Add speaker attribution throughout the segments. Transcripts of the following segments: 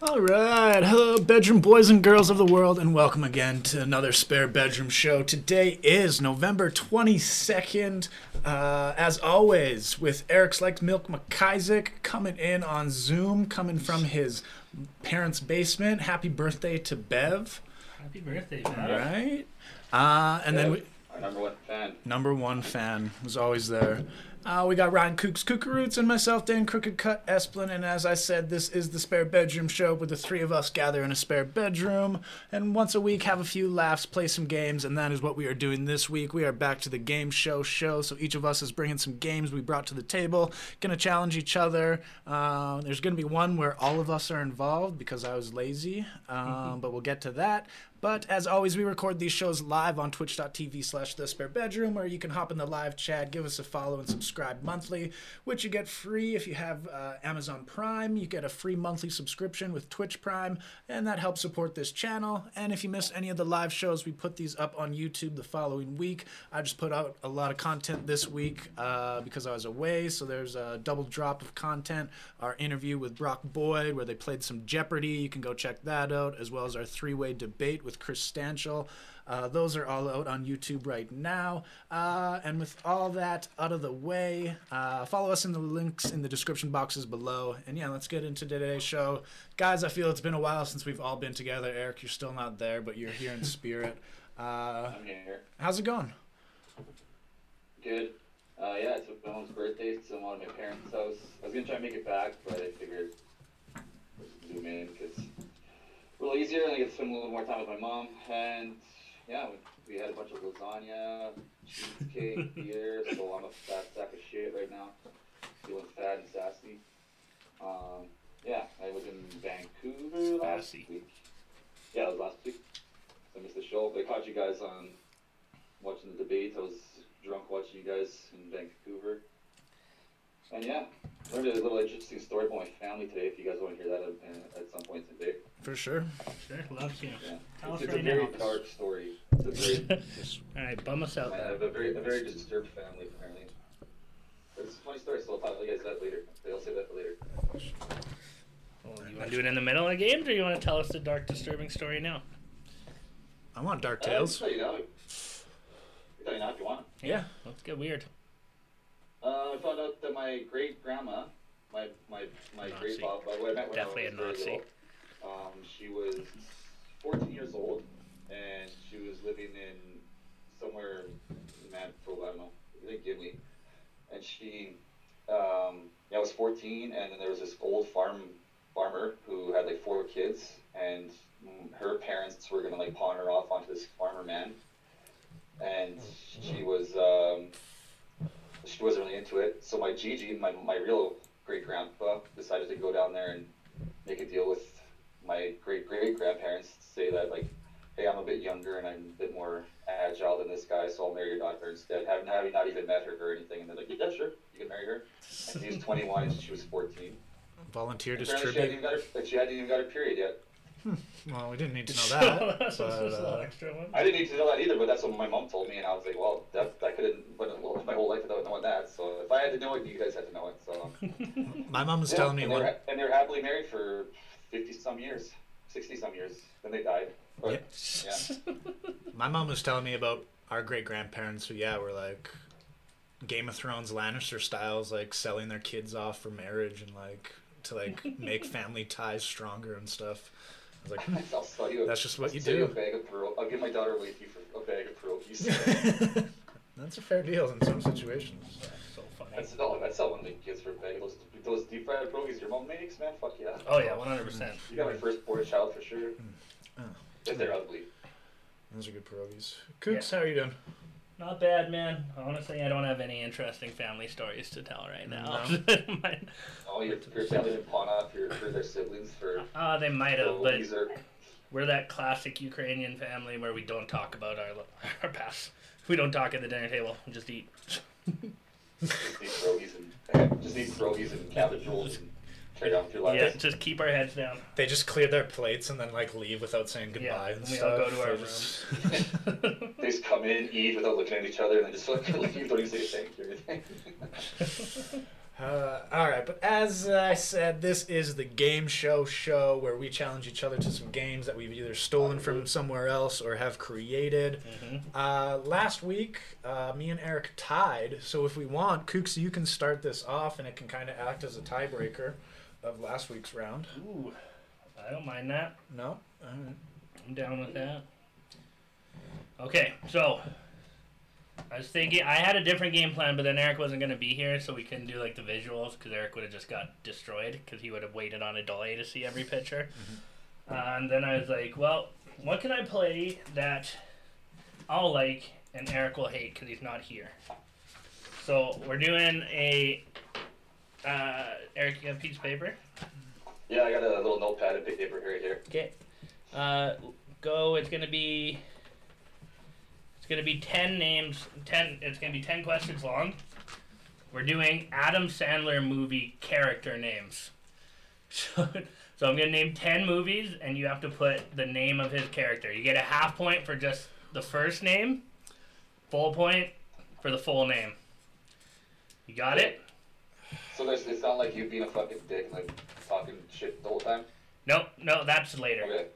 Speaker 1: All right. Hello, bedroom boys and girls of the world, and welcome again to another Spare Bedroom Show. Today is November 22nd. Uh, as always, with Eric's Liked Milk McIsaac coming in on Zoom, coming from his parents' basement. Happy birthday to Bev.
Speaker 2: Happy birthday, man.
Speaker 1: All right. Uh, and then we.
Speaker 3: Our number one fan.
Speaker 1: number one fan was always there. Uh, we got Ryan Kooks, Kookaroots, and myself, Dan Crooked Cut Esplin. And as I said, this is the Spare Bedroom Show where the three of us gather in a spare bedroom and once a week have a few laughs, play some games, and that is what we are doing this week. We are back to the game show show, so each of us is bringing some games we brought to the table, gonna challenge each other. Uh, there's gonna be one where all of us are involved because I was lazy, um, but we'll get to that. But as always, we record these shows live on twitch.tv slash the spare bedroom, or you can hop in the live chat, give us a follow, and subscribe monthly, which you get free if you have uh, Amazon Prime. You get a free monthly subscription with Twitch Prime, and that helps support this channel. And if you missed any of the live shows, we put these up on YouTube the following week. I just put out a lot of content this week uh, because I was away, so there's a double drop of content. Our interview with Brock Boyd, where they played some Jeopardy, you can go check that out, as well as our three way debate with Chris Stanchel. Uh, those are all out on YouTube right now. Uh, and with all that out of the way, uh, follow us in the links in the description boxes below. And yeah, let's get into today's show. Guys, I feel it's been a while since we've all been together. Eric, you're still not there, but you're here in spirit. Uh,
Speaker 3: I'm here.
Speaker 1: how's it going?
Speaker 3: Good. Uh, yeah, it's my mom's birthday, so I'm at my parents' house. I was gonna try and make it back, but I figured zoom in because a little easier, and I get to spend a little more time with my mom. And yeah, we, we had a bunch of lasagna, cheesecake, beer. So I'm a fat sack of shit right now, feeling fat and sassy. Um, yeah, I was in Vancouver last
Speaker 2: Sassy.
Speaker 3: week. Yeah, it was last week. I missed the show, but I caught you guys on watching the debate. I was drunk watching you guys in Vancouver. And yeah, learned a little interesting story about my family today. If you guys want to hear that uh, at, at some point today,
Speaker 1: For sure.
Speaker 2: Sure, love you.
Speaker 3: yeah,
Speaker 2: Tell us
Speaker 3: it's, it's
Speaker 2: right
Speaker 3: a very
Speaker 2: now.
Speaker 3: dark story. It's a very,
Speaker 2: All right, bum us out.
Speaker 3: I have a very, a very disturbed family apparently. But it's a funny story, so I'll tell you guys that later. I'll say that later. Uh,
Speaker 2: Well, Oh, you want to do it in the middle of the games, or you want to tell us the dark, disturbing story now?
Speaker 1: I want Dark
Speaker 3: Uh, I'll
Speaker 1: Tales.
Speaker 3: tell you now. I'll tell you now if you want.
Speaker 1: Yeah.
Speaker 2: Let's get weird.
Speaker 3: Uh, I found out that my great grandma, my my my
Speaker 2: Nazi.
Speaker 3: great pop, who I met when
Speaker 2: Definitely
Speaker 3: I
Speaker 2: a
Speaker 3: was very
Speaker 2: Nazi.
Speaker 3: little, um, she was 14 years old, and she was living in somewhere in Manitoba, I don't know, I think Gimli, and she, um, yeah, I was 14, and then there was this old farm farmer who had like four kids, and mm, her parents were gonna like pawn her off onto this farmer man, and she was. Um, she wasn't really into it. So my Gigi, my, my real great grandpa, decided to go down there and make a deal with my great great grandparents to say that like, hey, I'm a bit younger and I'm a bit more agile than this guy, so I'll marry your daughter instead. Having having not even met her or anything, and they're like, yeah, sure, you can marry her. And she was 21 and she was 14.
Speaker 1: Volunteer
Speaker 3: Apparently she hadn't even
Speaker 1: distribute.
Speaker 3: got her, like, she hadn't even got her period yet.
Speaker 1: Well, we didn't need to know that.
Speaker 2: That's
Speaker 1: but,
Speaker 2: an
Speaker 1: uh,
Speaker 2: extra one.
Speaker 3: I didn't need to know that either, but that's what my mom told me, and I was like, well, that, I couldn't live my whole life without knowing that. So if I had to know it, you guys had to know it. So.
Speaker 1: my mom was
Speaker 3: Yeah,
Speaker 1: telling me
Speaker 3: and they were
Speaker 1: one.
Speaker 3: ha- and they were happily married for fifty some years, sixty some years. Then they died. But
Speaker 1: Yeah. My mom was telling me about our great grandparents who, yeah, were like Game of Thrones Lannister styles, like selling their kids off for marriage and like to like make family ties stronger and stuff. I was like, hmm,
Speaker 3: I'll sell you. A,
Speaker 1: that's just what you
Speaker 3: sell you a
Speaker 1: do.
Speaker 3: bag of pierog- I'll give my daughter away to you for a bag of pierogies.
Speaker 1: that's a fair deal in some situations.
Speaker 2: So funny.
Speaker 3: that's all. That's all one of the kids for a bag. Those those deep fried pierogies your mom makes, man. Fuck yeah.
Speaker 2: Oh yeah, 100. percent
Speaker 3: You got my first born child for sure.
Speaker 1: Oh.
Speaker 3: If they're ugly.
Speaker 1: Those are good pierogies. Kooks, how are you doing?
Speaker 2: Not bad, man. Honestly, I don't have any interesting family stories to tell right now. Mine-
Speaker 3: Oh, your your family didn't pawn off your for their siblings for.
Speaker 2: Ah, they might have,
Speaker 3: Oh,
Speaker 2: but
Speaker 3: these are-
Speaker 2: we're that classic Ukrainian family where we don't talk about our our past. We don't talk at the dinner table. We just eat.
Speaker 3: just need pierogies and just need pierogies and cabbage rolls and carry on with your lives.
Speaker 2: Yeah, just keep our heads down.
Speaker 1: They just clear their plates and then like leave without saying goodbye
Speaker 2: Yeah,
Speaker 1: and
Speaker 2: and we
Speaker 1: stuff.
Speaker 2: all go to our
Speaker 1: They
Speaker 2: room.
Speaker 1: just- Mm-hmm.
Speaker 3: They just come in, eat without looking at each other, and then just like leave. Don't even say thank you or anything.
Speaker 1: Uh, all right, but as I said, this is the game show show where we challenge each other to some games that we've either stolen from somewhere else or have created. Uh, last week, uh, me and Eric tied, so if we want, Kooks, you can start this off, and it can kind of act as a tiebreaker of last week's round.
Speaker 2: Ooh, I don't mind that.
Speaker 1: No, Uh, all right.
Speaker 2: I'm down with that. Okay, so I was thinking I had a different game plan, but then Eric wasn't gonna be here, so we couldn't do like the visuals because Eric would have just got destroyed because he would have waited on a delay to see every picture. Uh, and then I was like, well, what can I play that I'll like and Eric will hate because he's not here. So we're doing a. Uh, Eric, you have piece of paper.
Speaker 3: Yeah, I got a little notepad and paper right here.
Speaker 2: Okay. Uh, go. It's gonna be. It's gonna be ten names. Ten. It's gonna be ten questions long. We're doing Adam Sandler movie character names. So, so I'm gonna name ten movies, and you have to put the name of his character. You get a half point for just the first name. Full point for the full name. You got it?
Speaker 3: So there's, it's not like you being a fucking dick, like talking shit the whole time.
Speaker 2: Nope. No, that's later.
Speaker 3: Okay.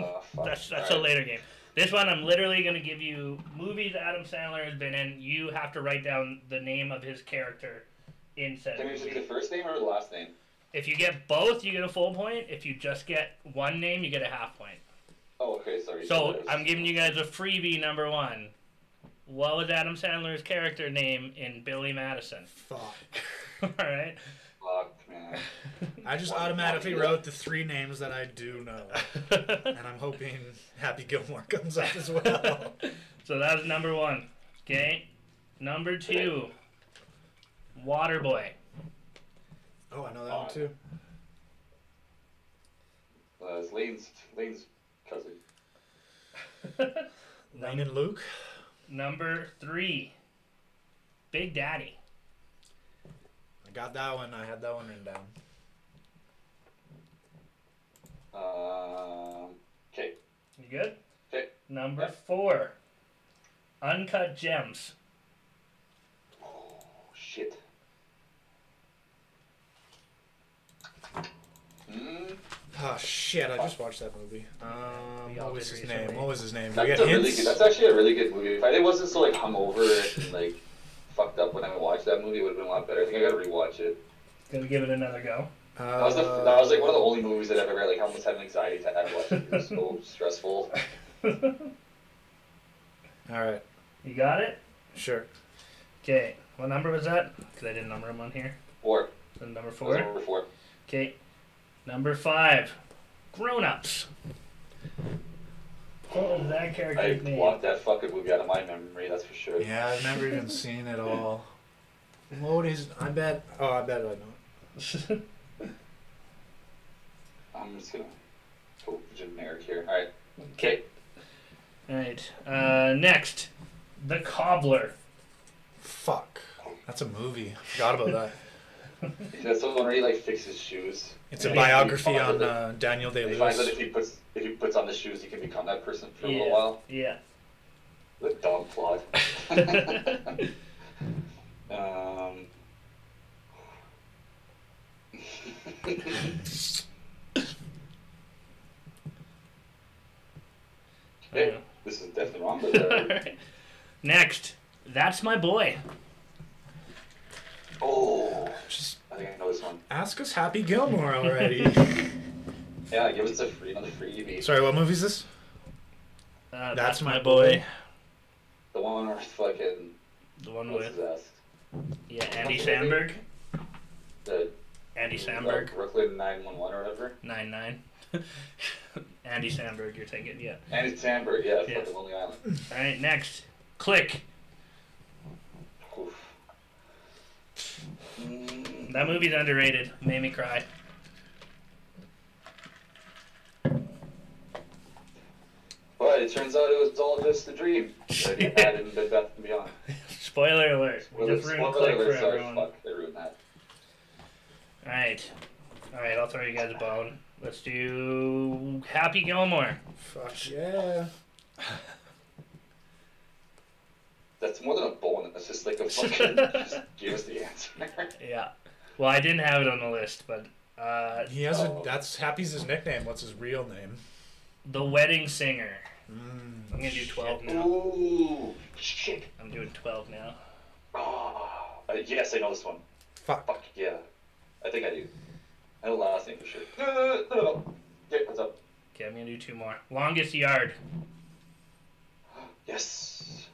Speaker 3: Uh, fuck.
Speaker 2: That's that's
Speaker 3: All
Speaker 2: a
Speaker 3: right.
Speaker 2: later game. This one I'm literally gonna give you movies Adam Sandler has been in. You have to write down the name of his character in said
Speaker 3: Can we just do the
Speaker 2: movie.
Speaker 3: first name or the last name?
Speaker 2: If you get both, you get a full point. If you just get one name, you get a half point.
Speaker 3: Oh, okay, sorry.
Speaker 2: So
Speaker 3: there's-
Speaker 2: I'm giving you guys a freebie number one. What was Adam Sandler's character name in Billy Madison?
Speaker 1: Fuck.
Speaker 2: All right.
Speaker 3: Fuck, man.
Speaker 1: I just
Speaker 3: One-
Speaker 1: automatically
Speaker 3: one-
Speaker 1: wrote the three names that I do know, and I'm hoping Happy Gilmore comes up as well.
Speaker 2: so that was number one. Okay. Number two, Waterboy.
Speaker 1: Oh, I know that one too.
Speaker 3: Uh, it's Lane's, Lane's cousin.
Speaker 1: Lane and Luke.
Speaker 2: Number three, Big Daddy.
Speaker 1: I got that one. I had that one written down.
Speaker 3: Um, okay.
Speaker 2: You good?
Speaker 3: Okay.
Speaker 2: Number
Speaker 3: Yeah.
Speaker 2: four, Uncut Gems.
Speaker 3: Oh, shit. Hmm. Mm,
Speaker 1: Oh shit! I just watched that movie. Um,
Speaker 2: We all
Speaker 1: what was
Speaker 2: did
Speaker 1: his
Speaker 2: recently.
Speaker 1: name? What was his name? Do we get
Speaker 3: that's a really
Speaker 1: hints?
Speaker 3: good, that's actually a really good movie. If I wasn't so like hungover and like fucked up when I watched that movie, it would have been a lot better. I think I gotta rewatch it.
Speaker 2: Gonna give it another go.
Speaker 1: Uh,
Speaker 3: That was, the, that was like one of the only movies that I've ever like almost had an anxiety attack watching. It was so stressful.
Speaker 1: all right,
Speaker 2: You got it?
Speaker 1: sure.
Speaker 2: Okay. What number was that? Because I didn't number them on here.
Speaker 3: Four.
Speaker 2: So number
Speaker 3: That was
Speaker 2: four.
Speaker 3: number four.
Speaker 2: Okay. Number five, Grown Ups. What was that
Speaker 3: I
Speaker 2: character's name?
Speaker 3: blocked that fucking movie out of my memory. That's for sure.
Speaker 1: Yeah, I've never even seen it all. What is? I bet. Oh, I bet I know. it.
Speaker 3: I'm just gonna go generic here. All right.
Speaker 2: okay. All right. Uh, next, The Cobbler.
Speaker 1: Fuck. That's a movie. Forgot about that.
Speaker 3: That's the one where he like fixes shoes.
Speaker 1: It's a
Speaker 3: And he-
Speaker 1: biography
Speaker 3: he
Speaker 1: on
Speaker 3: finds that-
Speaker 1: uh, Daniel Day
Speaker 3: He finds that
Speaker 1: Lewis.
Speaker 3: if he puts if he puts on the shoes, he can become that person for a
Speaker 2: yeah.
Speaker 3: little while.
Speaker 2: Yeah.
Speaker 3: The dumb plot. um. hey, this is definitely wrong. But, uh,
Speaker 2: Next, that's my boy.
Speaker 3: oh,
Speaker 1: Just
Speaker 3: I think I know this one.
Speaker 1: ask us Happy Gilmore already.
Speaker 3: Yeah, give us a free another freebie.
Speaker 1: Sorry, what movie is this?
Speaker 2: Uh,
Speaker 1: That's My Boy.
Speaker 3: The one where fucking
Speaker 2: The one
Speaker 3: what's
Speaker 2: with
Speaker 3: his ass?
Speaker 2: yeah, Andy Sandberg.
Speaker 3: The
Speaker 2: Andy
Speaker 3: uh,
Speaker 2: Sandberg,
Speaker 3: Brooklyn nine one one or whatever.
Speaker 2: nine nine. Andy Sandberg, you're taking yeah.
Speaker 3: And it's Sandberg, yeah,
Speaker 2: Yeah.
Speaker 3: fucking Lonely Island.
Speaker 2: All right, next, Click.
Speaker 3: Oof. Mm,
Speaker 2: That movie's underrated. Made me cry.
Speaker 3: But it turns out it was all just a dream. That he had in Bed Bath and Beyond.
Speaker 2: Spoiler alert. We
Speaker 3: Well,
Speaker 2: just
Speaker 3: it's-
Speaker 2: ruined
Speaker 3: well,
Speaker 2: Click for
Speaker 3: it's- sorry,
Speaker 2: everyone. All
Speaker 3: fuck, I ruined that.
Speaker 2: right, all right. I'll throw you guys a bone. Let's do Happy Gilmore.
Speaker 1: Fuck yeah.
Speaker 3: That's more than a bone. That's just like a fucking. just give us the answer.
Speaker 2: Yeah. Well, I didn't have it on the list, but uh,
Speaker 1: He has
Speaker 3: Oh.
Speaker 1: a. That's Happy's his nickname. What's his real name?
Speaker 2: the wedding singer.
Speaker 1: Mm.
Speaker 2: I'm gonna do twelve now.
Speaker 3: Ooh, shit.
Speaker 2: I'm doing twelve now.
Speaker 3: Ah, uh, yes, I know this one.
Speaker 1: Fuck.
Speaker 3: Fuck yeah. I think I do. I know the last name for sure. No, no, no, no, no. Yeah, what's up?
Speaker 2: Okay, I'm gonna do two more. Longest yard.
Speaker 3: Yes.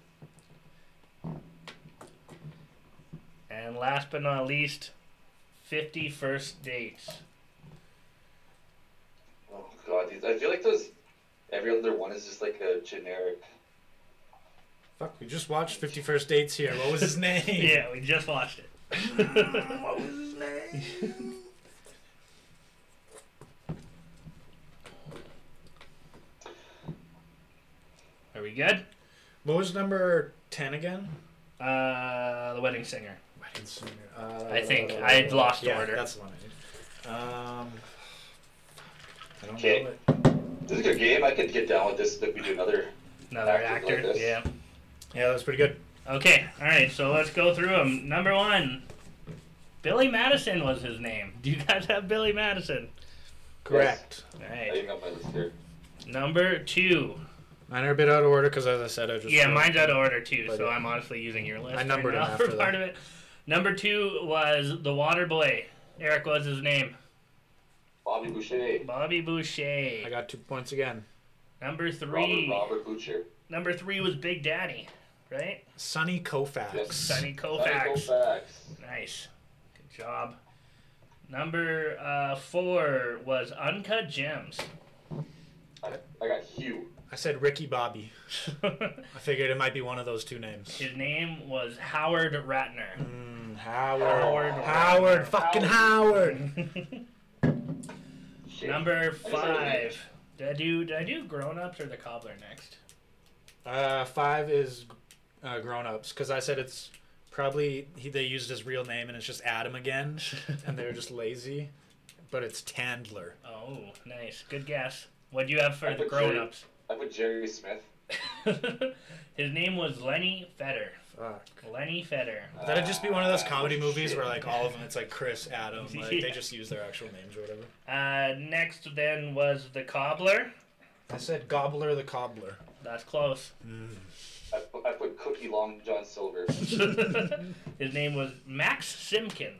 Speaker 2: And last but not least, 50 first dates.
Speaker 3: Oh god, these, I feel like those. Every other one is just like a generic.
Speaker 1: Fuck. We just watched Fifty First Dates here. What was his name?
Speaker 2: Yeah, we just watched it.
Speaker 1: What was his name?
Speaker 2: Are we good?
Speaker 1: What was number ten again?
Speaker 2: Uh, the wedding singer.
Speaker 1: Wedding singer. Uh,
Speaker 2: I think. I had lost
Speaker 1: yeah,
Speaker 2: order.
Speaker 1: That's the one. I did. Um. I don't
Speaker 3: Okay.
Speaker 1: know it.
Speaker 3: This is a good game. I could get down with this if we do another.
Speaker 2: Another
Speaker 3: Actors like
Speaker 2: actor.
Speaker 3: this.
Speaker 2: yeah.
Speaker 1: Yeah, that was pretty good.
Speaker 2: Okay. All right. So let's go through them. Number one, Billy Madison was his name. Do you guys have Billy Madison?
Speaker 1: Correct.
Speaker 2: All
Speaker 3: I
Speaker 2: right.
Speaker 3: even got my list here.
Speaker 2: Number two.
Speaker 1: Mine are a bit out of order because, as I said, I just
Speaker 2: Yeah, mine's out of order too.
Speaker 1: But,
Speaker 2: So
Speaker 1: uh,
Speaker 2: I'm honestly using your list.
Speaker 1: I numbered
Speaker 2: right now
Speaker 1: 'em
Speaker 2: for
Speaker 1: after
Speaker 2: part
Speaker 1: that.
Speaker 2: of it. Number two was the Water Boy. Eric was his name.
Speaker 3: Bobby Boucher.
Speaker 2: Bobby
Speaker 1: I
Speaker 2: Boucher.
Speaker 1: got two points again.
Speaker 2: Number three.
Speaker 3: Robert, Robert Butcher.
Speaker 2: Number three was Big Daddy, right?
Speaker 1: Sonny Koufax.
Speaker 3: Yes.
Speaker 2: Sonny
Speaker 3: Michael
Speaker 2: Koufax.
Speaker 3: Fax.
Speaker 2: Nice. Good job. Number uh, four was Uncut Gems.
Speaker 3: I, I got Hugh.
Speaker 1: I said Ricky Bobby. I figured it might be one of those two names.
Speaker 2: His name was Howard Ratner.
Speaker 1: Mm, Howard.
Speaker 2: Howard.
Speaker 1: Howard. Fucking Howard.
Speaker 3: Shit.
Speaker 2: Number
Speaker 3: I just heard his
Speaker 2: five. Did I do, did I do Grown Ups or The Cobbler next?
Speaker 1: Uh, five is uh, grown ups because I said it's probably he, they used his real name and it's just Adam again, and they're just lazy. But it's Tandler.
Speaker 2: Oh, nice. Good guess. What do you have for
Speaker 3: I
Speaker 2: the
Speaker 3: put
Speaker 2: Grown Ups?
Speaker 3: I put Jerry Smith.
Speaker 2: His name was Lenny Fetter.
Speaker 1: Fuck.
Speaker 2: Lenny Fetter.
Speaker 1: That'd just be one of those
Speaker 3: Ah,
Speaker 1: comedy movies
Speaker 3: shit.
Speaker 1: where like all of them, it's like Chris, Adam, like
Speaker 2: Yeah.
Speaker 1: they just use their actual names or whatever.
Speaker 2: Uh, next then was The Cobbler.
Speaker 1: I said Gobbler the Cobbler.
Speaker 2: That's close.
Speaker 3: I, pu- I put Cookie Long John Silver.
Speaker 2: His name was Max Simkin.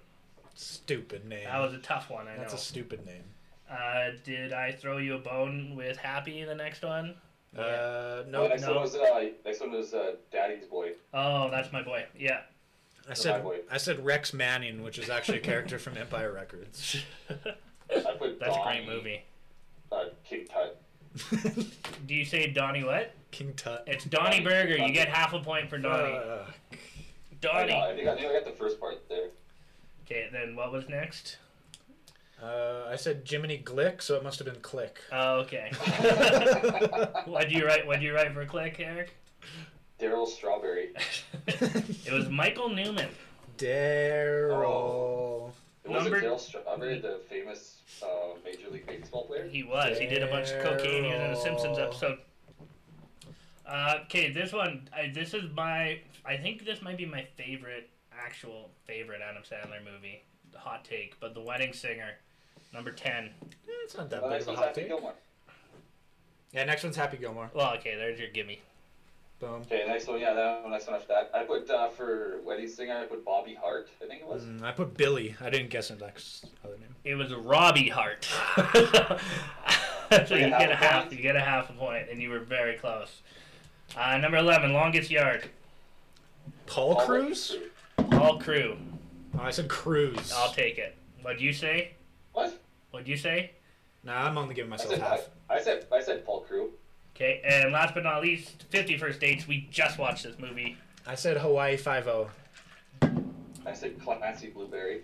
Speaker 1: Stupid name.
Speaker 2: That was a tough one, I
Speaker 1: That's
Speaker 2: know.
Speaker 1: a stupid name.
Speaker 2: Uh, did I throw you a bone with Happy the next one?
Speaker 1: Uh,
Speaker 3: No,
Speaker 1: no,
Speaker 3: next
Speaker 2: no.
Speaker 3: one was uh, next one was uh, Daddy's Boy.
Speaker 2: Oh, that's my boy. Yeah.
Speaker 1: I said
Speaker 3: Boy.
Speaker 1: I said Rex Manning, which is actually a character from Empire Records.
Speaker 3: I put
Speaker 2: that's a
Speaker 3: Donnie,
Speaker 2: great movie.
Speaker 3: Uh, King Tut.
Speaker 2: Do you say Donnie what?
Speaker 1: King Tut.
Speaker 2: It's Donnie
Speaker 3: Donnie.
Speaker 2: Burger. You get half a point for Donnie.
Speaker 1: Fuck.
Speaker 3: Uh, I, know,
Speaker 2: Donnie.
Speaker 3: I think I, I think I got the first part there.
Speaker 2: Okay, then what was next?
Speaker 1: Uh, I said Jiminy Glick, so it must have been Click.
Speaker 2: Oh, okay. what do you write? What do you write for Click, Eric?
Speaker 3: Daryl Strawberry.
Speaker 2: It was Michael Newman.
Speaker 1: Daryl. Eh,
Speaker 3: Oh. Was it
Speaker 2: Number-
Speaker 3: Daryl Strawberry, the famous uh, Major League Baseball player?
Speaker 2: He was. He did a bunch of cocaine. He was in a Simpsons
Speaker 1: Daryl.
Speaker 2: episode. Uh, Okay, this one. I, this is my. I think this might be my favorite, actual favorite Adam Sandler movie. Hot take, but The Wedding Singer, number ten.
Speaker 1: Eh, it's not that
Speaker 3: The
Speaker 1: big
Speaker 3: Uh, next
Speaker 1: of a
Speaker 3: one's
Speaker 1: hot
Speaker 3: Happy
Speaker 1: take.
Speaker 3: Gilmore.
Speaker 1: Yeah, next one's Happy Gilmore.
Speaker 2: Well, okay, there's your gimme.
Speaker 1: Boom.
Speaker 3: Okay, next one, yeah, that one, next one after that. I put, uh, for Wedding Singer, I put Bobby Hart, I think it was.
Speaker 1: Mm, I put Billy. I didn't guess his next other name.
Speaker 2: It was Robbie Hart. so you
Speaker 3: half
Speaker 2: get
Speaker 3: a
Speaker 2: a half.
Speaker 3: point?
Speaker 2: You get a half a point, and you were very close. Uh, number eleven, longest yard,
Speaker 1: Paul
Speaker 3: Paul
Speaker 1: Cruz?
Speaker 3: Cruz.
Speaker 2: all crew.
Speaker 1: Oh, I said Cruz.
Speaker 2: I'll take it. What'd you say?
Speaker 3: What?
Speaker 2: What'd you say?
Speaker 1: nah, I'm only giving
Speaker 3: I
Speaker 1: myself
Speaker 3: said,
Speaker 1: half.
Speaker 3: I, I said, I said Paul Crew.
Speaker 2: Okay, and last but not least, 50 First Dates. We just watched this movie.
Speaker 1: I said Hawaii Five O.
Speaker 3: I said Clancy Blueberry.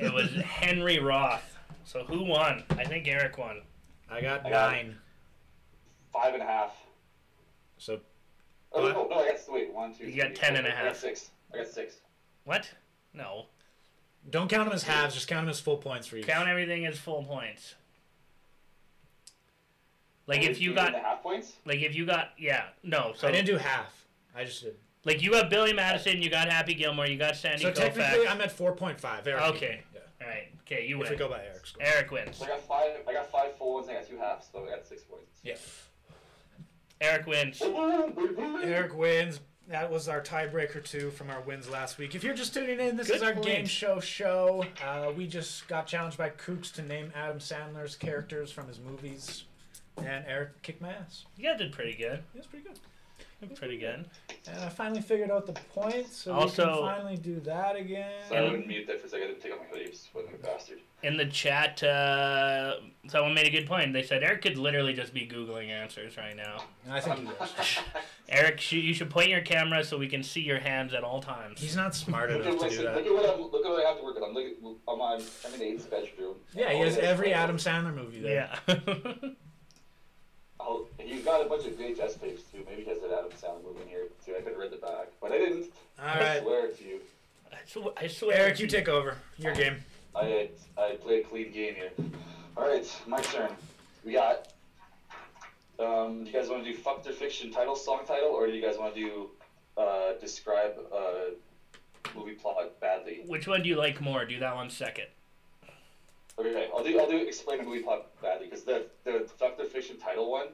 Speaker 2: It was Henry Roth. So who won? I think Eric won.
Speaker 1: I got
Speaker 3: I got it.
Speaker 1: nine.
Speaker 3: Five and a half.
Speaker 1: So
Speaker 3: Oh, no,
Speaker 1: What?
Speaker 3: no, no, I got, wait, one, two,
Speaker 2: You got
Speaker 3: three,
Speaker 2: ten
Speaker 3: four,
Speaker 2: and a
Speaker 3: I got
Speaker 2: half.
Speaker 3: six. I got six.
Speaker 2: What? No.
Speaker 1: don't count them as halves, just count them as full points for each.
Speaker 2: Count everything as full points. Like
Speaker 3: Only
Speaker 2: if you
Speaker 3: three and
Speaker 2: got,
Speaker 3: a half points?
Speaker 2: like if you got, yeah, no. So
Speaker 1: I didn't do half. I just did.
Speaker 2: like you got Billy Madison, you got Happy Gilmore, you got Sandy
Speaker 1: So
Speaker 2: Koufax.
Speaker 1: technically, I'm at 4.5. Eric,
Speaker 2: Okay.
Speaker 1: Yeah.
Speaker 2: All right. Okay, you
Speaker 1: If
Speaker 2: win.
Speaker 1: we go by Eric's score.
Speaker 2: Eric wins.
Speaker 3: So I got five. I got five full ones. I got two halves, so I got six points.
Speaker 1: Yeah.
Speaker 2: Eric wins.
Speaker 1: Eric wins. That was our tiebreaker too from our wins last week. If you're just tuning in, this
Speaker 2: Good
Speaker 1: is our
Speaker 2: point.
Speaker 1: game show show. Uh, we just got challenged by Kooks to name Adam Sandler's characters from his movies, and Eric kicked my ass.
Speaker 2: You guys did pretty good.
Speaker 1: It was pretty good.
Speaker 2: Pretty good.
Speaker 1: And I finally figured out the points, so we
Speaker 2: Also-
Speaker 1: can finally do that again.
Speaker 3: So I would mute that for a second. I didn't take off my hoodie. Just wasn't a bastard.
Speaker 2: In the chat, uh, someone made a good point. They said Eric could literally just be googling answers right now.
Speaker 1: And I think he was.
Speaker 2: Eric, sh- you should point your camera so we can see your hands at all times.
Speaker 1: He's not smart
Speaker 3: Look
Speaker 1: enough
Speaker 3: at,
Speaker 1: to do
Speaker 3: listen, look
Speaker 1: that.
Speaker 3: at what I'm. Look at what I have to work on. I'm, looking, I'm on. I'm in Aid's bedroom. Oh,
Speaker 1: Yeah, he
Speaker 3: All
Speaker 1: has
Speaker 3: this-
Speaker 1: every Adam Sandler movie there.
Speaker 2: yeah.
Speaker 3: I'll- Oh, He's got a bunch of VHS tapes too. Maybe he has an Adam Sandler movie in here too. I could have read the back, but I didn't.
Speaker 1: All right,
Speaker 3: I swear to you,
Speaker 2: I, sw- I swear.
Speaker 1: Eric, you take over. Your game.
Speaker 3: I I played a clean game here. All right, my turn. We got. Um, do you guys want to do fucked or fiction title song title, or do you guys want to do uh, describe uh, movie plot badly?
Speaker 2: Which one do you like more? Do that one second.
Speaker 3: Okay, I'll do I'll do explain the movie plot badly because the the fuck the fiction title one,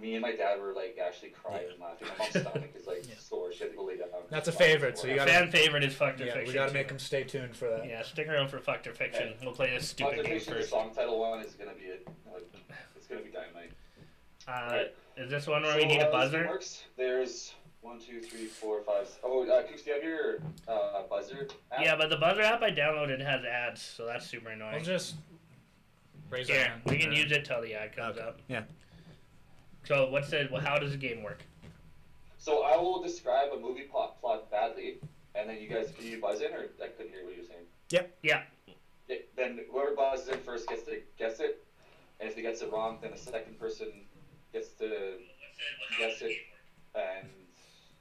Speaker 3: me and my dad were like actually crying and laughing. My mom's stomach is like
Speaker 1: Yeah.
Speaker 3: sore. She had to go lay down.
Speaker 1: That's a favorite, so you gotta-
Speaker 2: Fan favorite is Fucked or
Speaker 1: Yeah,
Speaker 2: Fiction.
Speaker 1: we gotta make him stay tuned for that.
Speaker 2: Yeah, stick around for Fucked or Fiction.
Speaker 3: Okay.
Speaker 2: We'll play this
Speaker 3: Fuck
Speaker 2: stupid
Speaker 3: the
Speaker 2: game
Speaker 3: fiction. The
Speaker 2: first.
Speaker 3: song title one is gonna be it. Like, it's gonna be dynamite.
Speaker 2: Uh,
Speaker 3: Alright.
Speaker 2: is this one where we need
Speaker 3: how
Speaker 2: a
Speaker 3: this
Speaker 2: buzzer?
Speaker 3: Works. There's one, two, three, four, five. s- Oh, uh, Cooks, do you have your uh, buzzer? app?
Speaker 2: Yeah, but the buzzer app I downloaded has ads, so that's super
Speaker 1: I'll
Speaker 2: annoying.
Speaker 1: just raise our
Speaker 2: Here,
Speaker 1: hand.
Speaker 2: we can
Speaker 1: Yeah.
Speaker 2: use it till the ad comes
Speaker 1: Okay.
Speaker 2: up.
Speaker 1: Yeah.
Speaker 2: So what's the? Well, how does the game work?
Speaker 3: So I will describe a movie plot plot badly, and then you guys can you buzz in, or I couldn't hear what you were saying.
Speaker 2: Yeah.
Speaker 3: Yeah, then whoever buzzes in first gets to guess it, and if they gets it wrong, then the second person gets to guess it and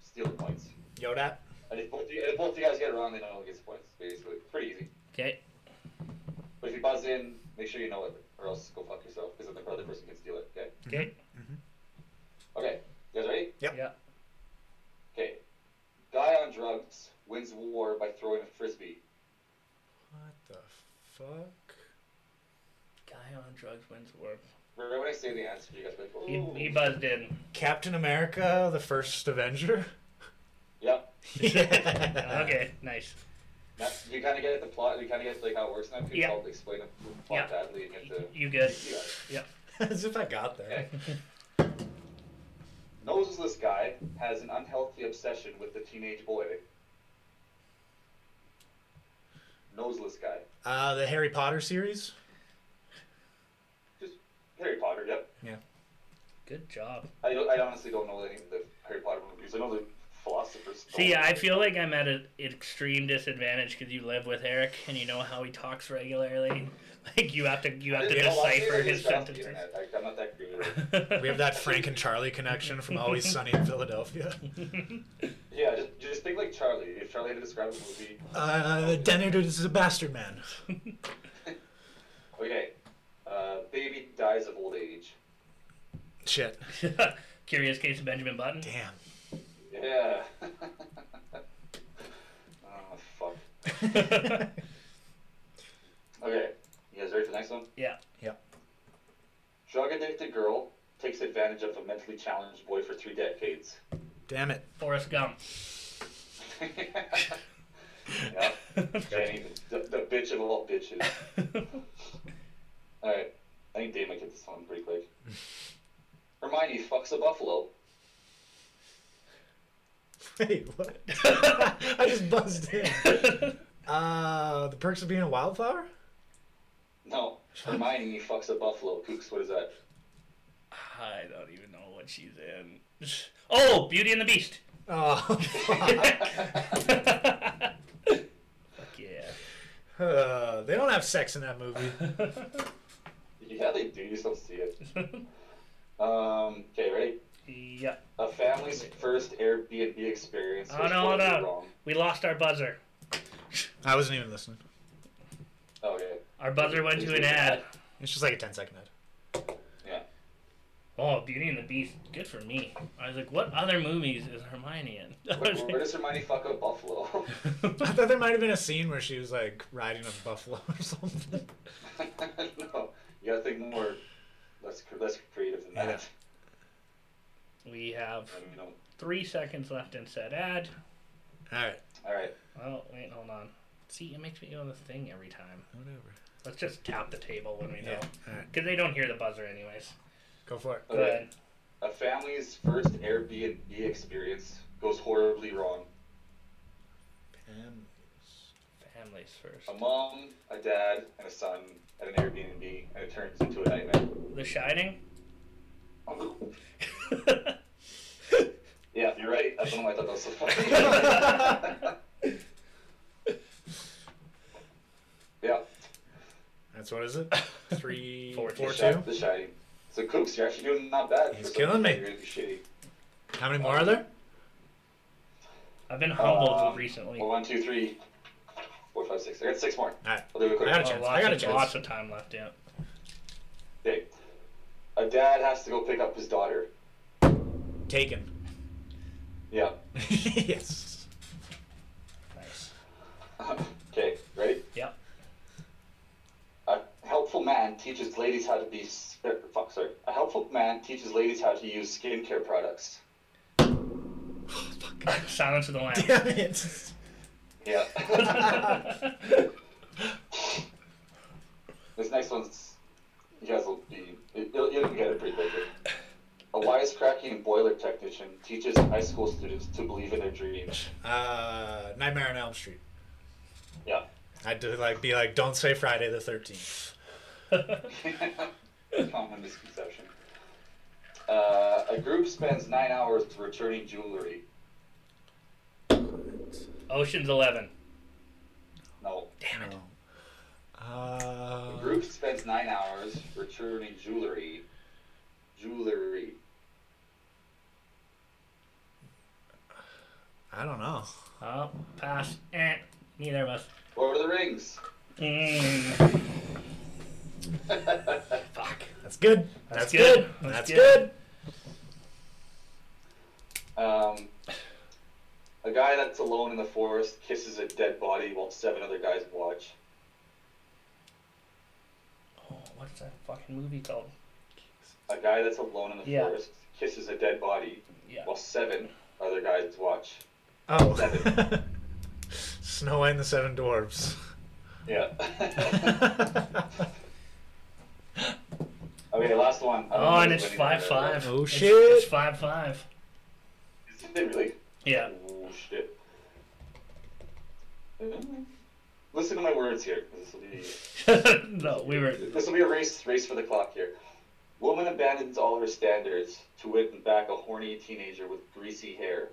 Speaker 3: steal the points.
Speaker 1: Yo, that.
Speaker 3: And if both, you- if both you guys get it wrong, then no one gets points. Basically, pretty easy.
Speaker 2: Okay.
Speaker 3: But if you buzz in, make sure you know it, or else go fuck yourself, because then the other person can steal it. Okay.
Speaker 2: Okay.
Speaker 3: Okay. You guys ready?
Speaker 1: Mm-hmm. Yep.
Speaker 2: Yeah.
Speaker 3: Okay. Guy on drugs wins war by throwing a frisbee.
Speaker 1: What the fuck?
Speaker 2: Guy on drugs wins war.
Speaker 3: Remember when I say the answer, you guys are like, oh.
Speaker 2: He, he buzzed in.
Speaker 1: Captain America, the first Avenger?
Speaker 3: Yep.
Speaker 1: yeah.
Speaker 2: Okay. Nice.
Speaker 3: That's, you kind of get the plot. You kind of get like how it works now. People
Speaker 2: Yeah.
Speaker 3: all explain it plot badly and get the.
Speaker 2: You good?
Speaker 3: You got it.
Speaker 1: As if I got there.
Speaker 3: Okay. Noseless guy has an unhealthy obsession with the teenage boy. Noseless guy.
Speaker 1: Uh, the Harry Potter series?
Speaker 3: Harry Potter, yep.
Speaker 2: Good job.
Speaker 3: I, don't- I honestly don't know any of the Harry Potter movies. I know the philosophers. Stone.
Speaker 2: See, I feel like I'm at an extreme disadvantage because you live with Eric and you know how he talks regularly. Like you have to, you have to
Speaker 3: You know what?
Speaker 2: decipher
Speaker 3: I
Speaker 2: his
Speaker 3: just got off the
Speaker 2: sentences.
Speaker 3: internet. I- I'm not that great. at it.
Speaker 1: We have that Frank and Charlie connection from Always Sunny in Philadelphia.
Speaker 3: Yeah, just, just think like Charlie. If Charlie had to describe a movie,
Speaker 1: Uh, Dennard is a bastard man.
Speaker 3: okay, uh, baby dies of old age.
Speaker 1: Shit.
Speaker 2: Curious Case of Benjamin Button.
Speaker 1: Damn.
Speaker 3: Yeah. oh fuck. Okay, you guys ready for the next one?
Speaker 2: Yeah.
Speaker 1: Yeah.
Speaker 3: Drug addicted girl takes advantage of a mentally challenged boy for three decades.
Speaker 1: Damn it.
Speaker 2: Forrest Gump.
Speaker 3: yeah, Jenny, the, the bitch of all bitches. Alright, I think Dave might get this one pretty quick. Hermione fucks a buffalo.
Speaker 1: Wait, what? I just buzzed in. Uh, the perks of being a wildflower?
Speaker 3: No, Hermione fucks a buffalo. Kooks, what is that?
Speaker 2: I don't even know what she's in. Oh, Beauty and the Beast.
Speaker 1: Oh, fuck.
Speaker 2: Fuck yeah.
Speaker 1: Uh, they don't have sex in that movie.
Speaker 3: Yeah, they do. You just don't see it. Um, okay, ready?
Speaker 2: yeah.
Speaker 3: A family's first Airbnb experience.
Speaker 2: Oh,
Speaker 3: was
Speaker 2: no,
Speaker 3: horribly
Speaker 2: no.
Speaker 3: Wrong.
Speaker 2: We lost our buzzer.
Speaker 1: I wasn't even listening.
Speaker 3: Okay. Oh,
Speaker 2: Our buzzer went to an ad.
Speaker 1: It's just like a 10 second ad.
Speaker 3: Yeah.
Speaker 2: Oh, Beauty and the Beast. Good for me. I was like, what other movies is Hermione in? I
Speaker 3: Where,
Speaker 2: was
Speaker 3: where does Hermione fuck up Buffalo?
Speaker 1: I
Speaker 2: like-
Speaker 1: thought there might have been a scene where she was like riding a buffalo or something.
Speaker 3: no, you gotta think more, less, cre- less creative than that.
Speaker 2: we have
Speaker 3: I mean, you know,
Speaker 2: three seconds left in said ad.
Speaker 1: All right,
Speaker 3: all right.
Speaker 2: Oh, wait, hold on. See, it makes me go on the thing every time.
Speaker 1: whatever.
Speaker 2: Let's just tap the table when we know.
Speaker 1: Yeah,
Speaker 2: Because
Speaker 1: all right,
Speaker 2: they don't hear the buzzer, anyways.
Speaker 1: go for it.
Speaker 2: Go
Speaker 3: Okay.
Speaker 2: ahead.
Speaker 3: A family's first Airbnb experience goes horribly wrong.
Speaker 2: Families first.
Speaker 3: A mom, a dad, and a son at an Airbnb, and it turns into a nightmare.
Speaker 2: The Shining?
Speaker 3: yeah, you're right. I don't know why I thought that was so funny. yeah.
Speaker 1: That's what is it? Three, four,
Speaker 2: Four,
Speaker 1: two.
Speaker 2: Or
Speaker 3: the Shi- The Shining. So, Cooks, you're actually doing not bad.
Speaker 1: He's
Speaker 3: for something
Speaker 1: killing me.
Speaker 3: that You're gonna be shitty.
Speaker 1: How many more are there?
Speaker 2: I've been humbled
Speaker 3: Um,
Speaker 2: recently.
Speaker 3: Well, one, two, three, four, five, six. I got six more.
Speaker 1: Alright.
Speaker 3: I'll do it quick.
Speaker 1: I got a
Speaker 2: Oh,
Speaker 1: chance.
Speaker 2: lots
Speaker 1: I got a
Speaker 2: of-
Speaker 1: chance.
Speaker 2: Lots of time left, yeah.
Speaker 3: Okay. A dad has to go pick up his daughter.
Speaker 1: Taken.
Speaker 3: Yeah.
Speaker 1: yes.
Speaker 2: Nice.
Speaker 3: okay, ready?
Speaker 2: Yep.
Speaker 3: A helpful man teaches ladies how to be. s- er, Fuck, sorry. A helpful man teaches ladies how to use skincare products.
Speaker 1: Oh,
Speaker 2: Silence of the Lambs.
Speaker 1: Damn it.
Speaker 3: Yeah. this next one's. You guys will be. You'll, you'll get it pretty quickly. A wisecracking boiler technician teaches high school students to believe in their dreams.
Speaker 1: Uh, Nightmare on Elm Street.
Speaker 3: Yeah.
Speaker 1: I'd do, like be like, don't say Friday the thirteenth.
Speaker 3: Common misconception. Uh, a group spends nine hours returning jewelry.
Speaker 2: Ocean's Eleven.
Speaker 3: No.
Speaker 1: Damn it.
Speaker 3: A
Speaker 1: Uh,
Speaker 3: group spends nine hours returning jewelry. Jewelry.
Speaker 1: I don't know.
Speaker 2: Oh, pass. Eh, neither of us.
Speaker 3: Lord of the Rings.
Speaker 2: Mm,
Speaker 1: Fuck. That's good. That's,
Speaker 2: That's
Speaker 1: good.
Speaker 2: good.
Speaker 1: That's,
Speaker 2: That's
Speaker 1: good.
Speaker 2: good.
Speaker 3: Um, a guy that's alone in the forest kisses a dead body while seven other guys watch.
Speaker 2: oh, what's that fucking movie called?
Speaker 3: A guy that's alone in the
Speaker 2: Yeah.
Speaker 3: forest kisses a dead body
Speaker 2: Yeah.
Speaker 3: while seven other guys watch.
Speaker 1: Oh. Snow White and the Seven Dwarfs.
Speaker 3: Yeah. okay, last one. I don't
Speaker 2: Oh,
Speaker 3: know
Speaker 2: and
Speaker 3: if
Speaker 2: it's five
Speaker 3: anybody-
Speaker 2: five.
Speaker 1: Oh,
Speaker 2: It's-
Speaker 1: shit.
Speaker 2: It's five five.
Speaker 3: Is it really?
Speaker 2: Yeah.
Speaker 3: Oh shit. Listen to my words here. This will be
Speaker 2: no, we were.
Speaker 3: this will be a race race for the clock here. Woman abandons all her standards to win back a horny teenager with greasy hair.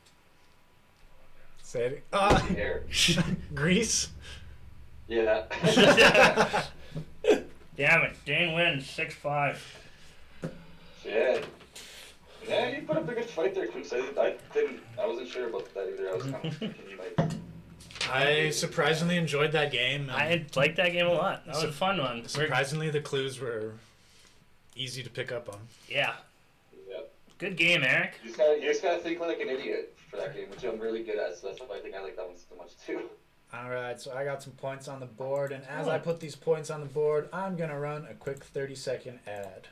Speaker 1: Say it. Uh,
Speaker 3: Hair.
Speaker 1: Grease.
Speaker 3: Yeah.
Speaker 2: Damn it, Dane wins six five.
Speaker 3: shit. Yeah, you put up a good fight there, Cooks. I, I didn't. I wasn't sure about that either. I was kind of thinking you might.
Speaker 1: I surprisingly enjoyed that game. and
Speaker 2: I liked that game a lot. That was a fun one. We're-
Speaker 1: surprisingly, the clues were easy to pick up on.
Speaker 2: yeah,
Speaker 3: Yeah.
Speaker 2: good game, Eric.
Speaker 3: You just gotta you just gotta think like an idiot for that game, which I'm really good at. So that's why I think I like that one so much too.
Speaker 1: All right, so I got some points on the board, and as I put these points on the board, I'm gonna run a quick 30 second ad.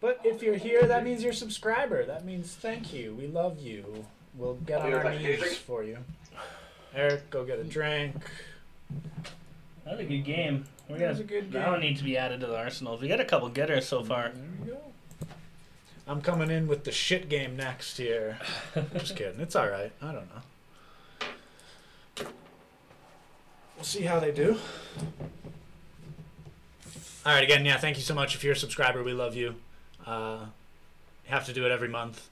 Speaker 1: But if you're here, that means you're a subscriber. That means thank you. We love you. We'll get on our knees for you. Eric, go get a drink.
Speaker 2: That was a good game. We're
Speaker 1: That
Speaker 2: gonna,
Speaker 1: was a good
Speaker 2: That one
Speaker 1: game.
Speaker 2: needs to be added to the arsenal. We got a couple getters so far.
Speaker 1: Mm, There we go. I'm coming in with the shit game next here. Just kidding. It's all right. I don't know. We'll see how they do. All right. Again, yeah. Thank you so much. If you're a subscriber, we love you. Uh, you have to do it every month.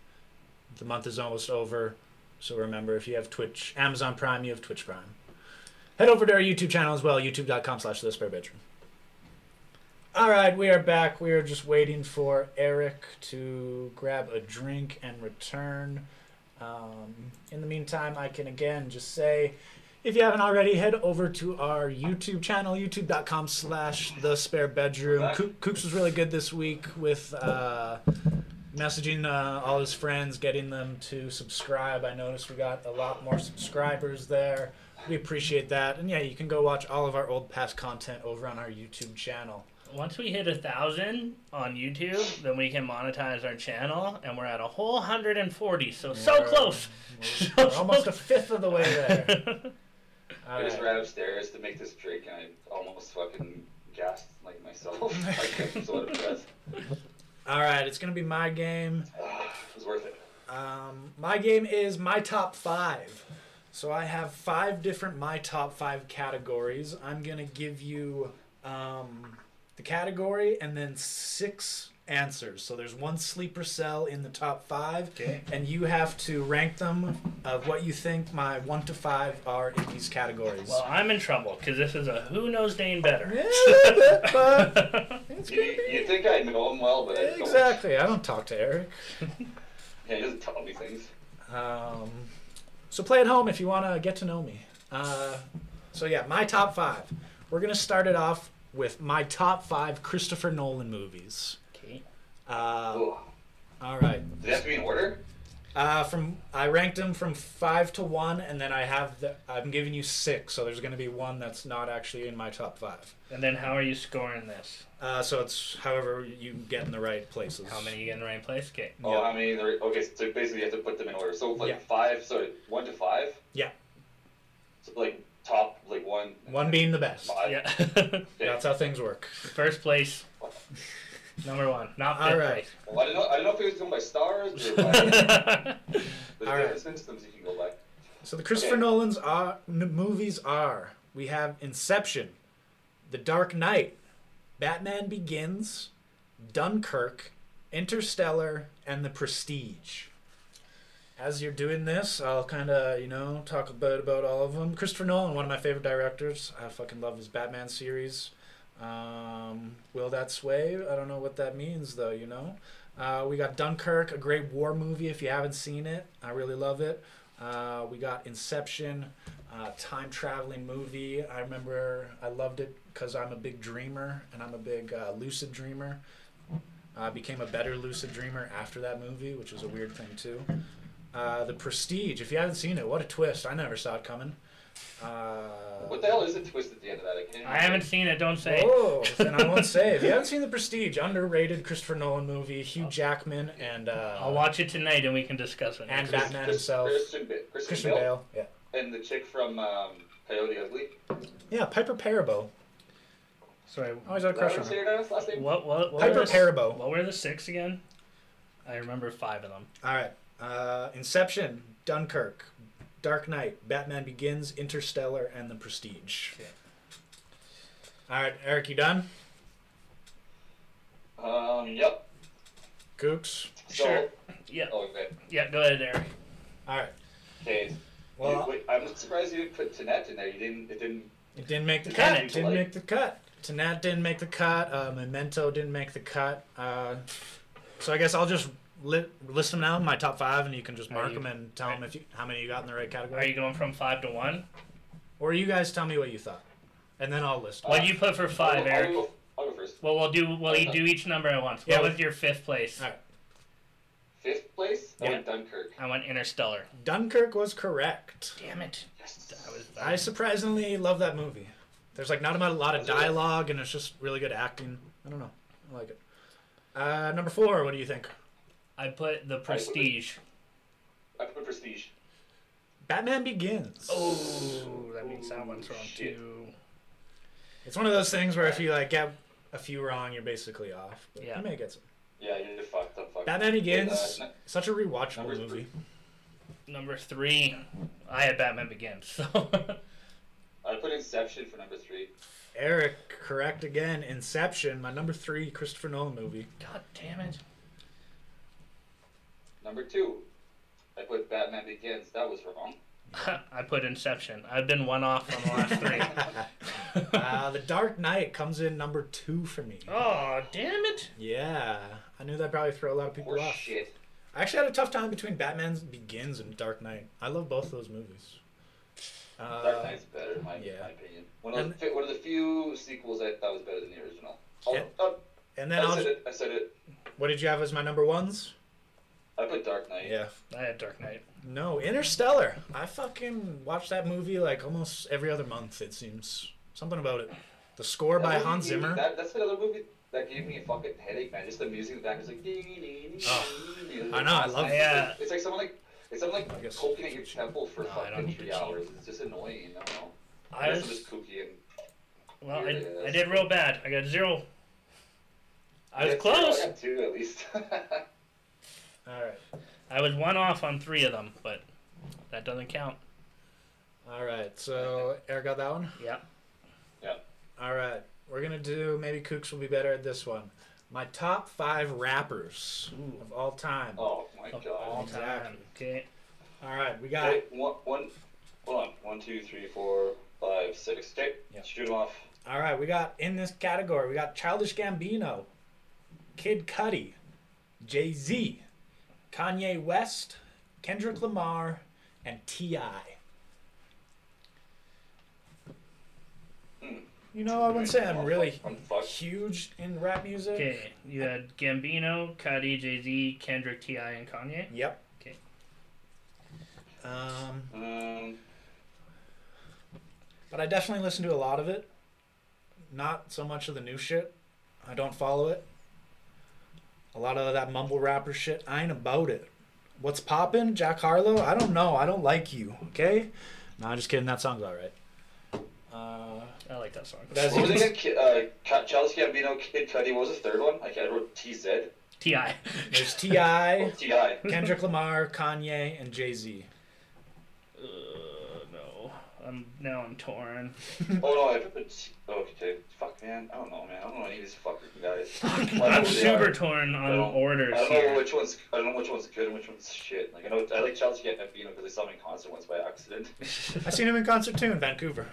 Speaker 1: The month is almost over, so remember if you have Twitch, Amazon Prime, you have Twitch Prime. Head over to our YouTube channel as well, YouTube.com/slash The Spare Bedroom. All right, we are back. We are just waiting for Eric to grab a drink and return. Um, in the meantime, I can again just say If you haven't already, head over to our YouTube channel, youtube.com slash the spare bedroom. Coo- Coops was really good this week with uh, messaging uh, all his friends, getting them to subscribe. I noticed we got a lot more subscribers there. We appreciate that. And yeah, you can go watch all of our old past content over on our YouTube channel.
Speaker 2: Once we hit a thousand on YouTube, then we can monetize our channel, and we're at a whole hundred and forty. So so
Speaker 1: We're-
Speaker 2: close.
Speaker 1: We're almost a fifth of the way there. All
Speaker 3: I just
Speaker 1: right.
Speaker 3: ran upstairs to make this drink, and I almost fucking gasped like myself. I was so depressed.
Speaker 1: all right, it's going to be my game.
Speaker 3: Ah, it was worth it.
Speaker 1: Um, my game is my top five. So I have five different my top five categories. I'm gonna give you um, the category and then six answers. So there's one sleeper cell in the top five,
Speaker 2: Okay.
Speaker 1: and you have to rank them of what you think my one to five are in these categories.
Speaker 2: well, I'm in trouble because this is a who knows Dane better.
Speaker 1: yeah, a little bit, but it's
Speaker 3: You,
Speaker 1: gonna
Speaker 3: you
Speaker 1: be
Speaker 3: think I know him well, but I don't.
Speaker 1: exactly. I don't talk to Eric.
Speaker 3: Yeah, he doesn't tell me things.
Speaker 1: Um, so play at home if you want to get to know me. Uh, so yeah, my top five. We're gonna start it off with my top five Christopher Nolan movies.
Speaker 2: Okay.
Speaker 1: Uh,
Speaker 3: Ugh.
Speaker 1: all right.
Speaker 3: Does it have to be in order?
Speaker 1: Uh, from I ranked them from five to one, and then I have the I'm giving you six. So there's gonna be one that's not actually in my top five.
Speaker 2: And then how are you scoring this?
Speaker 1: Uh, so it's however you get in the right places.
Speaker 2: How many you get in the right place? Okay.
Speaker 3: Oh, I mean, there- okay, so basically you have to put them in order. So like
Speaker 1: Yeah.
Speaker 3: five, so one to five.
Speaker 1: Yeah.
Speaker 3: So like top, like one.
Speaker 1: One being the best.
Speaker 3: Five.
Speaker 2: Yeah.
Speaker 3: Okay.
Speaker 1: That's how things work.
Speaker 2: First place. Number one. Not fifth
Speaker 1: All right.
Speaker 3: Well, I don't know. I don't know if he was going by stars or by
Speaker 2: place.
Speaker 3: the
Speaker 1: All right.
Speaker 3: different systems you can go by.
Speaker 1: So the Christopher
Speaker 3: Okay.
Speaker 1: Nolan's are, n- movies are: we have Inception, The Dark Knight, Batman Begins, Dunkirk, Interstellar, and The Prestige. As you're doing this, I'll kind of you know talk a bit about all of them. Christopher Nolan, one of my favorite directors. I fucking love his Batman series. Um, will that sway? I don't know what that means though. You know, uh, we got Dunkirk, a great war movie. If you haven't seen it, I really love it. Uh, we got Inception, uh, time traveling movie. I remember I loved it because I'm a big dreamer and I'm a big uh, lucid dreamer. I became a better lucid dreamer after that movie, which was a weird thing too. Uh, the Prestige. If you haven't seen it, what a twist! I never saw it coming. Uh,
Speaker 3: What the hell is a twist at the end of that? I can't.
Speaker 2: I haven't seen it. Don't say.
Speaker 1: Oh, then I won't say. If you haven't seen The Prestige, underrated Christopher Nolan movie, Hugh Jackman and uh,
Speaker 2: I'll watch it tonight and we can discuss it.
Speaker 1: And
Speaker 2: next.
Speaker 1: Batman himself.
Speaker 3: Christian, Ba- Christian,
Speaker 1: Christian
Speaker 3: Bale,
Speaker 1: Bale. Yeah,
Speaker 3: and the chick from um, Coyote Ugly. Is
Speaker 1: yeah. Piper Parabo.
Speaker 2: Sorry.
Speaker 1: Always had a
Speaker 3: that
Speaker 1: crush
Speaker 3: her
Speaker 1: on her.
Speaker 3: serious last name?
Speaker 2: What? What? what
Speaker 1: Piper
Speaker 2: were the,
Speaker 1: Parabo.
Speaker 2: What were the six again? I remember five of them.
Speaker 1: All right. Uh, Inception, Dunkirk, Dark Knight, Batman Begins, Interstellar, and The Prestige.
Speaker 2: Okay.
Speaker 1: All right, Eric, you done?
Speaker 3: Um. Yep.
Speaker 1: Gooks.
Speaker 3: So,
Speaker 2: Sure. Yeah.
Speaker 3: Oh, okay.
Speaker 2: Yeah. Go ahead, Eric.
Speaker 1: All right.
Speaker 3: Okay.
Speaker 1: Well,
Speaker 3: You- wait, I'm surprised you didn't put Tanette in there. You didn't. It didn't.
Speaker 1: it didn't make the
Speaker 2: Damn
Speaker 1: cut.
Speaker 2: it.
Speaker 1: Didn't make the cut. Tanat didn't make the cut. Uh, Memento didn't make the cut. Uh, so I guess I'll just li- list them now, my top five, and you can just
Speaker 2: Are
Speaker 1: mark
Speaker 2: you-
Speaker 1: them and tell them if you, how many you got in the right
Speaker 2: Are
Speaker 1: category.
Speaker 2: you going from five to one?
Speaker 1: Or you guys tell me what you thought, and then I'll list. 'em.
Speaker 2: What do you put for
Speaker 3: I'll,
Speaker 2: five,
Speaker 3: go- I'll
Speaker 2: Eric?
Speaker 3: go, I'll go first.
Speaker 2: Well, we'll do. We'll
Speaker 3: Okay.
Speaker 2: do each number at once.
Speaker 1: Yeah.
Speaker 2: What was your fifth place?
Speaker 1: All right.
Speaker 3: Fifth place. I
Speaker 1: Yeah.
Speaker 3: went Dunkirk.
Speaker 2: I went Interstellar.
Speaker 1: Dunkirk was correct.
Speaker 2: Damn it.
Speaker 3: Yes.
Speaker 2: I was.
Speaker 1: I surprisingly love that movie. There's like not a lot of
Speaker 3: Is it?
Speaker 1: dialogue, and it's just really good acting. I don't know. I like it. Uh, number four. What do you think?
Speaker 2: I put the Prestige.
Speaker 3: I put Prestige.
Speaker 1: Batman Begins.
Speaker 2: Oh, that means that one's wrong
Speaker 3: Shit.
Speaker 2: too.
Speaker 1: It's one of those things where if you like get a few wrong, you're basically off. But
Speaker 2: Yeah.
Speaker 1: You may get some.
Speaker 3: Yeah, you're fucked up. Fucked.
Speaker 1: Batman Begins.
Speaker 3: Wait, uh,
Speaker 1: such a rewatchable
Speaker 3: number
Speaker 1: movie.
Speaker 3: three.
Speaker 2: Number three, I had Batman Begins. So
Speaker 3: I put Inception for number three.
Speaker 1: Eric, correct again. Inception, my number three Christopher Nolan movie.
Speaker 2: God damn it.
Speaker 3: Number two, I put Batman Begins. That was wrong.
Speaker 2: I put Inception. I've been one off on the last three.
Speaker 1: uh, the Dark Knight comes in number two for me.
Speaker 2: oh, damn it.
Speaker 1: Yeah, I knew that probably throw a lot of people
Speaker 3: Poor
Speaker 1: off.
Speaker 3: shit.
Speaker 1: I actually had a tough time between Batman Begins and Dark Knight. I love both those movies.
Speaker 3: Dark
Speaker 1: Uh,
Speaker 3: Knight's better, in my,
Speaker 1: yeah.
Speaker 3: my opinion. One of, the,
Speaker 1: And-
Speaker 3: fe- one of the few sequels I thought was better than the original. Oh,
Speaker 1: Yeah.
Speaker 3: oh,
Speaker 1: Uh, and
Speaker 3: I
Speaker 1: then I'll,
Speaker 3: said it. I said it.
Speaker 1: what did you have as my number ones?
Speaker 3: I put Dark Knight.
Speaker 1: Yeah.
Speaker 2: I had Dark Knight.
Speaker 1: No, Interstellar. I fucking watch that movie like almost every other month. It seems something about it. The score
Speaker 3: That
Speaker 1: by
Speaker 3: movie
Speaker 1: Hans
Speaker 3: gave me-
Speaker 1: Zimmer.
Speaker 3: That, that's another movie that gave me a fucking headache, man. Just the music in the back is like. ding, ding, ding,
Speaker 1: Oh.
Speaker 3: ding.
Speaker 1: I know, I love-
Speaker 3: It's
Speaker 2: I, uh,
Speaker 3: like- It's like someone like. It's something
Speaker 1: I
Speaker 3: like
Speaker 1: guess-
Speaker 3: poking at your temple for
Speaker 2: No, I don't
Speaker 3: fucking
Speaker 2: need
Speaker 3: three
Speaker 2: to cheat.
Speaker 3: hours. It's just annoying. I don't know.
Speaker 2: I
Speaker 3: guess
Speaker 2: was-
Speaker 3: I'm just kooky and
Speaker 2: Well,
Speaker 3: Here
Speaker 2: I,
Speaker 3: it
Speaker 2: I
Speaker 3: is.
Speaker 2: did real bad. I got zero. I was
Speaker 3: Yeah,
Speaker 2: close.
Speaker 3: I got two at least.
Speaker 1: All right,
Speaker 2: I was one off on three of them, but that doesn't count.
Speaker 1: all right. So Eric got that one.
Speaker 2: Yeah.
Speaker 1: All right, we're gonna do. Maybe Kooks will be better at this one. My top five rappers
Speaker 2: Ooh.
Speaker 1: of all time.
Speaker 3: oh my
Speaker 2: Of all
Speaker 3: god.
Speaker 2: time. Okay.
Speaker 1: All right, we got.
Speaker 3: Okay, one, one, hold on. One, two, three, four, five, six. Okay,
Speaker 1: Yeah.
Speaker 3: shoot 'em off.
Speaker 1: All right, we got in this category. We got Childish Gambino, Kid Cudi, Jay Z, Kanye West, Kendrick Lamar, and Ti. You know, I wouldn't say I'm really
Speaker 3: I'm fucked.
Speaker 1: huge in rap music.
Speaker 2: Okay. You had Gambino, Cuddy, Jay Z, Kendrick, Ti, and Kanye.
Speaker 1: Yep.
Speaker 2: Okay.
Speaker 1: Um,
Speaker 3: Um,
Speaker 1: but I definitely listen to a lot of it. Not so much of the new shit. I don't follow it. A lot of that mumble rapper shit. I ain't about it. What's poppin', Jack Harlow? I don't know. I don't like you. Okay. No, I'm just kidding. That song's alright. Uh,
Speaker 2: I like that song.
Speaker 1: That's-
Speaker 3: what was it again? Ki- Uh, Ca- Charles Gambino, Kid Cudi. What was the third one? Like I wrote TZ.
Speaker 2: Ti.
Speaker 1: there's
Speaker 3: Oh,
Speaker 1: Ti,
Speaker 3: Ti.
Speaker 1: Kendrick Lamar, Kanye, and Jay Z.
Speaker 2: Uh, no. I'm now I'm torn.
Speaker 3: Oh no, I put. T- okay, fuck man. I don't know, man. I don't know any of these fucking guys. I don't know
Speaker 2: I'm
Speaker 3: who they
Speaker 2: super
Speaker 3: are.
Speaker 2: torn on
Speaker 3: No.
Speaker 2: orders
Speaker 3: I don't know
Speaker 2: here.
Speaker 3: which one's I don't know which one's good and which one's shit. Like I know I like Chelsea Gambino because I saw him in concert once by accident.
Speaker 1: I seen him in concert too in Vancouver.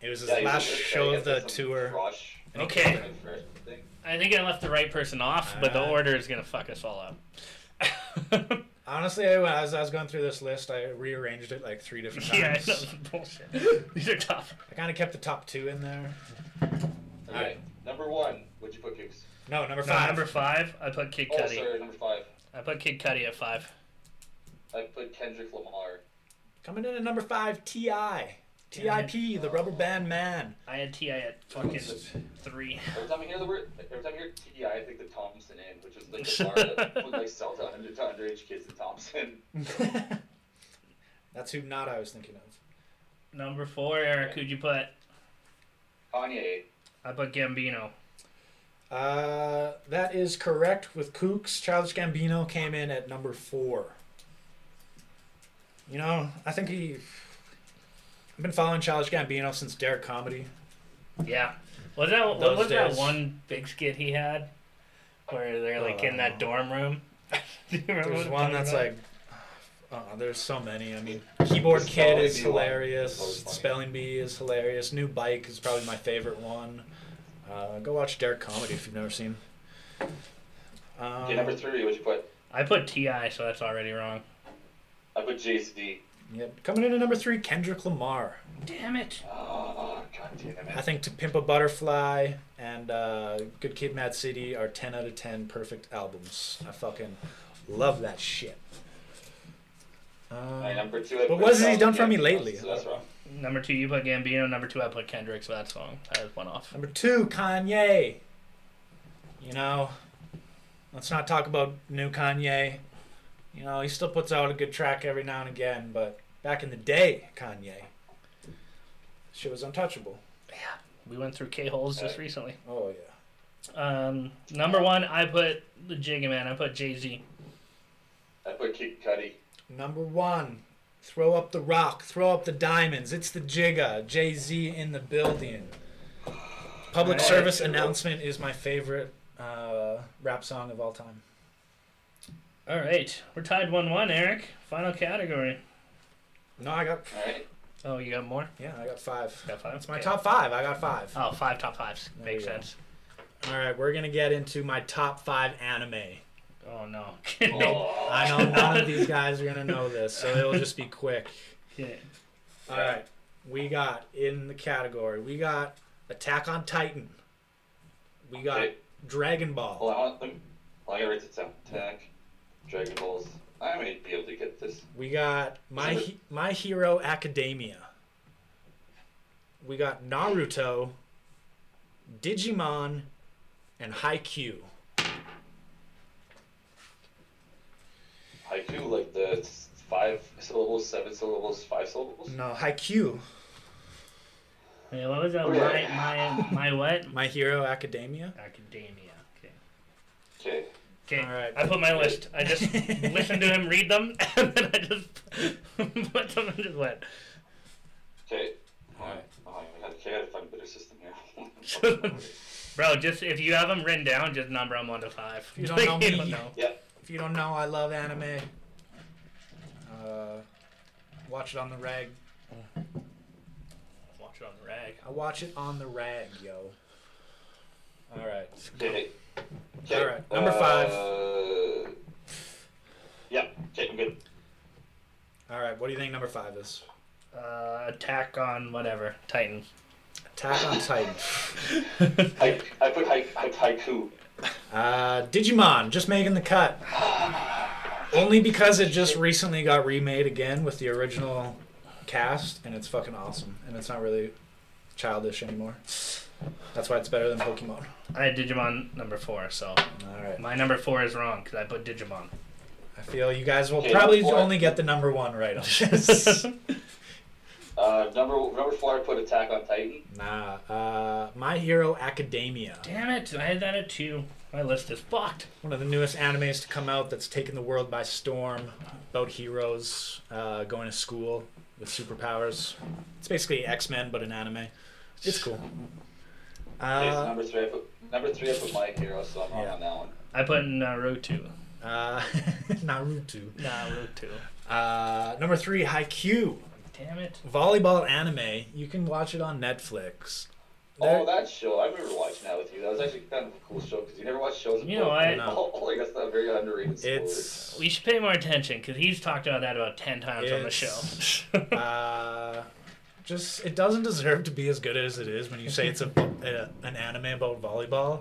Speaker 1: It was his
Speaker 3: Yeah, he was
Speaker 1: last
Speaker 3: a good guy.
Speaker 1: show
Speaker 3: He
Speaker 1: of the
Speaker 3: had, like, some
Speaker 1: tour.
Speaker 3: thrush
Speaker 1: And he
Speaker 2: Okay.
Speaker 1: came
Speaker 3: kind of fresh thing.
Speaker 2: I think I left the right person off, but the
Speaker 1: Uh.
Speaker 2: order is gonna fuck us all up.
Speaker 1: Honestly, I- as I was going through this list, I rearranged it like three different times.
Speaker 2: yeah, I know. bullshit. These are tough.
Speaker 1: I kind of kept the top two in there.
Speaker 3: Okay. Number one, what'd you put Kicks?
Speaker 1: No, number
Speaker 2: No,
Speaker 1: five.
Speaker 2: number five, I put Kid
Speaker 3: Oh
Speaker 2: Cudi.
Speaker 3: sorry, number five.
Speaker 2: I put Kid Cudi at five.
Speaker 3: I put Kendrick Lamar.
Speaker 1: Coming in at number five, T.I. T.I.P., the rubber band man.
Speaker 2: I had Ti at fucking three.
Speaker 3: Every time I hear the word every time I hear TI I think the Thompson Inn, which is like the bar that would like sell to under to underage kids in Thompson.
Speaker 1: That's who not I was thinking of.
Speaker 2: Number four, Eric, who'd you put?
Speaker 3: Kanye.
Speaker 2: I put Gambino.
Speaker 1: Uh, that is correct with Kooks. Childish Gambino came in at number four. You know, I think he. I've been following Childish Gambino since Derek Comedy.
Speaker 2: Yeah. Was that what
Speaker 1: Those
Speaker 2: was that
Speaker 1: days.
Speaker 2: one big skit he had? Where they're like in
Speaker 1: Uh,
Speaker 2: that dorm room. Do you remember
Speaker 1: There's
Speaker 2: what I'm
Speaker 1: one
Speaker 2: talking
Speaker 1: that's
Speaker 2: about?
Speaker 1: like, oh, there's so many. I mean, Keyboard Kid is hilarious. Spelling Bee is hilarious. New Bike is probably my favorite one. Uh, go watch Derek Comedy if you've never seen. Um,
Speaker 3: Okay, number three, what'd you put?
Speaker 2: I put Ti, so that's already wrong.
Speaker 3: I put Jay Z.
Speaker 1: Um, Yep. Coming in at number three, Kendrick Lamar.
Speaker 2: Damn it.
Speaker 3: Oh, god damn
Speaker 1: I
Speaker 3: it.
Speaker 1: think To Pimp a Butterfly and uh, Good Kid, Mad City are 10 out of 10 perfect albums. I fucking love that shit.
Speaker 3: Alright,
Speaker 1: Um,
Speaker 3: number two,
Speaker 1: But
Speaker 3: I put
Speaker 1: what has he
Speaker 3: Childish
Speaker 1: done for me
Speaker 3: Gambino,
Speaker 1: lately?
Speaker 3: So that's wrong.
Speaker 2: Number two, you put Gambino. Number two, I put Kendrick, so that's wrong. I was one off.
Speaker 1: Number two, Kanye. You know, let's not talk about new Kanye. You know, he still puts out a good track every now and again, but back in the day, Kanye, shit was untouchable.
Speaker 2: We went through K holes just
Speaker 3: Alright.
Speaker 2: recently.
Speaker 1: Oh yeah.
Speaker 2: Um, number one, I put the Jigga Man. I put Jay Z.
Speaker 3: I put Kid Cudi.
Speaker 1: Number one, throw up the rock, throw up the diamonds. It's the Jigga, Jay Z in the building. Public
Speaker 2: Alright.
Speaker 1: service announcement is my favorite uh, rap song of all time.
Speaker 2: All right, we're tied one-one. Eric, final category.
Speaker 1: No, I got
Speaker 3: Alright.
Speaker 2: Oh, you got more?
Speaker 1: yeah, I got five.
Speaker 2: Got five.
Speaker 1: That's my
Speaker 2: Okay.
Speaker 1: top five. I got five.
Speaker 2: Oh, five top fives.
Speaker 1: There
Speaker 2: Makes
Speaker 1: you go.
Speaker 2: sense.
Speaker 1: All right, we're gonna get into my top five anime.
Speaker 2: Oh no.
Speaker 3: Oh.
Speaker 1: I know none of these guys are gonna know this, so it'll just be quick.
Speaker 2: Okay.
Speaker 1: All right. We got in the category. We got Attack on Titan. We got
Speaker 3: Okay.
Speaker 1: Dragon Ball.
Speaker 3: Hold on, let me- oh, I'll get right to Temp Attack, Dragon Balls. I may be able to get this.
Speaker 1: We got My He- My Hero Academia. We got Naruto, Digimon, and Haikyuu.
Speaker 3: Haiku, like the s- five syllables, seven syllables, five syllables.
Speaker 1: No, Haikyuu.
Speaker 2: Wait, what was that? My, my, my what?
Speaker 1: My Hero Academia.
Speaker 2: Academia. Okay.
Speaker 3: Okay.
Speaker 2: Okay.
Speaker 1: All right.
Speaker 2: I put my list. I just listened to him read them, and then I just put them and just went.
Speaker 3: Okay. Alright. Oh, I gotta, okay, I gotta find a better system here.
Speaker 2: Bro, just if you have them written down, just number them one to five.
Speaker 1: You don't know me.
Speaker 3: yeah.
Speaker 1: If you don't know, I love anime. Uh, watch it on the rag.
Speaker 2: Watch it on the rag.
Speaker 1: I watch it on the rag, yo. All right.
Speaker 3: Okay.
Speaker 1: Alright, number five.
Speaker 3: Uh, yeah. Okay, I'm good.
Speaker 1: All right. What do you think number five is?
Speaker 2: Uh, attack on whatever Titan.
Speaker 1: Attack on Titan.
Speaker 3: I, I put haik, I, haiku.
Speaker 1: Uh, Digimon just making the cut. Only because it just recently got remade again with the original cast, and it's fucking awesome. And it's not really childish anymore. That's why it's better than Pokemon.
Speaker 2: I had Digimon number four, so
Speaker 1: All right.
Speaker 2: my number four is wrong because I put Digimon.
Speaker 1: I feel you guys will
Speaker 3: Okay,
Speaker 1: probably
Speaker 3: number four.
Speaker 1: only get the number one right on this.
Speaker 3: Uh, number number four, I put Attack on Titan.
Speaker 1: nah. Uh, My Hero Academia.
Speaker 2: Damn it! I had that at two. My list is fucked.
Speaker 1: one of the newest animes to come out that's taken the world by storm about heroes uh, going to school with superpowers it's basically x-men but an anime it's cool
Speaker 3: Okay, so
Speaker 1: uh,
Speaker 3: number three, I put number three, I put My Hero, so I'm wrong
Speaker 1: Yeah.
Speaker 3: on that one.
Speaker 2: I put Naruto.
Speaker 1: uh, naruto
Speaker 2: Naruto.
Speaker 1: uh, number three haikyuu
Speaker 2: Damn it!
Speaker 1: volleyball anime you can watch it on netflix
Speaker 3: Oh,
Speaker 1: There-
Speaker 3: that show! I remember watching that with you. That was actually kind of a cool show because you never watched shows.
Speaker 2: You
Speaker 3: before.
Speaker 2: know, I-
Speaker 1: No.
Speaker 3: oh, I guess that very underrated. sport.
Speaker 1: it's
Speaker 2: We should pay more attention because he's talked about that about ten times on the
Speaker 1: It's-
Speaker 2: show.
Speaker 1: uh, just it doesn't deserve to be as good as it is when you say it's a, a an anime about volleyball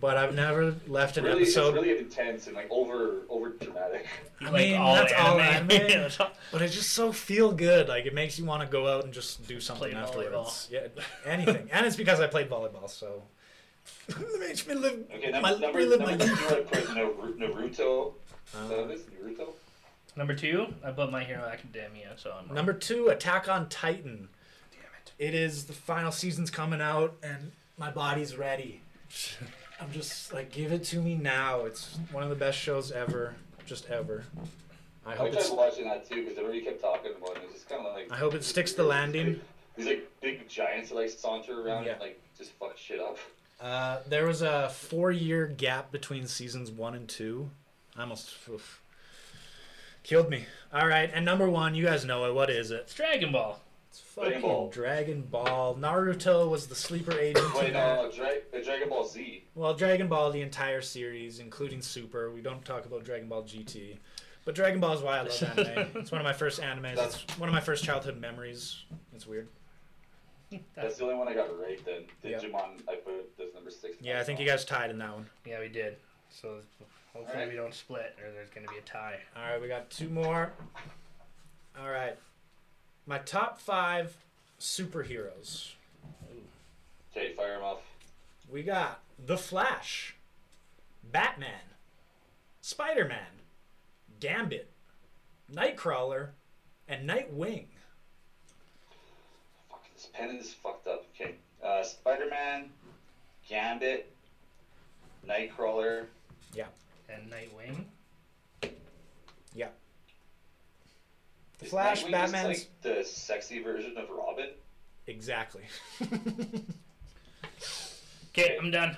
Speaker 1: but i've never left an
Speaker 3: really,
Speaker 1: episode
Speaker 3: it's really intense and like over over dramatic.
Speaker 2: You
Speaker 1: I
Speaker 2: like
Speaker 1: mean,
Speaker 2: all
Speaker 1: that's all
Speaker 2: anime.
Speaker 1: anime.
Speaker 2: Yeah, that's all-
Speaker 1: But it's just so feel good. Like it makes you want to go out and just do something
Speaker 2: Play
Speaker 1: afterwards. Yeah, anything. and it's because I played volleyball, so it makes me live
Speaker 3: Okay, number
Speaker 1: my
Speaker 3: number,
Speaker 1: relive my
Speaker 3: number two,
Speaker 1: youth.
Speaker 3: I put Naru- Naruto. Uh, Is that
Speaker 1: Um,
Speaker 3: this Naruto?
Speaker 2: Number two, I put My Hero Academia, so I'm wrong.
Speaker 1: number two, Attack on Titan.
Speaker 2: Damn it.
Speaker 1: It is the final season's coming out, and my body's ready. I'm just like, give it to me now. It's one of the best shows ever, just ever. I
Speaker 3: I
Speaker 1: hope
Speaker 3: tried
Speaker 1: it's.
Speaker 3: watching that too because everybody kept talking about it. It's just kind of like.
Speaker 1: I hope it sticks the landing.
Speaker 3: These like big giants that like saunter around
Speaker 1: Yeah.
Speaker 3: and like just fuck shit up.
Speaker 1: Uh, there was a four-year gap between seasons one and two. I almost oof. killed me. All right, and number one, you guys know it. What is it?
Speaker 2: It's Dragon Ball.
Speaker 1: It's
Speaker 3: Dragon
Speaker 1: fucking
Speaker 3: Ball.
Speaker 1: Dragon Ball. Naruto was the sleeper agent.
Speaker 3: Wait,
Speaker 1: in
Speaker 3: no,
Speaker 1: that.
Speaker 3: no, uh, Dra- Dragon Ball Z.
Speaker 1: Well, Dragon Ball, the entire series, including Super. We don't talk about Dragon Ball GT, but Dragon Ball is why I love anime. it's one of my first animes. It's one of my first childhood memories. It's weird.
Speaker 3: That's the only one I got right then.
Speaker 1: Yep.
Speaker 3: Digimon, I put this number six.
Speaker 1: Yeah, I think you guys tied in that one.
Speaker 2: Yeah, we did. So hopefully
Speaker 3: Alright.
Speaker 2: we don't split, or there's gonna be a tie.
Speaker 1: All right, we got two more. All right. My top five superheroes.
Speaker 3: Okay, fire him off.
Speaker 1: We got The Flash, Batman, Spider Man, Gambit, Nightcrawler, and Nightwing.
Speaker 3: Fuck, this pen is fucked up. Okay. Uh, Spider Man, Gambit, Nightcrawler.
Speaker 2: And Nightwing.
Speaker 1: Yeah. The
Speaker 3: Is
Speaker 1: Flash,
Speaker 3: Nightwing just,
Speaker 1: Batman's.
Speaker 3: like the sexy version of Robin.
Speaker 1: Exactly.
Speaker 2: Okay, I'm done.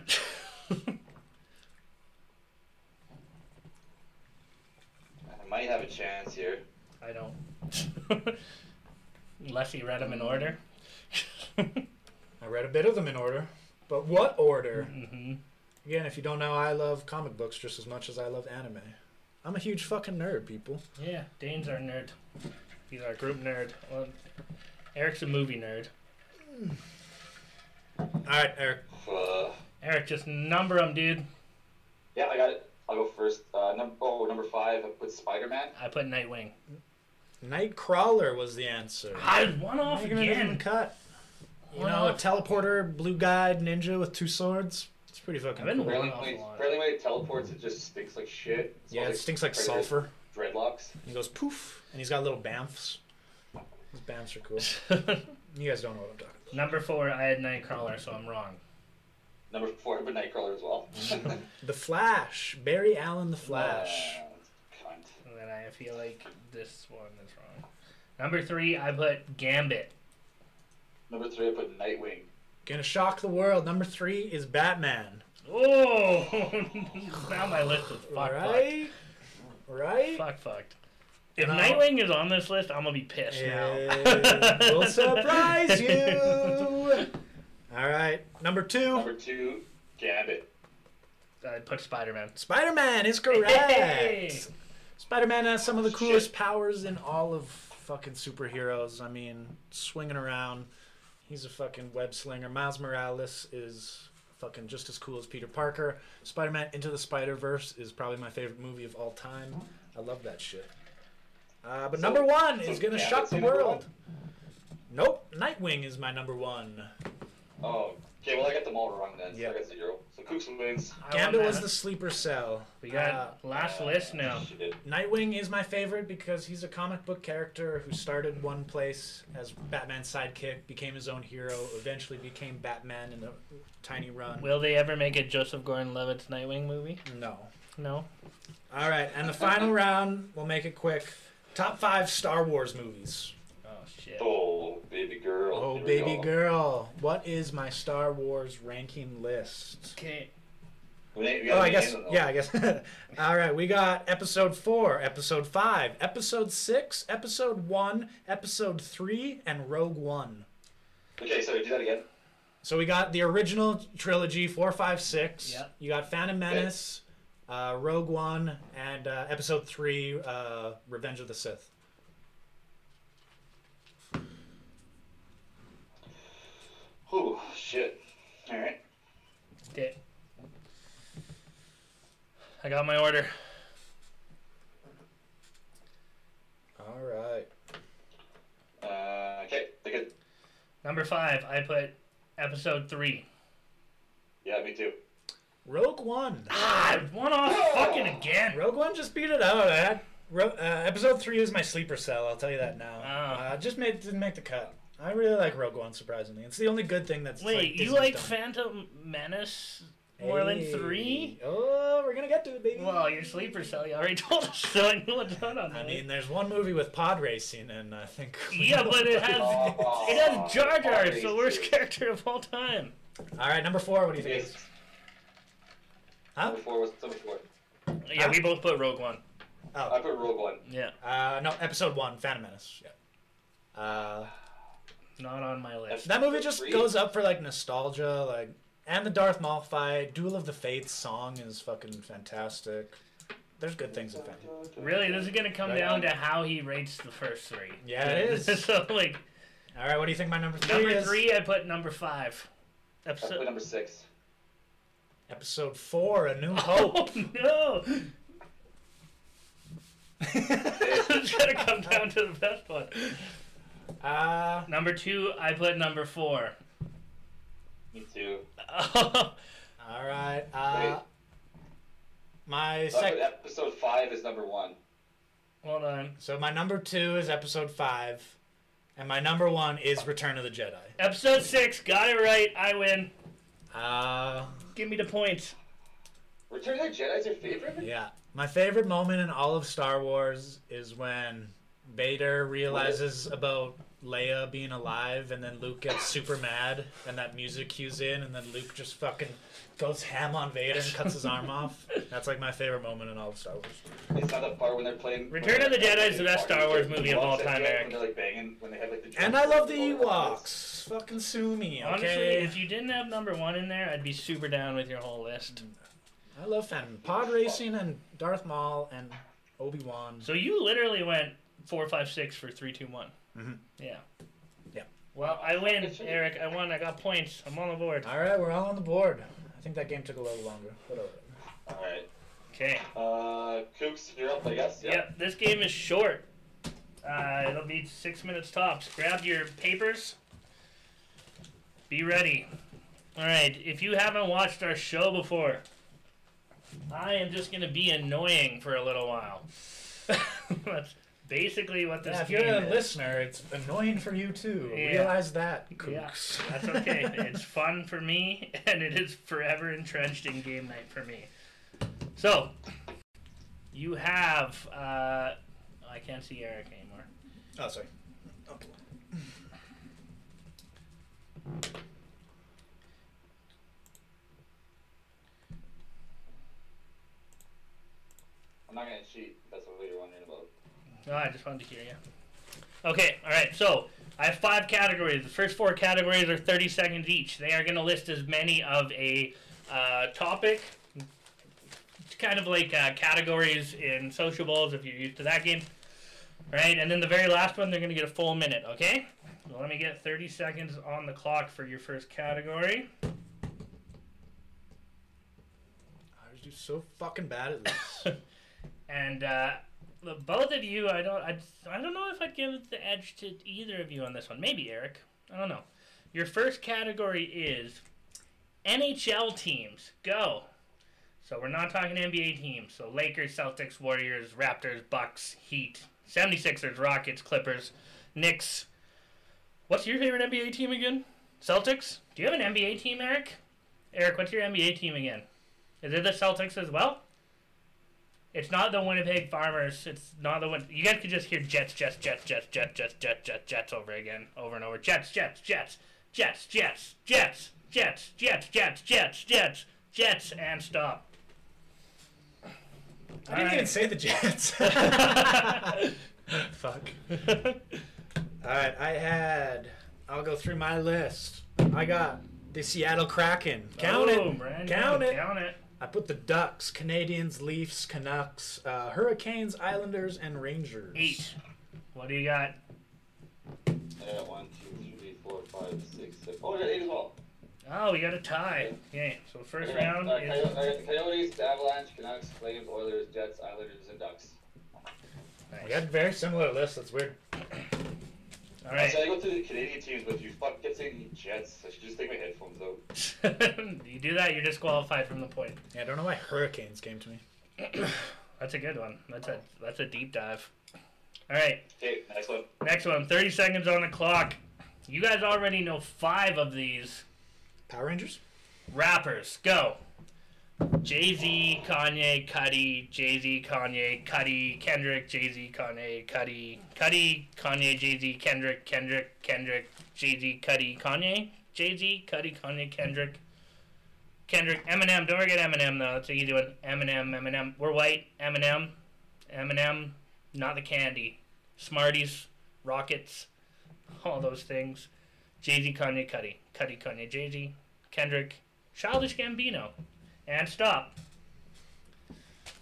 Speaker 3: I might have a chance here.
Speaker 2: I don't. Unless you read them in order.
Speaker 1: I read a bit of them in order. But what order?
Speaker 2: hmm
Speaker 1: Again, if you don't know, I love comic books just as much as I love anime. I'm a huge fucking nerd, people.
Speaker 2: Yeah, Danes are nerd. He's our group nerd. Well, Eric's a movie nerd.
Speaker 1: All right, Eric.
Speaker 3: Uh,
Speaker 2: Eric, just number them, dude.
Speaker 3: yeah, I got it. I'll go first. Uh, num- oh, number five, I put Spider Man.
Speaker 2: I put Nightwing.
Speaker 1: Nightcrawler was the answer.
Speaker 2: I one off
Speaker 1: Making it even
Speaker 2: again.
Speaker 1: cut. You
Speaker 2: One
Speaker 1: know, a
Speaker 2: off.
Speaker 1: teleporter, blue guide, ninja with two swords. It's pretty fucking
Speaker 2: I've been
Speaker 1: cool.
Speaker 2: wa-
Speaker 3: Apparently,
Speaker 2: Going off
Speaker 3: when
Speaker 2: a
Speaker 3: he-
Speaker 2: lot.
Speaker 3: apparently when it teleports, it just stinks like shit.
Speaker 1: Yeah, it stinks like
Speaker 3: predator
Speaker 1: sulfur.
Speaker 3: Dreadlocks.
Speaker 1: He goes poof, and he's got little bamfs. His bamfs are cool. You guys don't know what I'm talking
Speaker 2: number four, I had Nightcrawler, so I'm wrong.
Speaker 3: Number four, but Nightcrawler as well.
Speaker 1: about. The Flash, Barry Allen, The Flash.
Speaker 3: Uh, cunt.
Speaker 2: And then I feel like this one is wrong. Number three, I put Gambit.
Speaker 3: Number three, I put Nightwing.
Speaker 1: Gonna shock the world. Number three is Batman.
Speaker 2: Oh, now my list is fuck,
Speaker 1: right, right.
Speaker 2: fucked. fuck, fucked. If
Speaker 1: And I'll-
Speaker 2: Nightwing is on this list, I'm gonna be pissed
Speaker 1: Yeah,
Speaker 2: now.
Speaker 1: we'll surprise you. All right, number two,
Speaker 3: Number two, Gambit.
Speaker 2: I put Spider Man.
Speaker 1: Spider Man is correct. Spider Man has some of the coolest powers in all of fucking superheroes. I mean, swinging around. He's a fucking web slinger. Miles Morales is fucking just as cool as Peter Parker. Spider Man Into the Spider Verse is probably my favorite movie of all time. I love that shit. Uh, but
Speaker 3: So-
Speaker 1: number one
Speaker 3: so
Speaker 1: is gonna
Speaker 3: Gambit's
Speaker 1: shock the
Speaker 3: your number
Speaker 1: world. Nope, Nightwing is my number one.
Speaker 3: Oh, okay, well, I got them all wrong then.
Speaker 1: Yeah.
Speaker 3: So I got zero. So Kooks wins.
Speaker 2: I
Speaker 1: Gambit
Speaker 2: want
Speaker 1: was
Speaker 2: that.
Speaker 1: the sleeper cell.
Speaker 2: We got
Speaker 1: Uh,
Speaker 2: last list now.
Speaker 3: Shit.
Speaker 1: Nightwing is my favorite because he's a comic book character who started one place as Batman's sidekick, became his own hero, eventually became Batman in a tiny run.
Speaker 2: Will they ever make a Joseph Gordon-Levitt's Nightwing movie?
Speaker 1: No.
Speaker 2: No.
Speaker 1: All right, and the final round, we'll make it quick. Top five Star Wars movies.
Speaker 2: Oh shit.
Speaker 3: Oh, baby girl.
Speaker 1: Oh,
Speaker 3: Here we
Speaker 1: baby
Speaker 3: go.
Speaker 1: girl, what is my Star Wars ranking list?
Speaker 2: Okay.
Speaker 3: We ain't- we
Speaker 1: Oh,
Speaker 3: gotta
Speaker 1: I
Speaker 3: name
Speaker 1: guess.
Speaker 3: them, though.
Speaker 1: Yeah, I guess. All right, we got episode four, episode five, episode six, episode one, episode three, and Rogue One.
Speaker 3: Okay, so do that again.
Speaker 1: So we got the original trilogy, four, five, six.
Speaker 2: Yep.
Speaker 1: You got Phantom Menace, uh, Rogue One, and uh, episode three, uh, Revenge of the Sith.
Speaker 3: Whew, shit. All right.
Speaker 2: Okay. I got my order.
Speaker 1: All right.
Speaker 3: Uh, okay, they're good.
Speaker 2: Number five, I put episode three.
Speaker 3: Yeah, me too.
Speaker 1: Rogue One.
Speaker 2: Ah, one off fucking again.
Speaker 1: Rogue One just beat it out. I had Ro- uh, episode three is my sleeper cell. I'll tell you that now.
Speaker 2: Ah.
Speaker 1: Uh, just made didn't make the cut. I really like Rogue One. Surprisingly, it's the only good thing that's
Speaker 2: Wait,
Speaker 1: like,
Speaker 2: you
Speaker 1: Disney's
Speaker 2: like
Speaker 1: done.
Speaker 2: Phantom Menace more
Speaker 1: Hey.
Speaker 2: than three?
Speaker 1: Oh, we're gonna get to it, baby.
Speaker 2: Well, your sleeper cell, you already told us, so I know what's on that.
Speaker 1: I mean, there's one movie with pod racing, and I think
Speaker 2: yeah, but it has it has Jar Jar, it's the
Speaker 3: Obviously.
Speaker 2: worst character of all time.
Speaker 1: all right, number four. What do you think?
Speaker 3: Yes.
Speaker 1: Huh?
Speaker 3: Number four was number four.
Speaker 2: Yeah, we both put Rogue One.
Speaker 3: I
Speaker 1: Oh,
Speaker 3: put Rogue One.
Speaker 2: Yeah,
Speaker 1: uh, no, episode one, Phantom Menace. Yeah. Uh,
Speaker 2: not on my list.
Speaker 1: that movie just
Speaker 3: Three.
Speaker 1: goes up for like nostalgia, like, and the Darth Maul fight, Duel of the Fates song is fucking fantastic. There's good things in Phantom.
Speaker 2: Really, this is gonna come
Speaker 1: Right
Speaker 2: down
Speaker 1: on.
Speaker 2: to how he rates the first three.
Speaker 1: Yeah, it is.
Speaker 2: so like
Speaker 1: All right, what do you think my number three
Speaker 2: number
Speaker 1: is?
Speaker 2: three, I put number five.
Speaker 3: I put
Speaker 2: Episode.
Speaker 3: number six.
Speaker 1: Episode four, A New Hope.
Speaker 2: Oh no! it's gonna come down to the best one.
Speaker 1: uh,
Speaker 2: Number two, I put number four.
Speaker 3: Me too.
Speaker 1: all right. Uh,
Speaker 3: Wait. Oh,
Speaker 1: my
Speaker 3: So I put
Speaker 1: second.
Speaker 3: episode five is number one.
Speaker 2: Hold on.
Speaker 1: So my number two is Episode five, and my number one is Return of the Jedi.
Speaker 2: Episode six, got it right. I win.
Speaker 1: Uh,
Speaker 2: Give me the points.
Speaker 3: Return of the Jedi's your favorite?
Speaker 1: Yeah. My favorite moment in all of Star Wars is when Vader realizes about Leia being alive and then Luke gets super mad and that music cues in and then Luke just fucking goes ham on Vader and cuts his arm off. That's like my favorite moment in all of Star Wars.
Speaker 3: It's not that far when they're playing.
Speaker 2: Return
Speaker 3: when
Speaker 2: of the
Speaker 3: they're-
Speaker 2: Jedi is the best Star Wars movie of all
Speaker 3: When
Speaker 2: time,
Speaker 3: they're
Speaker 2: Eric.
Speaker 3: like banging, when they have like the
Speaker 1: And I love the
Speaker 3: drums and all that
Speaker 1: Ewoks.
Speaker 3: jazz.
Speaker 1: Fucking sue me,
Speaker 2: Honestly,
Speaker 1: okay?
Speaker 2: if you didn't have number one in there, I'd be super down with your whole list.
Speaker 1: I love Phantom Pod Racing and Darth Maul and Obi Wan.
Speaker 2: So you literally went four, five, six for three, two, one.
Speaker 4: Mhm.
Speaker 2: Yeah.
Speaker 4: Yep.
Speaker 2: Well, I win, Eric. I won. I got points. I'm on the board.
Speaker 1: All right, we're all on the board. I think that game took a little longer. Whatever.
Speaker 3: All right.
Speaker 2: Okay.
Speaker 3: Uh, Kooks, you're up, I guess. Yeah.
Speaker 2: Yep. This game is short. Uh, it'll be six minutes tops. Grab your papers. Be ready. All right. If you haven't watched our show before, I am just gonna be annoying for a little while. That's basically what this
Speaker 1: Yeah, if
Speaker 2: game
Speaker 1: you're a
Speaker 2: is.
Speaker 1: listener, it's annoying for you too.
Speaker 2: Yeah.
Speaker 1: Realize that.
Speaker 2: Yeah.
Speaker 1: Kooks.
Speaker 2: That's okay. it's fun for me, and it is forever entrenched in game night for me. So, you have. Uh, I can't see Eric anymore.
Speaker 1: Oh, sorry.
Speaker 3: I'm not gonna cheat. if That's what you're wondering about.
Speaker 2: No, Oh, I just wanted to hear you. Okay, all right. So I have five categories. The first four categories are 30 seconds each. They are going to list as many of a uh, topic. It's kind of like uh, categories in sociables if you're used to that game. Right, and then the very last one, they're going to get a full minute, okay? So let me get 30 seconds on the clock for your first category.
Speaker 1: I was just so fucking bad at this.
Speaker 2: And uh, the- both of you, I don't, I, I don't know if I'd give the edge to either of you on this one. Maybe Eric. I don't know. Your first category is NHL teams. Go. So we're not talking NBA teams. So Lakers, Celtics, Warriors, Raptors, Bucks, Heat, 76ers, Rockets, Clippers, Knicks. What's your favorite NBA team again? Celtics? Do you have an NBA team, Eric? Eric, what's your NBA team again? Is it the Celtics as well? It's not the Winnipeg Farmers. It's not the one. You guys could just hear Jets, Jets, Jets, Jets, Jets, Jets, Jets, Jets, Jets over again, over and over. Jets, Jets, Jets, Jets, Jets, Jets, Jets, Jets, Jets, Jets, Jets, Jets, and stop.
Speaker 1: I didn't even say the Jets. Fuck. All right, I had. I'll go through my list. I got the Seattle Kraken. Count
Speaker 2: Oh,
Speaker 1: it.
Speaker 2: Brandon,
Speaker 1: Count it.
Speaker 2: Count it.
Speaker 1: I put the Ducks, Canadians, Leafs, Canucks, uh, Hurricanes, Islanders, and Rangers.
Speaker 2: Eight. What do you got?
Speaker 3: I got one, two, three, four, five, six, seven. Oh, I got eight as well.
Speaker 2: Oh, we got a tie. Okay, so first
Speaker 3: I got,
Speaker 2: round
Speaker 3: uh,
Speaker 2: is
Speaker 3: Coyote- I got Coyotes, Avalanche, Canucks, Flames, Oilers, Jets, Islanders, and Ducks.
Speaker 1: We had very similar lists. That's weird.
Speaker 2: all
Speaker 3: Right.
Speaker 2: right.
Speaker 3: So I go through the Canadian teams, but you fuck kept saying Jets. I should just take my headphones out.
Speaker 2: you do that, you're disqualified from the point.
Speaker 1: Yeah, I don't know why Hurricanes came to me.
Speaker 2: That's a good one. That's a that's a deep dive. All right.
Speaker 3: Okay, next one.
Speaker 2: Next one, 30 seconds on the clock. You guys already know five of these
Speaker 1: Power Rangers.
Speaker 2: rappers. Go. Jay Z, Kanye, Cudi, Jay Z, Kanye, Cudi, Kendrick, Jay Z, Kanye, Cudi, Cudi, Kanye, Jay Z, Kendrick, Kendrick, Kendrick, Jay Z, Cudi, Kanye, Jay Z, Cudi, Kanye, Kendrick, Kendrick, Eminem. Don't forget Eminem though. That's an easy one. Eminem, Eminem. We're white. Eminem, Eminem. Not the candy. Smarties, Rockets, all those things. Jay Z, Kanye, Cudi, Cudi, Kanye, Jay Z, Kendrick, Childish Gambino, and stop.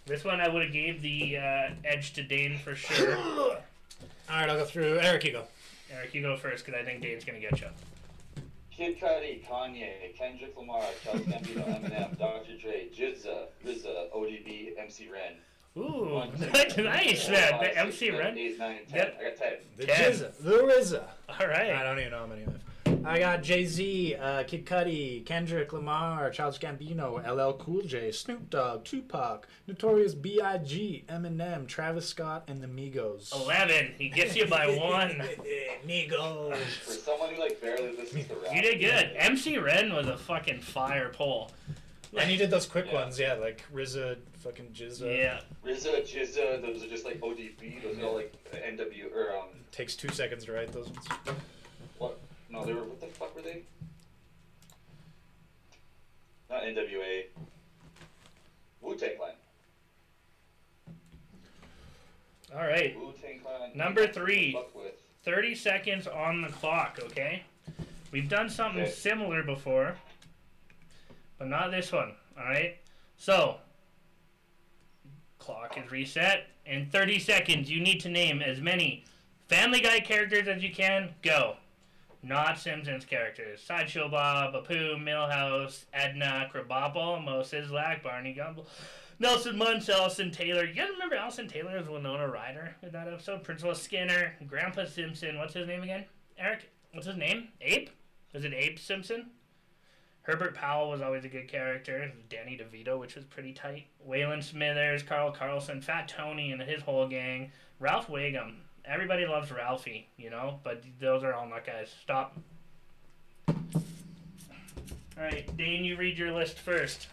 Speaker 2: This one I would have gave the uh, edge to Dane for sure.
Speaker 1: All right, I'll go through. Eric, you go.
Speaker 2: Eric, you go first because I think Dane's gonna get you.
Speaker 3: Kid Cudi, Kanye, Kendrick Lamar, Charles Gambino, Eminem, Dr. Dre, Jizza, RZA, ODB, MC Ren.
Speaker 2: Ooh,
Speaker 3: One, two, three,
Speaker 2: nice
Speaker 3: four,
Speaker 2: man.
Speaker 3: five,
Speaker 2: The
Speaker 3: six,
Speaker 2: MC
Speaker 3: seven,
Speaker 2: Ren.
Speaker 3: eight, nine, ten.
Speaker 2: Yep.
Speaker 3: I got ten.
Speaker 1: The
Speaker 2: Ten.
Speaker 1: Jizza. The RZA.
Speaker 2: All
Speaker 1: I
Speaker 2: right.
Speaker 1: don't even know how many left. I got Jay Z, uh, Kid Cudi, Kendrick Lamar, Childish Gambino, LL Cool J, Snoop Dogg, Tupac, Notorious B.I.G., Eminem, Travis Scott, and the Migos.
Speaker 2: Eleven. He Oh, gets you by one.
Speaker 3: For
Speaker 1: Migos.
Speaker 3: someone who like barely listens to rap.
Speaker 2: You did good. MC Ren was a fucking fire pull.
Speaker 1: And you did those quick
Speaker 3: Yeah.
Speaker 1: ones, yeah, like RZA, fucking Jizza.
Speaker 2: Yeah.
Speaker 3: RZA, Jizza, those are just like ODB. Those are all like NW or um.
Speaker 1: Takes two seconds to write those ones.
Speaker 3: What? No, they were. What the fuck were they? Not NWA. Wu Tang Clan.
Speaker 2: All right.
Speaker 3: Wu Tang Clan.
Speaker 2: Number three.
Speaker 3: Fuck with.
Speaker 2: 30 seconds on the clock, okay? We've done something
Speaker 3: Okay.
Speaker 2: similar before, but not this one, alright? So, clock seconds reset. In 30 seconds, you need to name as many Family Guy characters as you can. Go. Not Simpsons characters. Sideshow Bob, Apu, Millhouse, Edna, Krabappel, Mo Sizlak, Barney Gumble, Nelson Munch, Allison Taylor. You guys remember Allison Taylor as Winona Ryder in that episode? Princess Skinner, Grandpa Simpson. What's his name again? Eric? What's his name? Ape? Is it Ape Simpson? Herbert Powell was always a good character. Danny DeVito, which was pretty tight. Waylon Smithers, Carl Carlson, Fat Tony, and his whole gang. Ralph Wiggum. Everybody loves Ralphie, you know, but those are all not guys. Stop. All right, Dane, you read your list first.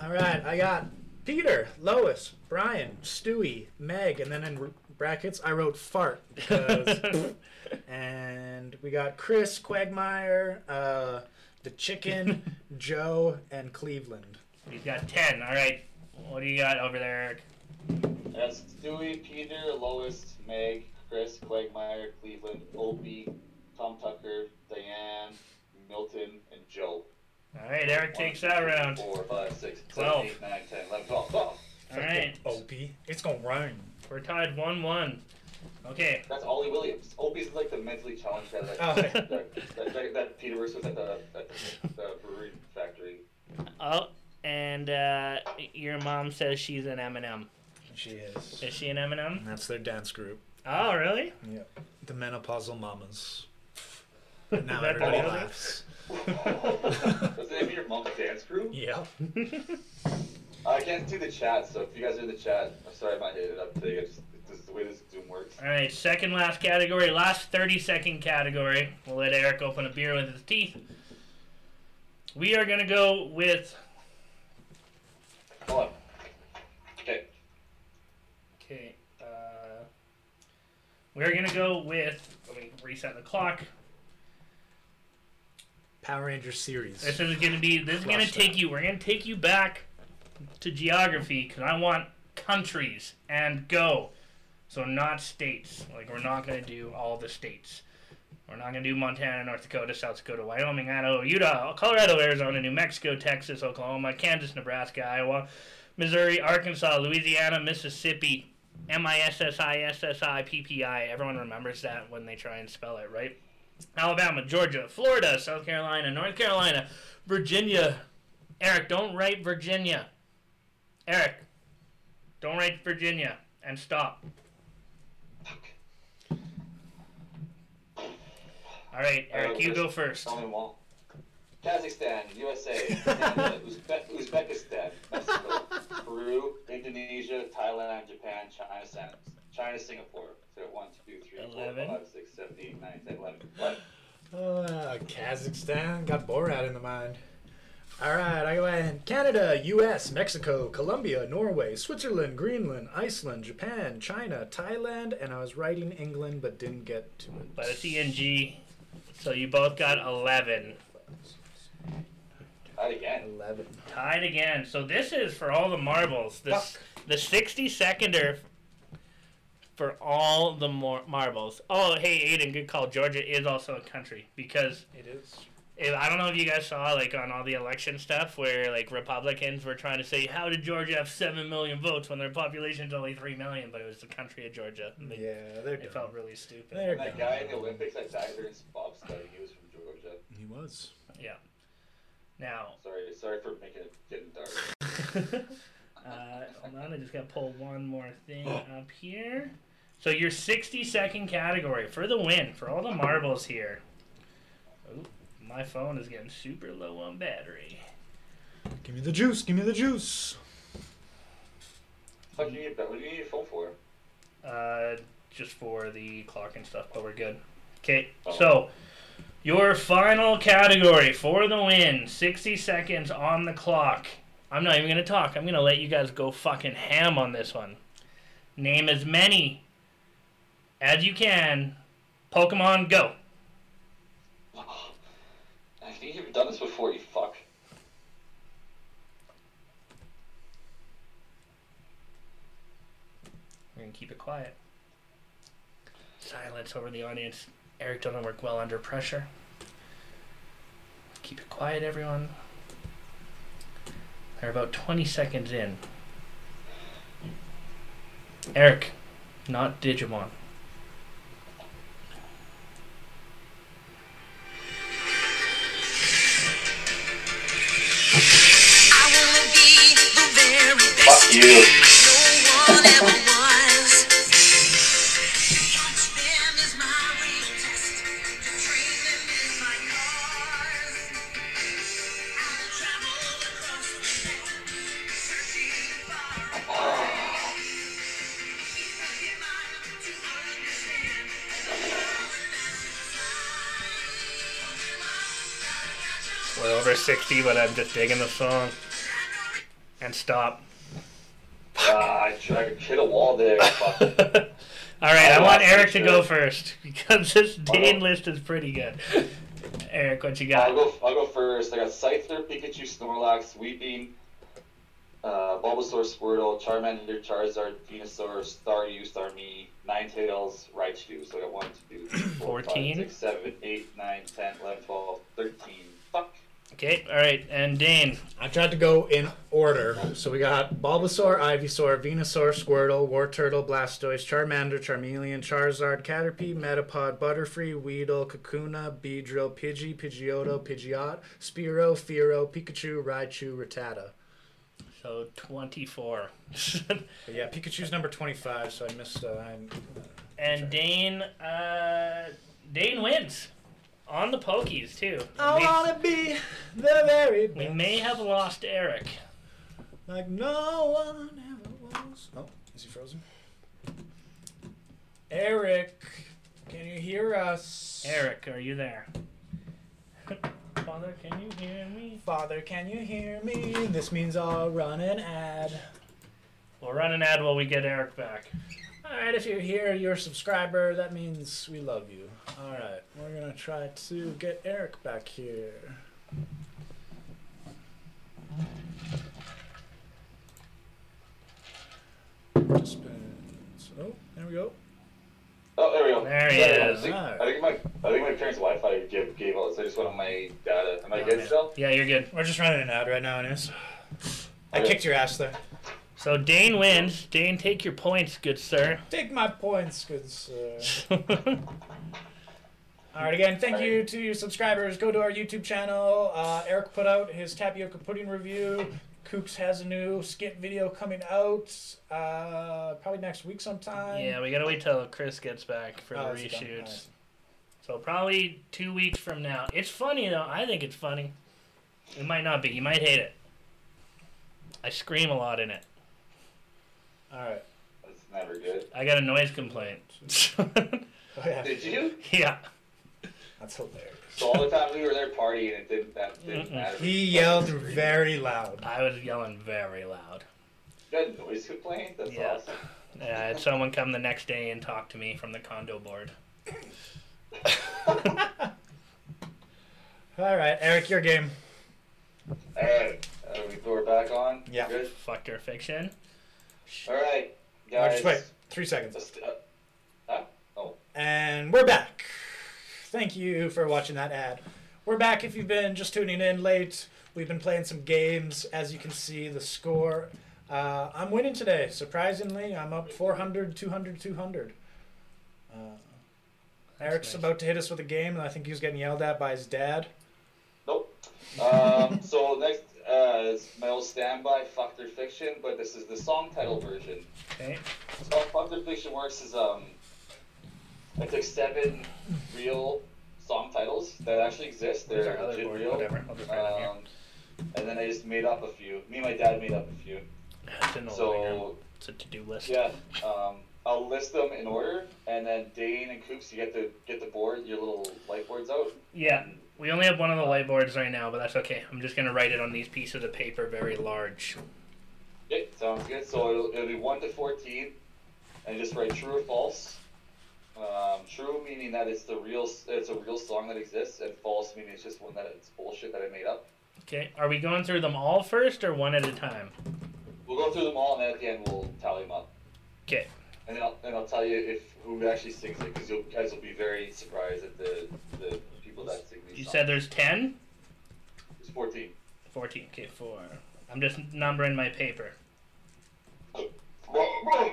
Speaker 1: All right, I got Peter, Lois, Brian, Stewie, Meg, and then in r- brackets I wrote fart because. and we got Chris, Quagmire, uh, the chicken, Joe, and Cleveland.
Speaker 2: He's got 10. All right. What do you got over there, Eric?
Speaker 3: That's Stewie, Peter, Lois, Meg, Chris, Quagmire, Cleveland, Opie, Tom Tucker, Diane, Milton, and Joe.
Speaker 2: All right, Eric
Speaker 3: One,
Speaker 2: takes
Speaker 3: two,
Speaker 2: that
Speaker 3: three,
Speaker 2: round. All
Speaker 3: Four, five, six,
Speaker 2: Twelve.
Speaker 3: seven, eight, nine, ten, eleven, twelve. Twelve.
Speaker 2: right.
Speaker 1: Opie, it's gonna rhyme.
Speaker 2: We're tied 1 1. Okay.
Speaker 3: That's Ollie Williams. Opie's like the mentally challenged guy that,
Speaker 1: Oh.
Speaker 3: that, that, that, that Peter Bruce was at the, at the, the brewery factory.
Speaker 2: Oh, and uh, your mom says she's an M&M.
Speaker 1: She is.
Speaker 2: Is she an M&M?
Speaker 1: And that's their dance group.
Speaker 2: Oh, really?
Speaker 1: Yeah. The menopausal mamas. And now
Speaker 2: That
Speaker 1: everybody
Speaker 2: all?
Speaker 1: laughs.
Speaker 3: Does it have your mom's dance group?
Speaker 1: Yeah.
Speaker 3: I can't see the chat, so if you guys are in the chat, I'm sorry if I hit it up today. I just, this is the way this Zoom works.
Speaker 2: All right, second last category, last 30 second category. We'll let Eric open a beer with his teeth. We are going to go with.
Speaker 3: Hold on. Okay.
Speaker 2: Okay. Uh, we're going to go with. Let me reset the clock.
Speaker 1: Power Rangers series.
Speaker 2: This is going to be. This is going to
Speaker 1: Flush that.
Speaker 2: take you. We're going to take you back to geography because I want countries and go. So not states. Like we're not going to do all the states. We're not going to do Montana, North Dakota, South Dakota, Wyoming, Idaho, Utah, Colorado, Arizona, New Mexico, Texas, Oklahoma, Kansas, Nebraska, Iowa, Missouri, Arkansas, Louisiana, Mississippi. M I S S I S S I P P I. Everyone remembers that when they try and spell it, right? Alabama, Georgia, Florida, South Carolina, North Carolina, Virginia. Eric, don't write Virginia. Eric, don't write Virginia and stop. All right, Eric, you go first.
Speaker 3: Tell me more. Kazakhstan, USA, Canada, Uzbe- Uzbekistan, Mexico, Peru, Indonesia, Thailand, Japan, China, San- China, Singapore. So one, two, three, four,
Speaker 2: Eleven.
Speaker 3: five, six, seven, eight, nine, ten, eleven. What?
Speaker 1: Uh, Kazakhstan got Borat in the mind. All right, I went Canada, U.S., Mexico, Colombia, Norway, Switzerland, Greenland, Iceland, Japan, China, Thailand, and I was writing England but didn't get to it.
Speaker 2: But it's E and G, so you both got 11.
Speaker 3: Not again.
Speaker 1: Eleven.
Speaker 2: Tied again. So this is for all the marbles. This the 60 seconder for all the mar- marbles. Oh, hey Aiden, good call. Georgia is also a country because
Speaker 1: It is.
Speaker 2: if, I don't know if you guys saw like on all the election stuff where like Republicans were trying to say how did Georgia have 7 million votes when their population's only 3 million, but it was the country of Georgia. They,
Speaker 1: Yeah, they're
Speaker 2: they
Speaker 1: dumb.
Speaker 2: felt really stupid.
Speaker 1: They're
Speaker 3: And that
Speaker 1: dumb.
Speaker 3: guy in the Olympics that died during Bob study, he was from Georgia.
Speaker 1: He was.
Speaker 2: Now,
Speaker 3: Sorry, sorry for making it getting dark.
Speaker 2: Uh, hold on, I just gotta pull one more thing up here. So your 60 second category for the win for all the marbles here. Ooh, my phone is getting super low on battery.
Speaker 1: Give me the juice. Give me the juice.
Speaker 3: Fuck you, but what do you need your phone for?
Speaker 2: Uh, just for the clock and stuff, but we're good. Okay, so your final category for the win 60 seconds on the clock. I'm not even going to talk. I'm going to let you guys go fucking ham on this one. Name as many as you can. Pokemon Go.
Speaker 3: I think you've done this before, you fuck.
Speaker 2: We're going to keep it quiet. Silence over the audience. Eric doesn't work well under pressure. Keep it quiet, everyone. They're about 20 seconds in. Eric, not Digimon.
Speaker 5: I wanna be the very
Speaker 6: Fuck
Speaker 5: best
Speaker 6: you.
Speaker 5: no one ever was. Each them is my real test. To train them is my cause. I will travel across the land, searching far away. Keep my mind to understand the world that inside.
Speaker 2: We're over 60, but I'm just digging the song. And stop.
Speaker 3: Uh, I, tr- I could hit a wall there. Fuck.
Speaker 2: All right, I want Eric to go first because this Dane list is pretty good. Eric, what you got?
Speaker 3: I'll go. I'll go first. I got Scyther, Pikachu, Snorlax, Weeping, uh, Bulbasaur, Squirtle, Charmander, Charizard, Venusaur, Staryu, Starmie, Ninetales, Raichu. So I got one, two, three, four, five,
Speaker 2: 14.
Speaker 3: six, seven, eight, nine, 10, 11, 12, 13. Fuck.
Speaker 2: Okay, all right, and Dane.
Speaker 1: I tried to go in order. So we got Bulbasaur, Ivysaur, Venusaur, Squirtle, Turtle, Blastoise, Charmander, Charmeleon, Charizard, Caterpie, Metapod, Butterfree, Weedle, Kakuna, Beedrill, Pidgey, Pidgeotto, Pidgeot, Spearow, Fearow, Pikachu, Raichu, Rattata.
Speaker 2: So 24.
Speaker 1: But yeah, Pikachu's number 25, so I missed. Uh, I'm,
Speaker 2: and Dane, uh, Dane wins on the Pokies too. We-
Speaker 1: to be the very
Speaker 2: we may have lost Eric.
Speaker 1: like no one ever was. Oh, is he frozen? Eric, can you hear us?
Speaker 2: Eric, are you there? Father, can you hear me?
Speaker 1: Father, can you hear me? This means I'll run an ad.
Speaker 2: We'll run an ad while we get Eric back.
Speaker 1: All right, if you're here, you're a subscriber. That means we love you. All right, we're gonna try to get Eric back here. Dispense. Oh, there we go.
Speaker 3: Oh, there we go.
Speaker 2: There he
Speaker 3: Yeah,
Speaker 2: is.
Speaker 3: I think, I think my I think my parents' Wi-Fi gave, gave out, so I just went on my data. Am I
Speaker 2: Oh,
Speaker 3: good
Speaker 2: man.
Speaker 3: still?
Speaker 2: Yeah, you're good.
Speaker 1: We're just running an ad right now, anyways. I
Speaker 3: Okay.
Speaker 1: kicked your ass there.
Speaker 2: So Dane wins. Dane, take your points, good sir.
Speaker 1: Take my points, good sir.
Speaker 2: All
Speaker 1: All right, again, thank you to your subscribers. Go to our YouTube channel. Uh, Eric put out his tapioca pudding review. Kooks has a new skit video coming out uh, probably next week sometime.
Speaker 2: yeah, we gotta wait till Chris gets back for the
Speaker 1: Oh, is he done?
Speaker 2: reshoots.
Speaker 1: Alright.
Speaker 2: So probably two weeks from now. It's funny though. I think it's funny. It might not be. You might hate it. I scream a lot in it.
Speaker 1: All right.
Speaker 3: That's never good.
Speaker 2: I got a noise complaint.
Speaker 1: Oh, yeah.
Speaker 3: Did you?
Speaker 2: yeah.
Speaker 1: That's hilarious.
Speaker 3: So all the time we were there partying, it didn't that didn't
Speaker 2: Mm-mm.
Speaker 3: matter.
Speaker 1: He yelled very loud.
Speaker 2: I was yelling very loud.
Speaker 3: You had noise complaint. That's
Speaker 2: Yeah.
Speaker 3: awesome.
Speaker 2: Uh, I had someone come the next day and talk to me from the condo board.
Speaker 1: All right, Eric, your game.
Speaker 3: All right, uh, we throw it back on.
Speaker 1: Yeah.
Speaker 3: Good.
Speaker 2: Fucked or fiction.
Speaker 3: All right,
Speaker 1: Oh,
Speaker 3: guys.
Speaker 1: just wait, three seconds.
Speaker 3: Let's, uh, huh? Oh,
Speaker 1: And we're back. Thank you for watching that ad. We're back if you've been just tuning in late. We've been playing some games. As you can see, the score. Uh, I'm winning today. Surprisingly, I'm up 400, 200, 200. Uh, Eric's
Speaker 2: nice.
Speaker 1: about to hit us with a game, and I think he was getting yelled at by his dad.
Speaker 3: nope. Um, so next uh, is my old standby, Fuck Their Fiction, but this is the song title version.
Speaker 2: Okay.
Speaker 3: So how Fuck Their Fiction works is um, I took seven real song titles that actually exist.
Speaker 2: There's
Speaker 3: They're
Speaker 2: our other
Speaker 3: legit
Speaker 2: board.
Speaker 3: real.
Speaker 2: Whatever. I'll just write it
Speaker 3: Um, and then I just made up a few. Me and my dad made up a few.
Speaker 2: here. It's in the living room.
Speaker 3: So
Speaker 2: It's a to-do list.
Speaker 3: Yeah, um, I'll list them in order, and then Dane and Coops, you get to get the board, your little light boards out.
Speaker 2: Yeah, we only have one of the whiteboards right now, but that's okay. I'm just gonna write it on these pieces of paper, very large.
Speaker 3: Okay, sounds good. So it'll, it'll be one to fourteen, and just write true or false. Um, true meaning that it's the real, it's a real song that exists, and false meaning it's just one that it's bullshit that I made up.
Speaker 2: Okay, are we going through them all first or one at a time?
Speaker 3: We'll go through them all, and then at the end we'll tally them up,
Speaker 2: Okay,
Speaker 3: and then I'll, and I'll tell you if who actually sings it, because you guys will be very surprised at the the people that sing these.
Speaker 2: you
Speaker 3: songs.
Speaker 2: said there's 10?
Speaker 3: it's fourteen.
Speaker 2: 14. Okay, 4. I'm just numbering my paper.
Speaker 3: Oh,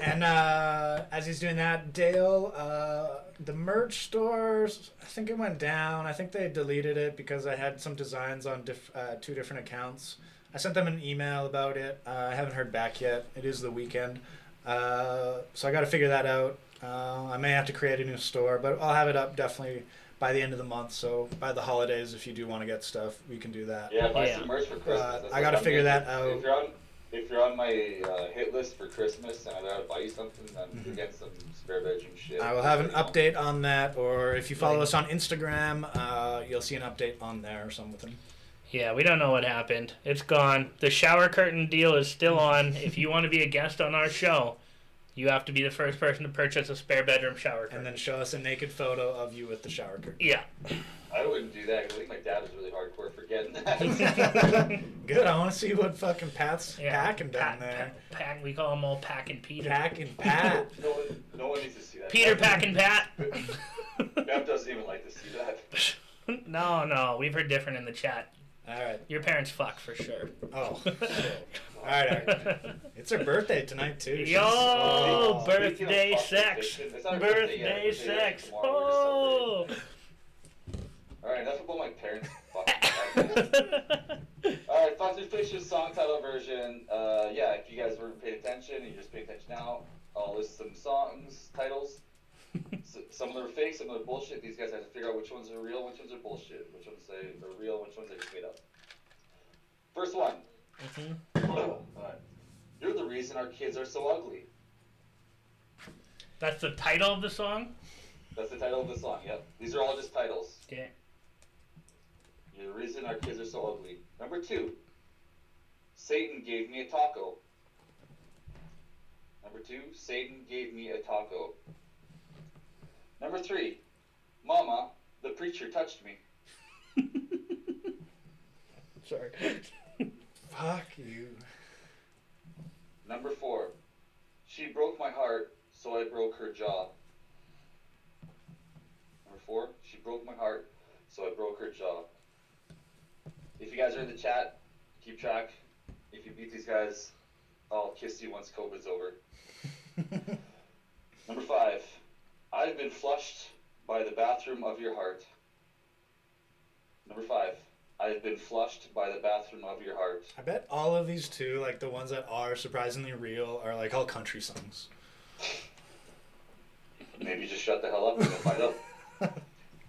Speaker 1: And uh, as he's doing that, Dale, uh, the merch stores, I think it went down. I think they deleted it because I had some designs on diff- uh, two different accounts. I sent them an email about it. Uh, I haven't heard back yet. It is the weekend. Uh, so I got to figure that out. Uh, I may have to create a new store, but I'll have it up definitely by the end of the month. So by the holidays, if you do want to get stuff, we can do that.
Speaker 3: Yeah, buy
Speaker 2: Yeah.
Speaker 3: some merch for Christmas.
Speaker 1: Uh,
Speaker 3: That's
Speaker 1: I
Speaker 3: what
Speaker 1: gotta
Speaker 3: I'm
Speaker 1: figure that
Speaker 3: gonna do.
Speaker 1: out.
Speaker 3: If you're on, if you're on my uh, hit list for Christmas and I gotta buy you something, then you get some spare bedroom shit.
Speaker 1: Mm-hmm. I will have an
Speaker 3: You know.
Speaker 1: update on that, or if you follow us on Instagram, uh, you'll see an update on there or something.
Speaker 2: Yeah, we don't know what happened. It's gone. The shower curtain deal is still on. if you want to be a guest on our show, you have to be the first person to purchase a spare bedroom shower curtain.
Speaker 1: And then show us a naked photo of you with the shower curtain.
Speaker 2: yeah.
Speaker 3: I wouldn't do that 'cause I think my dad was really hardcore for getting that.
Speaker 1: Good, I want to see what fucking Pat's
Speaker 2: yeah.
Speaker 1: packing down
Speaker 2: Pack-
Speaker 1: there.
Speaker 2: Pack, pack- we call them all Pack and Peter.
Speaker 1: Pack and Pat.
Speaker 3: no, one, no one needs to see that.
Speaker 2: Peter Pack and Pat.
Speaker 3: Bev doesn't even like to see that.
Speaker 2: no, no, we've heard different in the chat.
Speaker 1: All right.
Speaker 2: Your parents fuck for sure.
Speaker 1: Oh. All right, all right. It's her birthday tonight, too. She's-
Speaker 2: Yo,
Speaker 1: Oh.
Speaker 2: birthday
Speaker 3: Speaking of
Speaker 2: sex.
Speaker 3: fucking bitches, it's not her birthday yet,
Speaker 2: Birthday
Speaker 3: it's her birthday
Speaker 2: sex.
Speaker 3: tomorrow, we're just
Speaker 2: Oh.
Speaker 3: celebrating. Alright, enough about my parents.
Speaker 2: Oh.
Speaker 3: Fucking Alright, Fox and Fish's song title version. Uh, yeah, if you guys weren't paying attention and you just paying attention now, I'll list some songs, titles. S- some of them are fake, some of them are bullshit. These guys have to figure out which ones are real, which ones are bullshit, which ones they are real, which ones they just made up. First one.
Speaker 2: Mhm.
Speaker 3: Alright. You're the reason our kids are so ugly.
Speaker 2: That's the title of the song?
Speaker 3: That's the title of the song, yep. These are all just titles.
Speaker 2: Okay.
Speaker 3: You're the reason our kids are so ugly. Number two, Satan gave me a taco. Number two, Satan gave me a taco. Number three, Mama, the preacher touched me.
Speaker 2: Sorry.
Speaker 1: Fuck you.
Speaker 3: Number four, she broke my heart, so I broke her jaw. Number four, she broke my heart, so I broke her jaw. If you guys are in the chat, keep track. If you beat these guys, I'll kiss you once COVID's over. Number five, I've been flushed by the bathroom of your heart. Number five, I've been flushed by the bathroom of your heart.
Speaker 1: I bet all of these, two, like the ones that are surprisingly real, are like all country songs.
Speaker 3: Maybe just shut the hell up and we'll find out.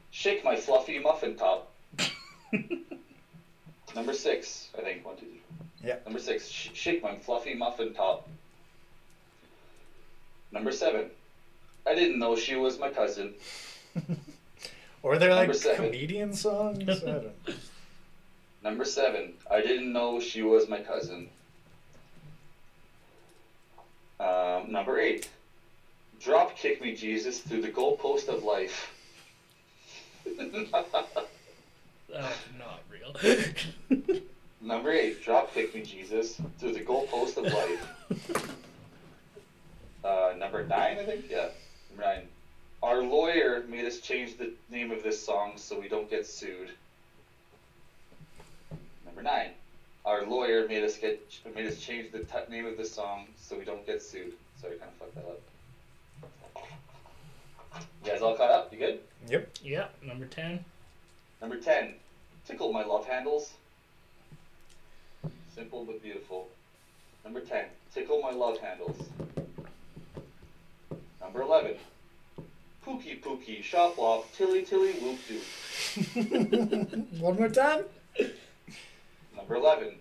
Speaker 3: Shake my fluffy muffin top. Number six, I think. One, two, three.
Speaker 1: Yeah.
Speaker 3: Number six, sh- shake my fluffy muffin top. Number seven, I didn't know she was my cousin.
Speaker 1: Or they're like
Speaker 3: Number seven.
Speaker 1: comedian songs. I don't know.
Speaker 3: Number seven, I didn't know she was my cousin. Um, number eight, drop kick me Jesus through the goalpost of life.
Speaker 2: That's Uh, not real.
Speaker 3: Number eight, drop kick me, Jesus, through the goalpost of life. uh, number nine, I think. Yeah, number nine. Our lawyer made us change the name of this song so we don't get sued. Number nine. Our lawyer made us get made us change the t- name of the song so we don't get sued. Sorry, kind of fucked that up. You guys all caught up? You good?
Speaker 1: yep.
Speaker 2: yep, number 10.
Speaker 3: Number 10, tickle my love handles. Simple but beautiful. Number 10, tickle my love handles. Number 11, pookie pookie, shop off, tilly tilly whoop doo.
Speaker 1: One more time.
Speaker 3: Number 11,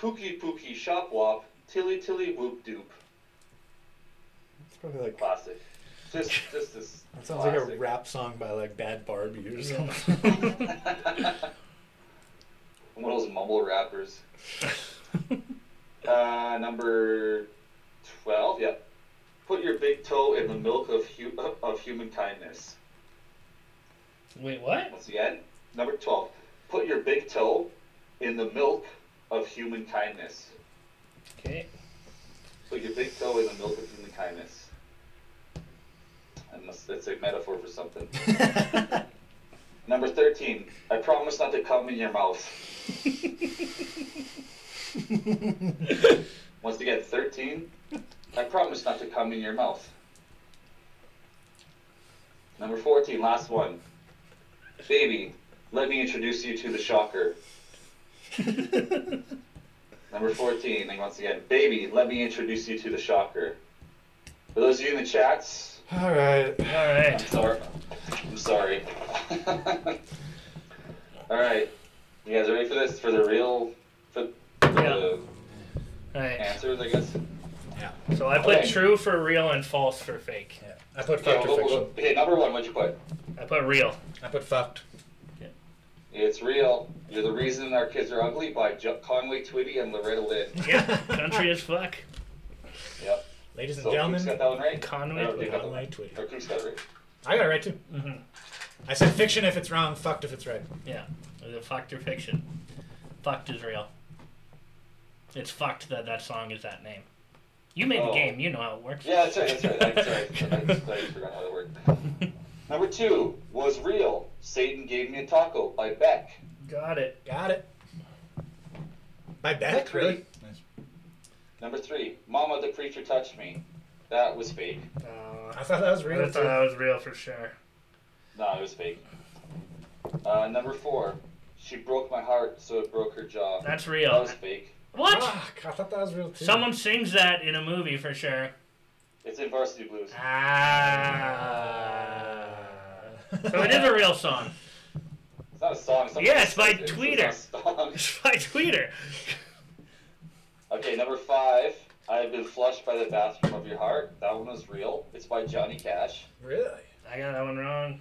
Speaker 3: pookie pookie, shop wop, tilly tilly whoop doop.
Speaker 1: It's probably like
Speaker 3: Classic. Just, just this.
Speaker 1: That sounds like a rap song by like Bad Barbie or something.
Speaker 3: I'm one of those mumble rappers. uh, number 12, yep. Put your big toe in the milk of, hu- of human kindness.
Speaker 2: Wait, what?
Speaker 3: Once again, number 12. Put your big toe in the milk of human kindness.
Speaker 2: Okay.
Speaker 3: Put your big toe in the milk of human kindness. Unless that's a metaphor for something. number 13. I promise not to come in your mouth. Once again, 13. I promise not to come in your mouth. Number 14, last one. Baby, let me introduce you to the shocker. Number 14, and once again, baby, let me introduce you to the shocker. For those of you in the chats,
Speaker 1: All right.
Speaker 2: All right.
Speaker 3: sorry. I'm sorry. Alright, you guys ready for this? For the real for the
Speaker 2: All right.
Speaker 3: answers, I guess?
Speaker 2: So I put
Speaker 3: Okay.
Speaker 2: true for real and false for fake.
Speaker 1: Yeah. I put
Speaker 3: Okay,
Speaker 1: fucked
Speaker 3: we'll-
Speaker 1: or
Speaker 3: we'll-
Speaker 1: fiction.
Speaker 3: okay, number one, what'd you put?
Speaker 2: I put real.
Speaker 1: I put fucked.
Speaker 3: It's real. You're the reason our kids are ugly by jo- Conway Twitty and Loretta Lynn.
Speaker 2: Yeah. Country as fuck.
Speaker 3: Yep.
Speaker 1: Ladies and
Speaker 3: So Cook's
Speaker 1: gentlemen,
Speaker 3: got that one right?
Speaker 2: Conway.
Speaker 3: Or Cook's got that
Speaker 1: on my
Speaker 3: one.
Speaker 1: Twitter.
Speaker 3: Or Cook's got it right.
Speaker 1: I got it right too.
Speaker 2: Mm-hmm.
Speaker 1: I said fiction if it's wrong, fucked if it's right.
Speaker 2: Yeah. Is it fucked or fiction? Fucked is real. It's fucked that that song is that name. You made the
Speaker 3: Oh.
Speaker 2: game. You know how it works.
Speaker 3: Yeah, that's right. That's right. That's right. I, just- I just forgot how that worked. Number two was real. Satan gave me a taco by Beck.
Speaker 2: Got it.
Speaker 1: Got it. By Beck,
Speaker 3: Three.
Speaker 1: really?
Speaker 3: Number three, Mama the preacher touched me. That was fake.
Speaker 2: Uh,
Speaker 1: I thought that was
Speaker 2: I
Speaker 1: real.
Speaker 2: thought
Speaker 1: Too.
Speaker 2: that was real for sure.
Speaker 3: No, it was fake. Uh, number four, she broke my heart, so it broke her jaw.
Speaker 2: That's
Speaker 3: That
Speaker 2: real.
Speaker 3: was fake.
Speaker 2: What?
Speaker 1: Fuck, I thought that was real too.
Speaker 2: Someone sings that in a movie for sure.
Speaker 3: It's in Varsity Blues.
Speaker 1: Uh,
Speaker 2: Ah. So it is a real song.
Speaker 3: It's not a song. somebody
Speaker 2: Yeah, it's by
Speaker 3: sings it, so
Speaker 2: Tweeter.
Speaker 3: It's not a song.
Speaker 2: It's by Tweeter.
Speaker 3: Okay, number five. I've been flushed by the bathroom of your heart. That one was real. It's by Johnny Cash.
Speaker 1: Really?
Speaker 2: I got that one wrong.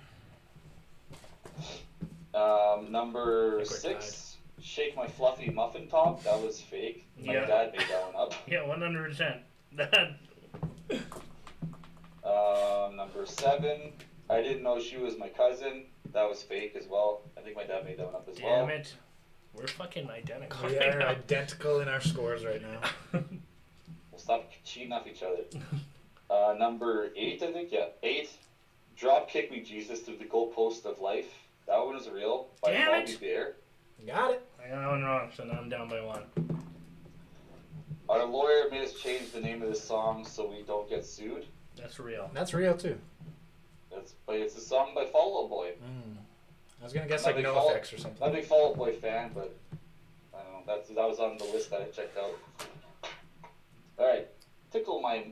Speaker 3: Um, number
Speaker 2: Liquid
Speaker 3: six. Shake my fluffy muffin top. That was fake. My
Speaker 2: Yeah.
Speaker 3: dad made that one up.
Speaker 2: Yeah, 100%. That
Speaker 3: Um, number seven. I didn't know she was my cousin. That was fake as well. I think my dad made that one up as well.
Speaker 2: Damn it. We're fucking identical.
Speaker 1: We
Speaker 2: right
Speaker 1: are
Speaker 2: now.
Speaker 1: identical in our scores right now.
Speaker 3: We'll stop cheating off each other. uh, number eight, I think. Yeah, eight. Drop kick me, Jesus, through the goalpost of life. That one was real by
Speaker 2: Damn
Speaker 3: Bobby
Speaker 2: it.
Speaker 3: Bear.
Speaker 1: Got it.
Speaker 2: I got that one wrong, so now I'm down by one.
Speaker 3: Our lawyer made us change the name of the song so we don't get sued.
Speaker 2: That's real.
Speaker 1: That's real too.
Speaker 3: That's but it's a song by Fall Out Boy.
Speaker 1: Mm. I was gonna guess
Speaker 3: Not
Speaker 1: like
Speaker 3: big
Speaker 1: no
Speaker 3: fault.
Speaker 1: effects or
Speaker 3: Not a
Speaker 1: something.
Speaker 3: big Fall Out Boy fan, but I don't know. That's that was on the list that I checked out. All right, tickle my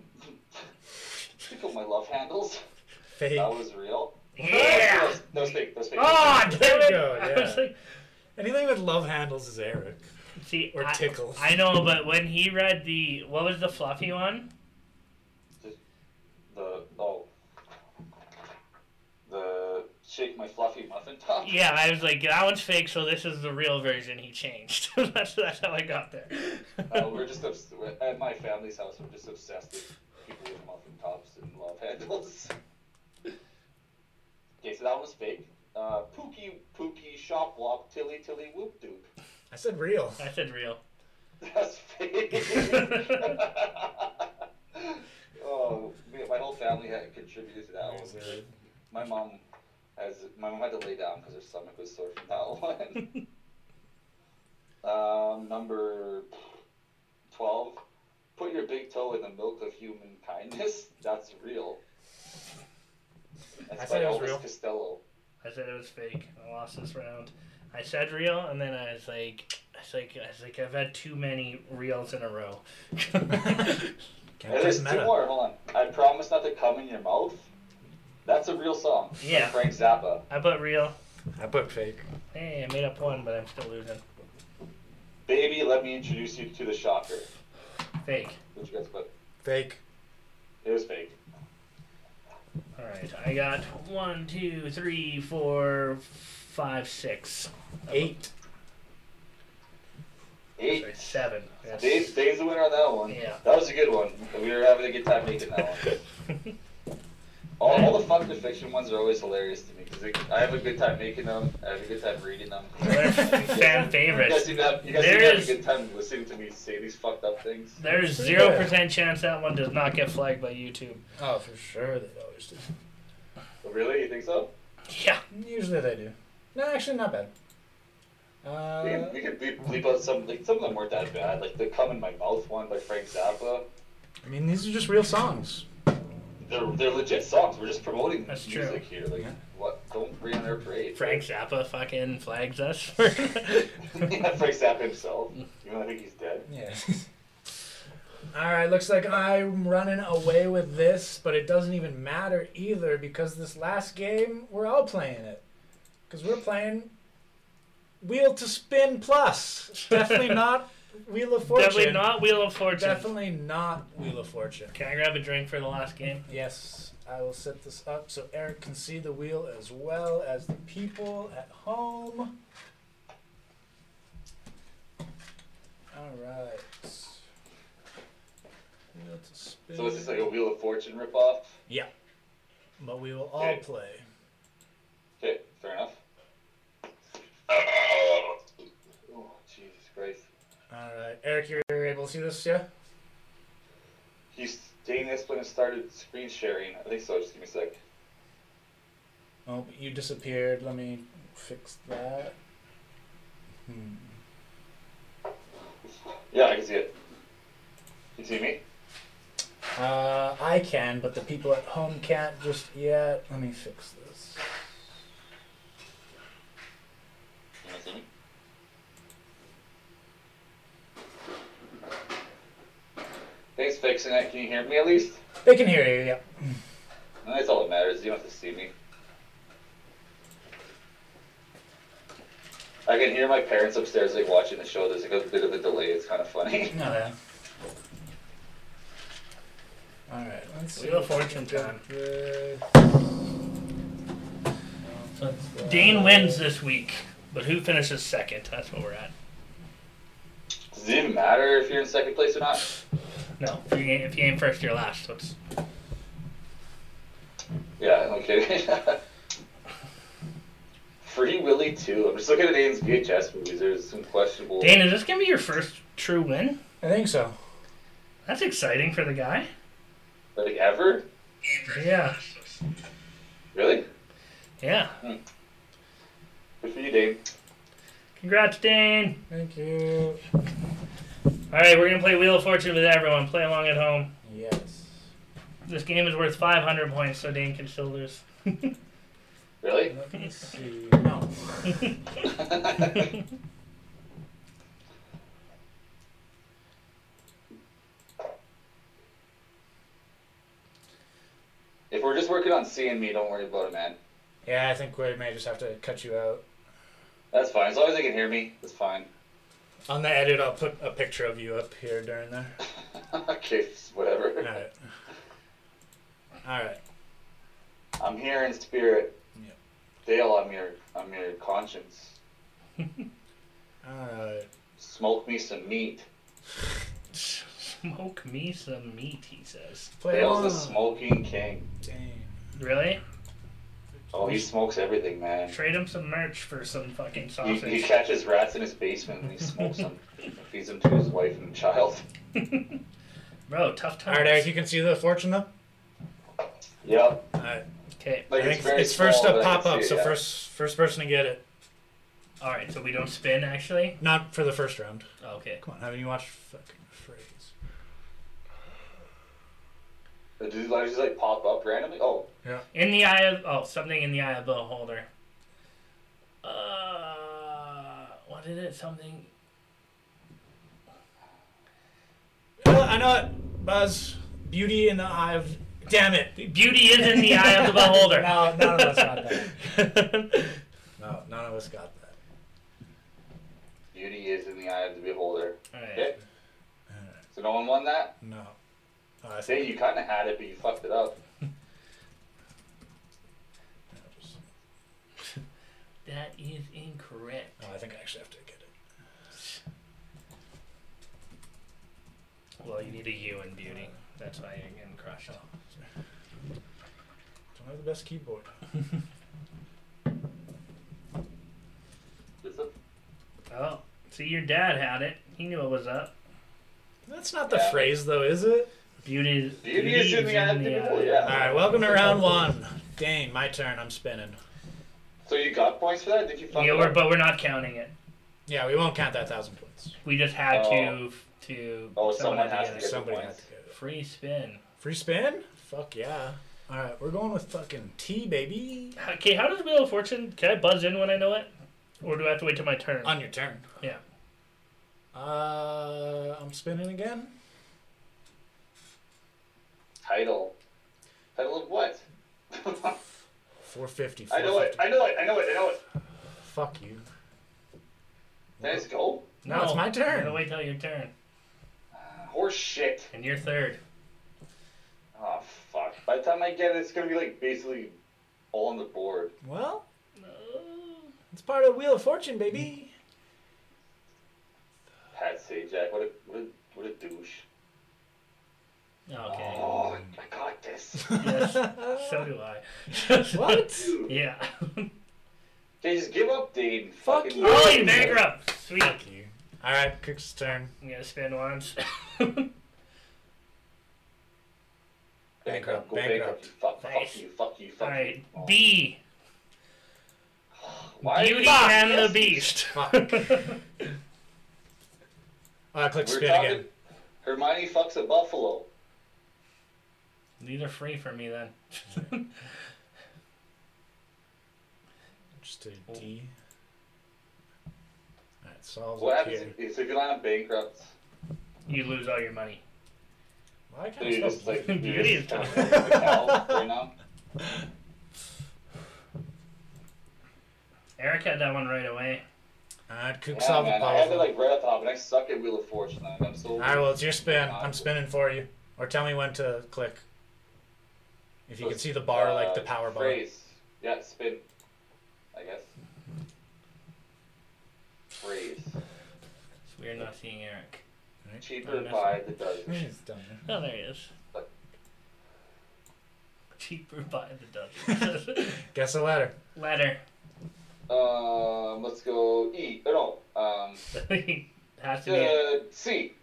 Speaker 3: tickle my love handles.
Speaker 1: Fake.
Speaker 3: That was real.
Speaker 2: Yeah!
Speaker 3: No, that's fake. That's fake.
Speaker 2: Oh, damn it!
Speaker 1: go,
Speaker 2: I was
Speaker 1: yeah.
Speaker 2: like,
Speaker 1: Anything with love handles is Eric.
Speaker 2: see,
Speaker 1: Or
Speaker 2: I-
Speaker 1: tickles.
Speaker 2: I, know, but when he read the, what was the fluffy one?
Speaker 3: The oh. The shake my fluffy muffin top.
Speaker 2: Yeah, I was like, that one's fake, so this is the real version he changed. that's, that's how I got there.
Speaker 3: Uh, we're just obs- we're- at my family's house. We're just obsessed with people with muffin tops and love handles. okay, so that was fake. Uh, pookie pookie shop walk tilly tilly whoop doop.
Speaker 1: I said real.
Speaker 2: I said real.
Speaker 3: That's fake. oh, man, my whole family had contributed to that one. My mom has my mom had to lay down because her stomach was sore from that one. um, number twelve. Put your big toe in the milk of human kindness. That's real. That's
Speaker 1: I
Speaker 3: by
Speaker 1: said it was
Speaker 3: Elvis
Speaker 1: real.
Speaker 3: Costello.
Speaker 2: I said it was fake. I lost this round. I said real, and then I was like, I was like, I was like, I've had too many reels in a row.
Speaker 1: Can't
Speaker 3: And there's
Speaker 1: just
Speaker 3: two
Speaker 1: meta.
Speaker 3: more. Hold on. I promise not to come in your mouth. That's a real song. by
Speaker 2: Yeah.
Speaker 3: Frank Zappa.
Speaker 2: I put real.
Speaker 1: I put fake.
Speaker 2: Hey, I made up one, but I'm still losing.
Speaker 3: Baby, let me introduce you to the shocker.
Speaker 2: Fake.
Speaker 3: Which you guys put?
Speaker 1: Fake.
Speaker 3: It was fake.
Speaker 2: All right, I got one, two, three, four, five, six.
Speaker 1: Eight.
Speaker 3: Eight.
Speaker 2: Sorry, seven. Yes.
Speaker 3: Dave's, Dave's the winner on that one.
Speaker 2: Yeah.
Speaker 3: That was a good one. We were having a good time making that one. All, all the fuck the fiction ones are always hilarious to me because I have a good time making them. I have a good time reading them.
Speaker 2: They're fan
Speaker 3: You guys
Speaker 2: favorites.
Speaker 3: seem to have, you guys
Speaker 2: There
Speaker 3: seem to have
Speaker 2: is-
Speaker 3: a good time listening to me say these fucked up things.
Speaker 2: There's zero percent chance that one does not get flagged by YouTube.
Speaker 1: Oh, for sure they always do.
Speaker 3: Oh, Really? You think so?
Speaker 2: Yeah.
Speaker 1: Usually they do. No, actually not bad.
Speaker 3: we
Speaker 1: Uh,
Speaker 3: can, we can bleep, bleep out some. Like some of them weren't that bad. Like the "Come in My Mouth" one by Frank Zappa.
Speaker 7: I mean, these are just real songs.
Speaker 3: They're, they're legit songs. We're just promoting
Speaker 2: That's true.
Speaker 3: music here. Like, what? Don't bring on our parade.
Speaker 2: Frank Zappa fucking flags us. For
Speaker 3: yeah, Frank Zappa himself. You know, I think he's dead.
Speaker 1: Yeah. All right, looks like I'm running away with this, but it doesn't even matter either because this last game, we're all playing it. Because we're playing Wheel to Spin Plus. Definitely not Wheel of Fortune.
Speaker 2: Definitely not Wheel of Fortune.
Speaker 1: Definitely not Wheel of Fortune.
Speaker 2: Can I grab a drink for the last game?
Speaker 1: Yes, I will set this up so Eric can see the wheel as well as the people at home. All right. Wheel to spin.
Speaker 3: So is this like a Wheel of Fortune ripoff?
Speaker 1: yeah. But we will all
Speaker 3: Okay.
Speaker 1: play.
Speaker 3: Okay, fair enough. Oh, Jesus Christ.
Speaker 1: All right, Eric, you're able to see this, yeah?
Speaker 3: He's dating this when it started screen sharing. I think so. Just give me a sec.
Speaker 1: Oh, you disappeared. Let me fix that. Hmm.
Speaker 3: Yeah, I can see it. You see me?
Speaker 1: Uh, I can, but the people at home can't just yet. Let me fix this.
Speaker 3: You wanna see me? Thanks for fixing that. Can you hear me at least?
Speaker 1: They can hear you, yeah.
Speaker 3: That's all that matters. You don't have to see me. I can hear my parents upstairs like watching the show. There's like a bit of a delay. It's kind of funny.
Speaker 1: No, yeah. Alright, let's see.
Speaker 2: Wheel of
Speaker 1: what we
Speaker 2: Fortune
Speaker 1: can
Speaker 2: time.
Speaker 1: do with-
Speaker 2: Dane wins this week, but who finishes second? That's what we're at.
Speaker 3: Does it even matter if you're in second place or not?
Speaker 2: No, if you ain't, if you ain't first, you're last. So it's,
Speaker 3: Yeah, no kidding. Free Willy 2. I'm just looking at Dane's VHS movies. There's some questionable.
Speaker 2: Dane, is this gonna be your first true win?
Speaker 1: I think so.
Speaker 2: That's exciting for the guy.
Speaker 3: Like, ever?
Speaker 2: Yeah,
Speaker 3: Really?
Speaker 2: yeah.
Speaker 3: Good for you, Dane.
Speaker 2: Congrats, Dane.
Speaker 1: Thank you.
Speaker 2: All right, we're gonna play Wheel of Fortune with everyone. Play along at home.
Speaker 1: Yes.
Speaker 2: This game is worth 500 points, so Dane can still lose.
Speaker 3: Really?
Speaker 1: Let me see. No.
Speaker 3: if we're just working on seeing me, don't worry about it, man.
Speaker 1: Yeah, I think we may just have to cut you out.
Speaker 3: That's fine. As long as they can hear me, that's fine.
Speaker 1: On the edit, I'll put a picture of you up here during there.
Speaker 3: okay, whatever.
Speaker 1: Alright. Alright.
Speaker 3: I'm here in spirit.
Speaker 1: Yeah.
Speaker 3: Dale, I'm your, I'm your conscience.
Speaker 1: Alright.
Speaker 3: Smoke me some meat.
Speaker 2: Smoke me some meat, he says.
Speaker 1: Play
Speaker 3: Dale's
Speaker 1: along.
Speaker 3: the smoking king.
Speaker 1: Dang.
Speaker 2: Really?
Speaker 3: Oh, he smokes everything, man.
Speaker 2: Trade him some merch for some fucking
Speaker 3: He, he
Speaker 2: sausage.
Speaker 3: catches rats in his basement and he smokes them. and feeds them to his wife and child.
Speaker 2: Bro, tough times.
Speaker 1: Alright, Eric, you can see the fortune though?
Speaker 3: Yep.
Speaker 1: Alright.
Speaker 2: Okay.
Speaker 1: I
Speaker 3: Like
Speaker 1: think
Speaker 3: it's,
Speaker 1: it's,
Speaker 3: very
Speaker 1: first
Speaker 3: small,
Speaker 1: up
Speaker 3: but I can
Speaker 1: pop up,
Speaker 3: see it,
Speaker 1: so
Speaker 3: yeah.
Speaker 1: first first person to get it.
Speaker 2: All right, so we don't spin actually.
Speaker 1: Not for the first round.
Speaker 2: Okay.
Speaker 1: Come on, haven't you watched fucking phrase?
Speaker 3: Do these letters just like pop up randomly? Oh,
Speaker 2: In the eye of oh, something in the eye of the beholder. Uh, what is it? Something.
Speaker 1: Oh, I know it. Buzz. Beauty in the eye of. Damn it.
Speaker 2: Beauty is in the eye of the beholder.
Speaker 1: no, none of us got that. No, none of us got that.
Speaker 3: beauty is in the eye of the beholder.
Speaker 2: All
Speaker 3: Okay.
Speaker 2: right.
Speaker 3: So no one won that?
Speaker 1: No. Oh, I
Speaker 3: Say
Speaker 1: think
Speaker 3: you kind of had it, but you fucked it up.
Speaker 2: That is incorrect.
Speaker 1: no, I think I actually have to get it.
Speaker 2: Well, you need a U in beauty. That's why you're getting crushed.
Speaker 1: Don't have the best keyboard.
Speaker 3: Is it?
Speaker 2: Oh, see, your dad had it. He knew it was up.
Speaker 1: That's not the
Speaker 3: Yeah.
Speaker 1: phrase though, is it?
Speaker 2: Beauty.
Speaker 3: Beauty is in the eye of the beholder, yeah.
Speaker 1: All right, welcome to round one. Dang, my turn. I'm spinning.
Speaker 3: So you got points for that? Did you fuck
Speaker 2: Yeah,
Speaker 3: it
Speaker 2: we're,
Speaker 3: up?
Speaker 2: but we're not counting it.
Speaker 1: Yeah, we won't count that thousand points.
Speaker 2: We just had
Speaker 3: Oh.
Speaker 2: to to
Speaker 3: Oh, someone
Speaker 2: someone at
Speaker 3: has to
Speaker 2: the
Speaker 3: get
Speaker 2: end.
Speaker 1: Somebody
Speaker 3: points.
Speaker 1: had to get it.
Speaker 2: Free spin.
Speaker 1: Free spin? Fuck yeah. All right, we're going with fucking T, baby.
Speaker 2: Okay, how does Wheel of Fortune? Can I buzz in when I know it, or do I have to wait till my turn?
Speaker 1: On your turn.
Speaker 2: Yeah.
Speaker 1: Uh, I'm spinning again.
Speaker 3: Title. Title of what?
Speaker 1: 450.
Speaker 3: I know it.
Speaker 1: 450.
Speaker 3: I know it. I know it. I know it.
Speaker 1: Fuck you.
Speaker 3: Can I just go?
Speaker 1: No, it's my turn.
Speaker 2: You gotta wait till your turn,
Speaker 3: Horse shit.
Speaker 2: and you're third.
Speaker 3: Oh fuck. By the time I get it, it's gonna be like basically all on the board.
Speaker 1: Well,
Speaker 2: No.
Speaker 1: it's part of Wheel of Fortune, baby.
Speaker 3: Pat Sajak, what a what a what a douche.
Speaker 2: Okay.
Speaker 3: Oh, I got this.
Speaker 2: Yes. so do I.
Speaker 1: What?
Speaker 3: Dude,
Speaker 2: Yeah.
Speaker 3: They just give up, Dane.
Speaker 1: Fuck
Speaker 3: Fucking-
Speaker 1: you.
Speaker 2: oh, you bankrupt. Sweet.
Speaker 1: Fuck you. All right, Cook's turn.
Speaker 2: I'm gonna spin once.
Speaker 3: Bankrupt. Go
Speaker 1: Bankrupt.
Speaker 3: bankrupt. you Fuck,
Speaker 2: Nice.
Speaker 3: fuck you. Fuck you. Fuck
Speaker 2: All right.
Speaker 3: you. Oh,
Speaker 2: B.
Speaker 3: why are
Speaker 2: Beauty
Speaker 3: you-
Speaker 2: and
Speaker 3: Yes.
Speaker 2: the Beast.
Speaker 1: Fuck. I click
Speaker 3: We're
Speaker 1: spin
Speaker 3: talking.
Speaker 1: again.
Speaker 3: Hermione fucks a buffalo.
Speaker 2: These are free for me then.
Speaker 1: Just a D. That solves
Speaker 3: What
Speaker 1: it
Speaker 3: happens
Speaker 1: here.
Speaker 3: if, so if you line up bankrupt?
Speaker 2: you lose all your money.
Speaker 1: Why can't
Speaker 3: So
Speaker 1: I
Speaker 3: you're
Speaker 1: spell
Speaker 3: just like
Speaker 2: Beauty
Speaker 3: you're
Speaker 2: is
Speaker 3: just kind of like a cow right now.
Speaker 2: Eric had that one right away.
Speaker 1: All right, Cook
Speaker 3: Yeah,
Speaker 1: solved
Speaker 3: man,
Speaker 1: the
Speaker 3: I have it
Speaker 1: puzzle.
Speaker 3: like right off the top, and I suck at Wheel of Fortune. man. I'm so.
Speaker 1: All right, well, it's your spin. I'm spinning for you. Or tell me when to click. If you can see the bar, like the
Speaker 3: Uh,
Speaker 1: power bar.
Speaker 3: phrase. Yeah, spin. I guess. Phrase.
Speaker 2: So we're not seeing Eric.
Speaker 1: Oh,
Speaker 3: Cheaper by the dozen.
Speaker 1: He's done.
Speaker 2: Oh, there he is. Cheaper by the dozen.
Speaker 1: Guess the letter.
Speaker 2: Letter.
Speaker 3: Um, let's go E. Oh, no. Um,
Speaker 2: Has
Speaker 1: E.
Speaker 2: to be. it.
Speaker 3: uh, C.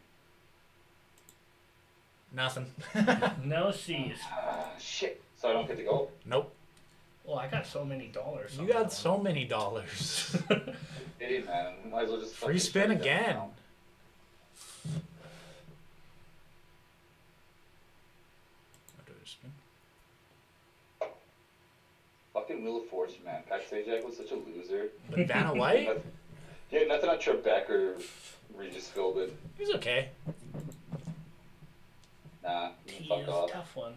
Speaker 1: Nothing.
Speaker 2: No C's.
Speaker 3: Ah, shit. So I don't get to go.
Speaker 1: nope.
Speaker 2: Well, Oh, I got so many dollars.
Speaker 1: You
Speaker 2: on
Speaker 1: got
Speaker 2: that
Speaker 1: so many dollars.
Speaker 2: one.
Speaker 3: Idiot, man. Might as well just.
Speaker 1: Free
Speaker 3: fucking
Speaker 1: spin
Speaker 3: shut it down
Speaker 1: again.
Speaker 3: now. Fucking Wheel of Fortune, man. Pat Sajak was such a loser.
Speaker 1: But Vanna White?
Speaker 3: Yeah, nothing on Trebek or Regis Philbin.
Speaker 1: He's okay.
Speaker 3: Nah,
Speaker 2: T
Speaker 3: fuck
Speaker 2: is a
Speaker 3: off.
Speaker 2: tough one.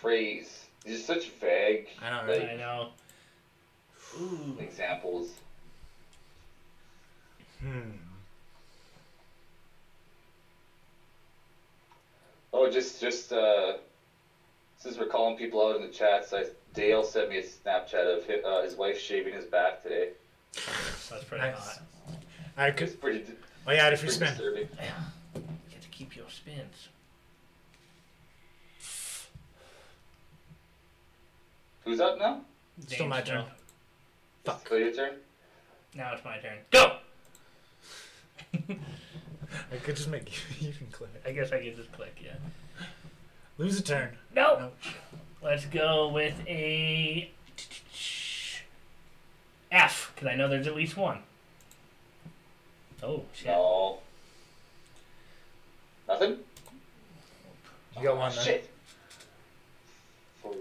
Speaker 3: Phrase. These are such vague
Speaker 1: I know,
Speaker 3: like,
Speaker 1: right?
Speaker 2: I know. Ooh.
Speaker 3: examples.
Speaker 1: Hmm.
Speaker 3: Oh, just just uh, since we're calling people out in the chats, I, Dale sent me a Snapchat of his, uh, his wife shaving his back today.
Speaker 2: That's pretty
Speaker 1: Nice.
Speaker 2: hot.
Speaker 1: All right,
Speaker 3: It's
Speaker 1: Cook.
Speaker 3: pretty, d-
Speaker 1: Oh, yeah, if you
Speaker 3: pretty
Speaker 1: spin.
Speaker 3: disturbing.
Speaker 2: You get to keep your spins.
Speaker 3: Who's up now?
Speaker 1: Still my
Speaker 2: Dane's
Speaker 1: turn.
Speaker 3: It's still your turn.
Speaker 2: Now it's my turn. Go!
Speaker 1: I could just make you, you can click.
Speaker 2: I guess I could just click, yeah.
Speaker 1: Lose a turn.
Speaker 2: No!
Speaker 1: Nope.
Speaker 2: Let's go with a F, because I know there's at least one. Oh, shit.
Speaker 3: No. Nothing.
Speaker 1: You got one, then.
Speaker 3: Shit. For...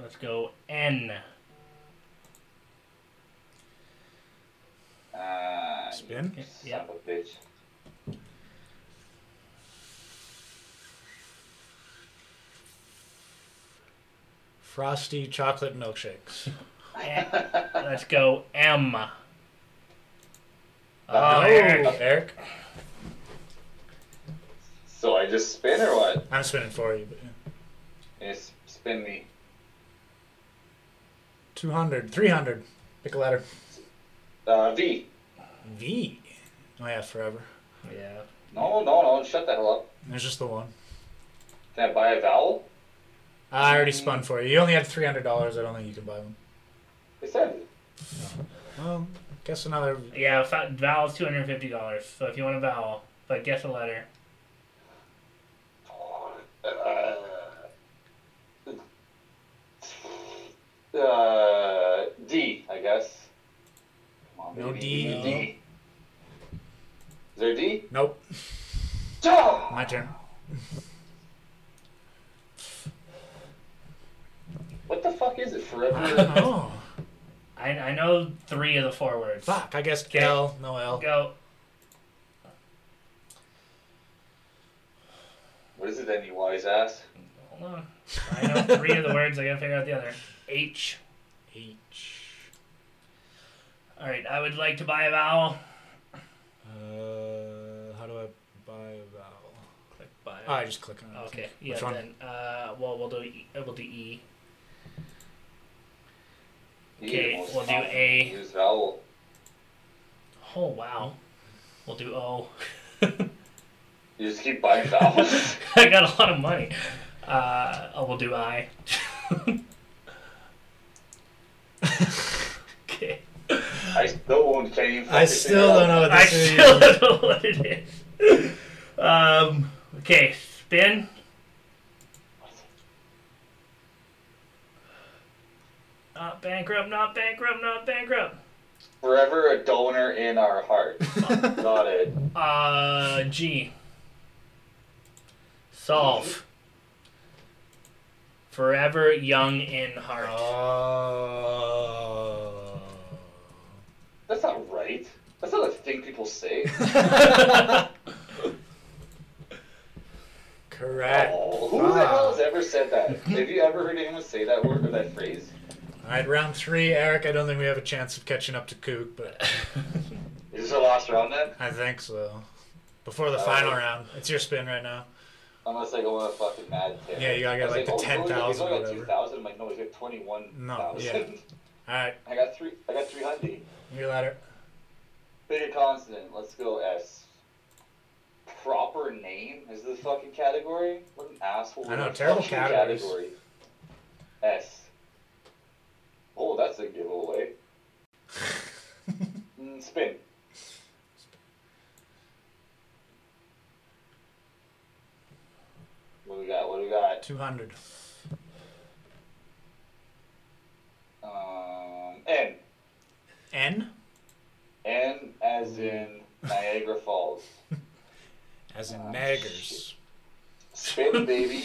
Speaker 2: Let's go N.
Speaker 3: Ah,
Speaker 1: Spin?
Speaker 3: you Son
Speaker 2: Yeah.
Speaker 3: of a bitch.
Speaker 1: Frosty chocolate milkshakes.
Speaker 2: Eh, Let's go M. Oh,
Speaker 3: Oh.
Speaker 2: Eric.
Speaker 1: Eric?
Speaker 3: So I just spin or what?
Speaker 1: I'm spinning for you. But yeah.
Speaker 3: Yes, spin me.
Speaker 1: 200, 300. Pick a letter.
Speaker 3: Uh, V.
Speaker 1: V. Oh, yeah, forever.
Speaker 2: Yeah.
Speaker 3: No, no, no. Shut the hell up.
Speaker 1: There's just the one.
Speaker 3: Can I buy a vowel?
Speaker 1: I already spun for you. You only had $300. I don't think you can buy one.
Speaker 3: They said.
Speaker 1: Well, guess another.
Speaker 2: Yeah, fa- vowel's two hundred fifty dollars. So if you want a vowel, but guess a letter.
Speaker 3: Uh, uh, D, I guess. Come on,
Speaker 1: No
Speaker 3: baby.
Speaker 1: D.
Speaker 3: D. Is there a D?
Speaker 1: Nope.
Speaker 3: Ah!
Speaker 1: My turn.
Speaker 3: What the fuck is it? Forever.
Speaker 1: oh,
Speaker 2: I, I know three of the four words.
Speaker 1: fuck. I guess L. No L.
Speaker 2: Go.
Speaker 3: what is it then, you wise ass?
Speaker 2: Hold on. I know three of the words. I gotta figure out the other. H.
Speaker 1: H.
Speaker 2: All right. I would like to buy a vowel.
Speaker 1: Uh, how do I buy a vowel?
Speaker 2: Click buy.
Speaker 1: Oh, I just click on it.
Speaker 2: Okay. Yeah.
Speaker 1: Which one?
Speaker 2: Then. Uh. Well, we'll do. E, uh, we'll do E.
Speaker 3: You
Speaker 2: Okay,
Speaker 3: the most
Speaker 2: we'll do
Speaker 3: common
Speaker 2: A.
Speaker 3: used vowel.
Speaker 2: Oh wow. We'll do O.
Speaker 3: You just keep buying vowels.
Speaker 2: I got a lot of money. Uh. Oh, we'll do I. okay.
Speaker 3: I still won't can't even
Speaker 1: I
Speaker 3: fucking
Speaker 1: still
Speaker 3: figure
Speaker 1: don't
Speaker 3: it
Speaker 1: know
Speaker 3: out.
Speaker 1: what
Speaker 2: I
Speaker 1: this is.
Speaker 2: still don't know what it is. Um. Okay. Spin. Not bankrupt. Not bankrupt. Not bankrupt.
Speaker 3: Forever a donor in our heart. Got it.
Speaker 2: Uh, G. Solve. Forever young in heart.
Speaker 1: Oh.
Speaker 3: That's not right. That's not a thing people say.
Speaker 1: Correct.
Speaker 3: Oh, who the hell has
Speaker 1: Fuck.
Speaker 3: ever said that? Have you ever heard anyone say that word or that phrase?
Speaker 1: All right, round three, Eric. I don't think we have a chance of catching up to Kook, but
Speaker 3: Is this the last round then?
Speaker 1: I think so. Before the
Speaker 3: Uh,
Speaker 1: final round, it's your spin right now.
Speaker 3: Unless I go on a fucking mad tear.
Speaker 1: Yeah, you gotta get,
Speaker 3: I was
Speaker 1: like, the
Speaker 3: oh, he's only-
Speaker 1: 10,000
Speaker 3: He's only
Speaker 1: or
Speaker 3: got
Speaker 1: whatever.
Speaker 3: two thousand. I'm like, no, he's got twenty-one thousand.
Speaker 1: No, All right,
Speaker 3: I got three. I got three hundred.
Speaker 1: your letter.
Speaker 3: Bigger consonant. Let's go S. Proper name is the fucking category. What an asshole!
Speaker 1: I know,
Speaker 3: What a
Speaker 1: terrible
Speaker 3: fucking
Speaker 1: categories.
Speaker 3: category. S. Oh, that's a giveaway. mm, spin. What do we got? What do we got?
Speaker 1: Two hundred.
Speaker 3: Um, N.
Speaker 1: N,
Speaker 3: N as in Niagara Falls.
Speaker 1: as in
Speaker 3: Ah,
Speaker 1: naggers.
Speaker 3: Spin, baby.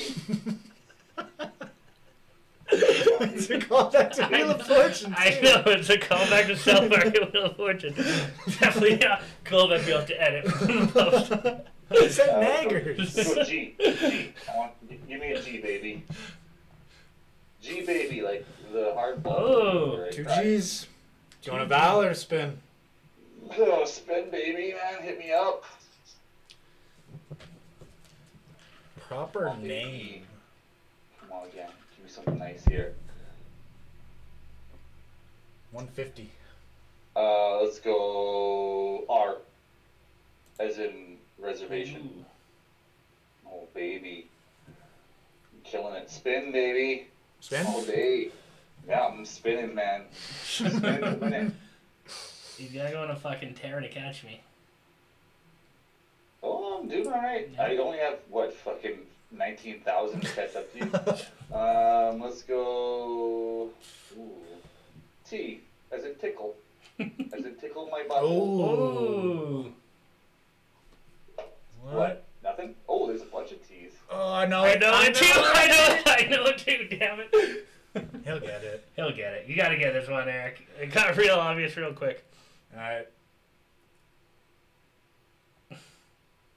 Speaker 1: What's it called? That's a Wheel of Fortune.
Speaker 2: I
Speaker 1: too.
Speaker 2: know it's a callback to South Park and Wheel of Fortune. Definitely not callback. You'll have to edit.
Speaker 1: It said
Speaker 3: Uh,
Speaker 1: naggers.
Speaker 3: Go G. G. I want, g- give me a G, baby. G, baby, like the hard ball.
Speaker 2: Oh,
Speaker 3: Right,
Speaker 1: Two
Speaker 3: right.
Speaker 1: G's. Do you want a vowel or a spin?
Speaker 3: Oh, spin, baby, man. Hit me up.
Speaker 1: Proper
Speaker 3: Fucking
Speaker 1: name.
Speaker 3: E. Come on again. Give me something nice here.
Speaker 1: One fifty.
Speaker 3: Uh, let's go R. As in reservation.
Speaker 2: Ooh.
Speaker 3: Oh, baby. I'm killing it. Spin, baby.
Speaker 1: Spin.
Speaker 3: All day. Yeah, I'm spinning, man. Spinning, winning.
Speaker 2: He's gonna go on a fucking tear to catch me.
Speaker 3: Oh, I'm doing all right. I only have what fucking nineteen thousand to catch up to you. um, let's go. Ooh. T as in tickle, as in tickle my butthole.
Speaker 1: Oh.
Speaker 2: Ooh.
Speaker 1: What?
Speaker 3: Nothing. Oh, there's a bunch of T's.
Speaker 1: Oh, I know
Speaker 2: I
Speaker 1: it.
Speaker 2: know it too. I know. I know it too. Damn it.
Speaker 1: He'll get it.
Speaker 2: He'll get it. You gotta get this one, Eric. It got real obvious real quick.
Speaker 1: All right.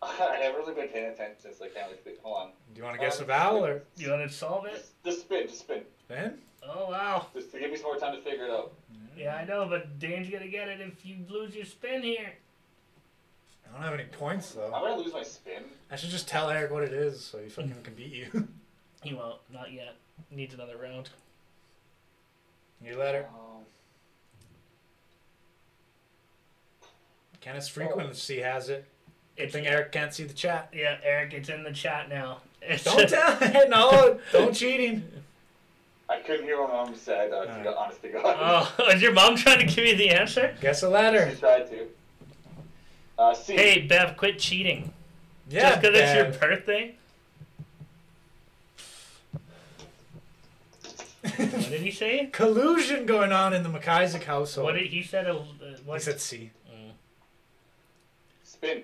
Speaker 3: I haven't really been paying attention, so I can't really think. Hold on. Um,
Speaker 1: Do you want to guess a vowel or
Speaker 2: You wanna solve it?
Speaker 3: Just, just spin, just spin,
Speaker 1: spin?
Speaker 2: Oh wow.
Speaker 3: just to give me some more time to figure it out.
Speaker 2: Yeah, I know, but Dan's gonna get it if you lose your spin here.
Speaker 1: I don't have any points
Speaker 3: I'm
Speaker 1: though.
Speaker 3: gonna lose my spin.
Speaker 1: I should just tell Eric what it is so he fucking can beat you.
Speaker 2: He won't. Not yet. Needs another round.
Speaker 1: Your letter.
Speaker 3: Um,
Speaker 1: Kenneth's frequency has it. Good
Speaker 2: It's
Speaker 1: thing Eric can't see the chat.
Speaker 2: yeah, Eric. It's in the chat now. It's
Speaker 1: Don't tell. no, don't cheating.
Speaker 3: I couldn't hear what my mom said. Uh, to
Speaker 1: Alright.
Speaker 3: go- honest to God,
Speaker 2: Oh, is your mom trying to give you the answer?
Speaker 1: Guess a
Speaker 3: she
Speaker 1: letter.
Speaker 3: tried to. Uh, C.
Speaker 2: Hey, Bev, quit cheating.
Speaker 1: Yeah.
Speaker 2: Just because it's your
Speaker 1: bad.
Speaker 2: birthday. What did he say?
Speaker 1: Collusion going on in the McIsaac household.
Speaker 2: What did he said? A, uh, what?
Speaker 1: he said C.
Speaker 3: Spin.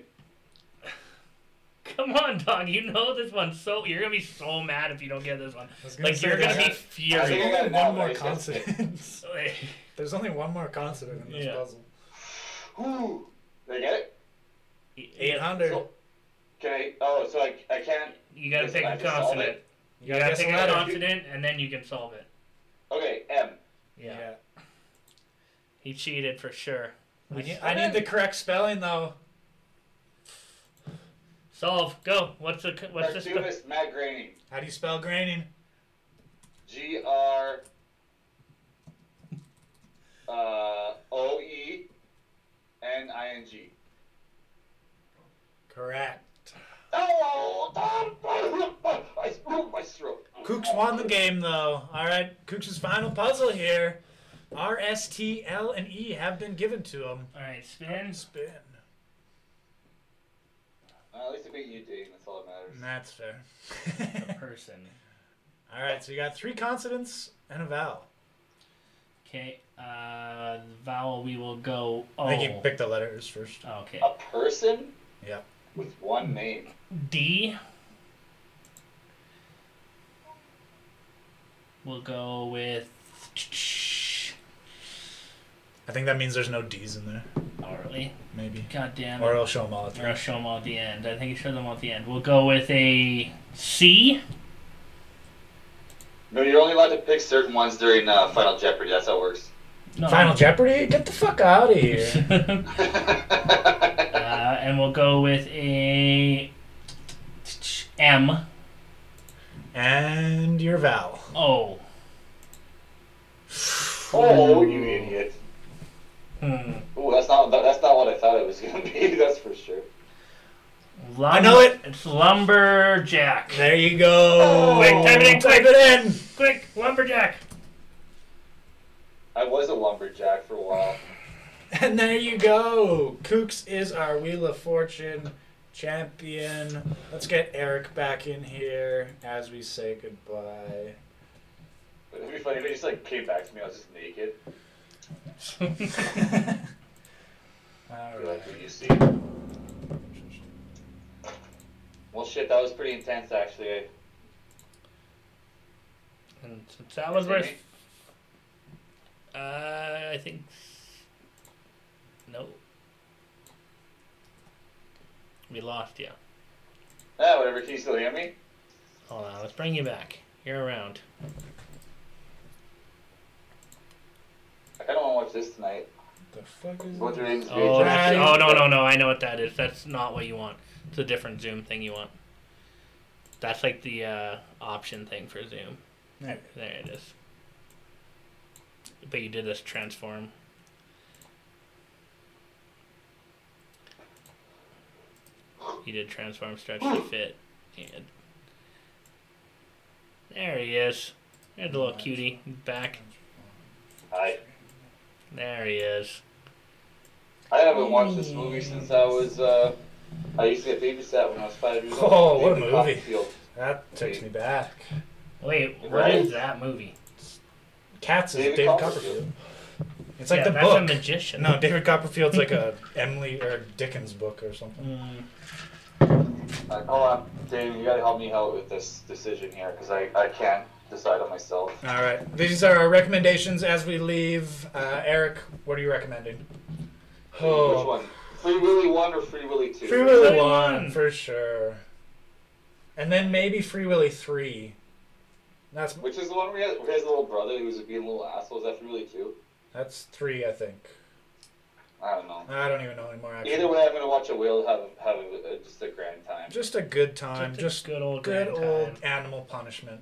Speaker 2: Come on, dog. You know this one. So you're gonna be so mad if you don't get this one.
Speaker 1: I was gonna
Speaker 2: Like
Speaker 1: say
Speaker 2: you're
Speaker 1: there's
Speaker 2: gonna be
Speaker 3: I
Speaker 1: There's
Speaker 2: furious.
Speaker 3: think got
Speaker 1: only
Speaker 3: it now,
Speaker 1: one more
Speaker 3: but I guess-
Speaker 1: consonant. There's only one more consonant in this
Speaker 2: Yeah.
Speaker 1: puzzle.
Speaker 3: Ooh. Did I get it?
Speaker 1: Eight
Speaker 2: Yeah,
Speaker 1: hundred.
Speaker 3: So- Okay. Oh, so I, I can't.
Speaker 2: you gotta pick
Speaker 3: I
Speaker 2: a
Speaker 3: just solved
Speaker 2: consonant.
Speaker 3: it.
Speaker 2: You gotta
Speaker 1: guess
Speaker 2: pick
Speaker 1: a
Speaker 2: a
Speaker 1: letter.
Speaker 2: consonant, and then you can solve it.
Speaker 3: Okay. M.
Speaker 2: Yeah. He cheated for sure.
Speaker 1: I need, I need the correct spelling though.
Speaker 2: Solve. Go. What's the co- what's the spe-
Speaker 3: Cartoonist Matt Groening.
Speaker 1: How do you spell graining?
Speaker 3: G R. Uh, O E. N I N G.
Speaker 1: Correct.
Speaker 3: Oh, Tom! I spooked my throat.
Speaker 1: Kooks won the game though. All right, Kooks' final puzzle here. R, S, T, L, and E have been given to him.
Speaker 2: All right, spin.
Speaker 1: Spin.
Speaker 3: Uh, at least I beat you, Dane. That's all that matters.
Speaker 1: That's fair.
Speaker 2: Person.
Speaker 1: All right, so you got three consonants and a vowel.
Speaker 2: Okay. Uh, vowel. We will go. O.
Speaker 1: I think you picked the letters first.
Speaker 2: Okay.
Speaker 3: A person
Speaker 1: Yep.
Speaker 3: with one name.
Speaker 2: D. We'll go with.
Speaker 1: I think that means there's no D's in there,
Speaker 2: Oh, really?
Speaker 1: maybe.
Speaker 2: God damn it.
Speaker 1: Or it'll show them all at
Speaker 2: We're
Speaker 1: three.
Speaker 2: gonna show them all at the end. I think you show them all at the end. We'll go with a C.
Speaker 3: No, you're only allowed to pick certain ones during uh, Final Jeopardy. That's how it works.
Speaker 2: No.
Speaker 1: Final Jeopardy? Get the fuck out of here.
Speaker 2: uh,
Speaker 1: Uh,
Speaker 2: and we'll go with a M
Speaker 1: and your vowel.
Speaker 2: O.
Speaker 3: oh, you idiot.
Speaker 2: Hmm.
Speaker 3: Ooh, that's not that, that's not what I thought it was gonna be. That's for sure.
Speaker 2: Lum-
Speaker 1: I know it.
Speaker 2: It's lumberjack.
Speaker 1: There you
Speaker 3: Oh.
Speaker 1: go.
Speaker 2: Quick, type it in,
Speaker 1: Type
Speaker 2: quick.
Speaker 1: it in.
Speaker 2: Quick, lumberjack.
Speaker 3: I was a lumberjack for a while.
Speaker 1: And there you go. Kooks is our Wheel of Fortune champion. Let's get Eric back in here as we say goodbye.
Speaker 3: But it'd be funny if he just like came back to me. I was just naked.
Speaker 1: All
Speaker 3: Be like,
Speaker 1: right.
Speaker 3: "What do you see? Well, shit, that was pretty intense, actually. eh?
Speaker 2: And since that was worth, uh, I think no, we lost you.
Speaker 3: Ah, whatever. Can you still hear me?
Speaker 2: Hold on, let's bring you back. You're around.
Speaker 3: I kind of want to watch this tonight.
Speaker 1: The fuck is
Speaker 3: Go through
Speaker 1: this?
Speaker 3: things.
Speaker 2: Oh,
Speaker 1: Right.
Speaker 2: that's, oh no no no! I know what that is. That's not what you want. It's a different Zoom thing you want. That's like the uh, option thing for Zoom.
Speaker 1: There.
Speaker 2: There it is. But you did this transform. You did transform, stretch to fit, and there he is. There's a little cutie back.
Speaker 3: Hi.
Speaker 2: There he is.
Speaker 3: I haven't watched this movie since I was. uh I used to get babysat when I was five years old.
Speaker 1: Oh, what a
Speaker 3: David
Speaker 1: movie.
Speaker 3: Copperfield.
Speaker 1: That takes me back.
Speaker 2: Wait, what
Speaker 3: Right?
Speaker 2: is that movie?
Speaker 1: Cats is
Speaker 3: David
Speaker 1: David Copperfield.
Speaker 3: Copperfield.
Speaker 1: It's like
Speaker 2: Yeah,
Speaker 1: the
Speaker 2: that's
Speaker 1: book.
Speaker 2: a magician.
Speaker 1: no, David Copperfield's like a Emily or Dickens book or something.
Speaker 2: Mm,
Speaker 3: Uh, hold on, Dave, you gotta help me out with this decision here, because I, I can't decide on myself.
Speaker 1: All right. These are our recommendations as we leave. Uh, Eric, what are you recommending?
Speaker 3: Which one? Free Willy 1 or Free Willy 2?
Speaker 1: Oh. Free Willy
Speaker 2: Willy
Speaker 1: one,
Speaker 2: one.
Speaker 1: for sure, and then maybe Free Willy three. That's
Speaker 3: Which is the one where he has, where his little brother who was being a little asshole. Is that Free Willy 2?
Speaker 1: that's three, I think.
Speaker 3: I don't know.
Speaker 1: I don't even know anymore. Actually,
Speaker 3: Either way, I'm gonna watch a whale have, have a, a- just a grand time.
Speaker 1: just a good time,
Speaker 2: Just a
Speaker 1: just,
Speaker 2: good old
Speaker 1: good
Speaker 2: grand
Speaker 1: old
Speaker 2: time.
Speaker 1: animal punishment.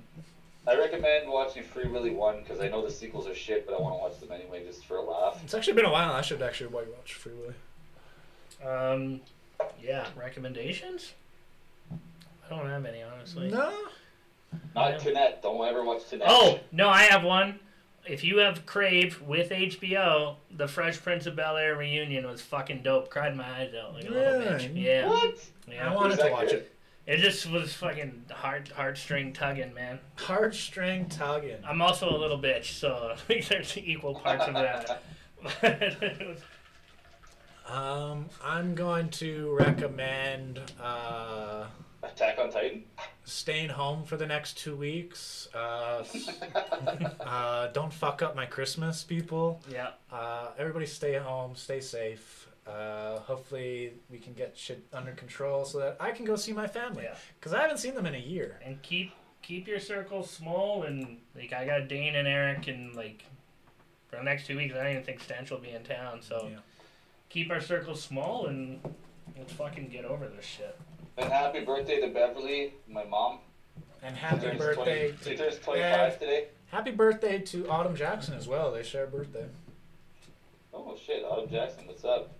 Speaker 3: I recommend watching Free Willy 1, because I know the sequels are shit, but I want to watch them anyway just for a laugh.
Speaker 1: It's actually been a while. I should actually white watch Free Willy.
Speaker 2: um, yeah, recommendations? I don't have any, honestly.
Speaker 1: No,
Speaker 3: Not Toonette. Don't ever watch Toonette.
Speaker 2: Oh no, I have one. If you have Crave with HBO, the Fresh Prince of Bel Air reunion was fucking dope. Cried my eyes out like a little
Speaker 1: Really?
Speaker 2: bitch. Yeah,
Speaker 3: What?
Speaker 2: yeah.
Speaker 1: I wanted
Speaker 3: Is that
Speaker 1: to watch
Speaker 3: good?
Speaker 1: it.
Speaker 2: It just was fucking heart heartstring tugging, man.
Speaker 1: Heartstring tugging.
Speaker 2: I'm also a little bitch, so I think there's equal parts of that.
Speaker 1: Um, I'm going to recommend uh,
Speaker 3: Attack on Titan.
Speaker 1: staying home for the next two weeks. Uh, uh, don't fuck up my Christmas, people.
Speaker 2: yeah.
Speaker 1: Uh, everybody stay home, stay safe. Uh, hopefully, we can get shit under control so that I can go see my family.
Speaker 2: Yeah.
Speaker 1: Because I haven't seen them in a year.
Speaker 2: and keep keep your circle small and like I got Dane and Eric and like for the next two weeks I don't even think Stench will be in town so
Speaker 1: Yeah.
Speaker 2: keep our circle small and let's fucking get over this shit.
Speaker 3: And happy birthday to Beverly, my mom.
Speaker 1: And happy
Speaker 3: She turns
Speaker 1: birthday
Speaker 3: 20
Speaker 1: to
Speaker 3: she turns 25
Speaker 1: Bev.
Speaker 3: today.
Speaker 1: Happy birthday to Autumn Jackson as well. They share a birthday.
Speaker 3: Oh shit, Autumn Jackson, what's up?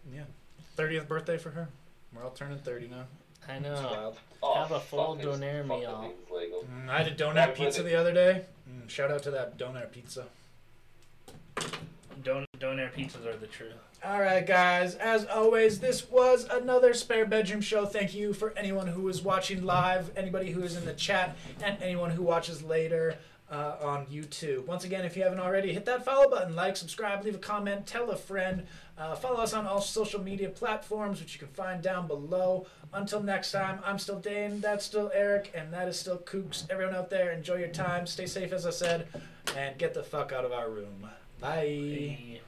Speaker 1: 30th birthday for her. We're all turning 30 now. Uh,
Speaker 2: I
Speaker 1: It's
Speaker 2: know.
Speaker 1: wild.
Speaker 3: Oh,
Speaker 2: Have a
Speaker 3: fuck,
Speaker 2: full
Speaker 3: I just
Speaker 2: donair
Speaker 3: fucked the
Speaker 2: meal.
Speaker 3: thing's Lego.
Speaker 1: Mm, I had a
Speaker 3: Happy
Speaker 1: donut pizza
Speaker 3: birthday.
Speaker 1: the other day. Mm, shout out to that donut pizza.
Speaker 2: Don donair pizzas are the truth.
Speaker 1: All right, guys. As always, this was another spare bedroom show. Thank you for anyone who is watching live, anybody who is in the chat, and anyone who watches later uh, on YouTube. Once again, if you haven't already, hit that follow button, like, subscribe, leave a comment, tell a friend. Uh, follow us on all social media platforms, which you can find down below. Until next time, I'm still Dane, that's still Eric, and that is still Kooks. Everyone out there, enjoy your time, stay safe, as I said, and get the fuck out of our room. Bye.
Speaker 2: Hey.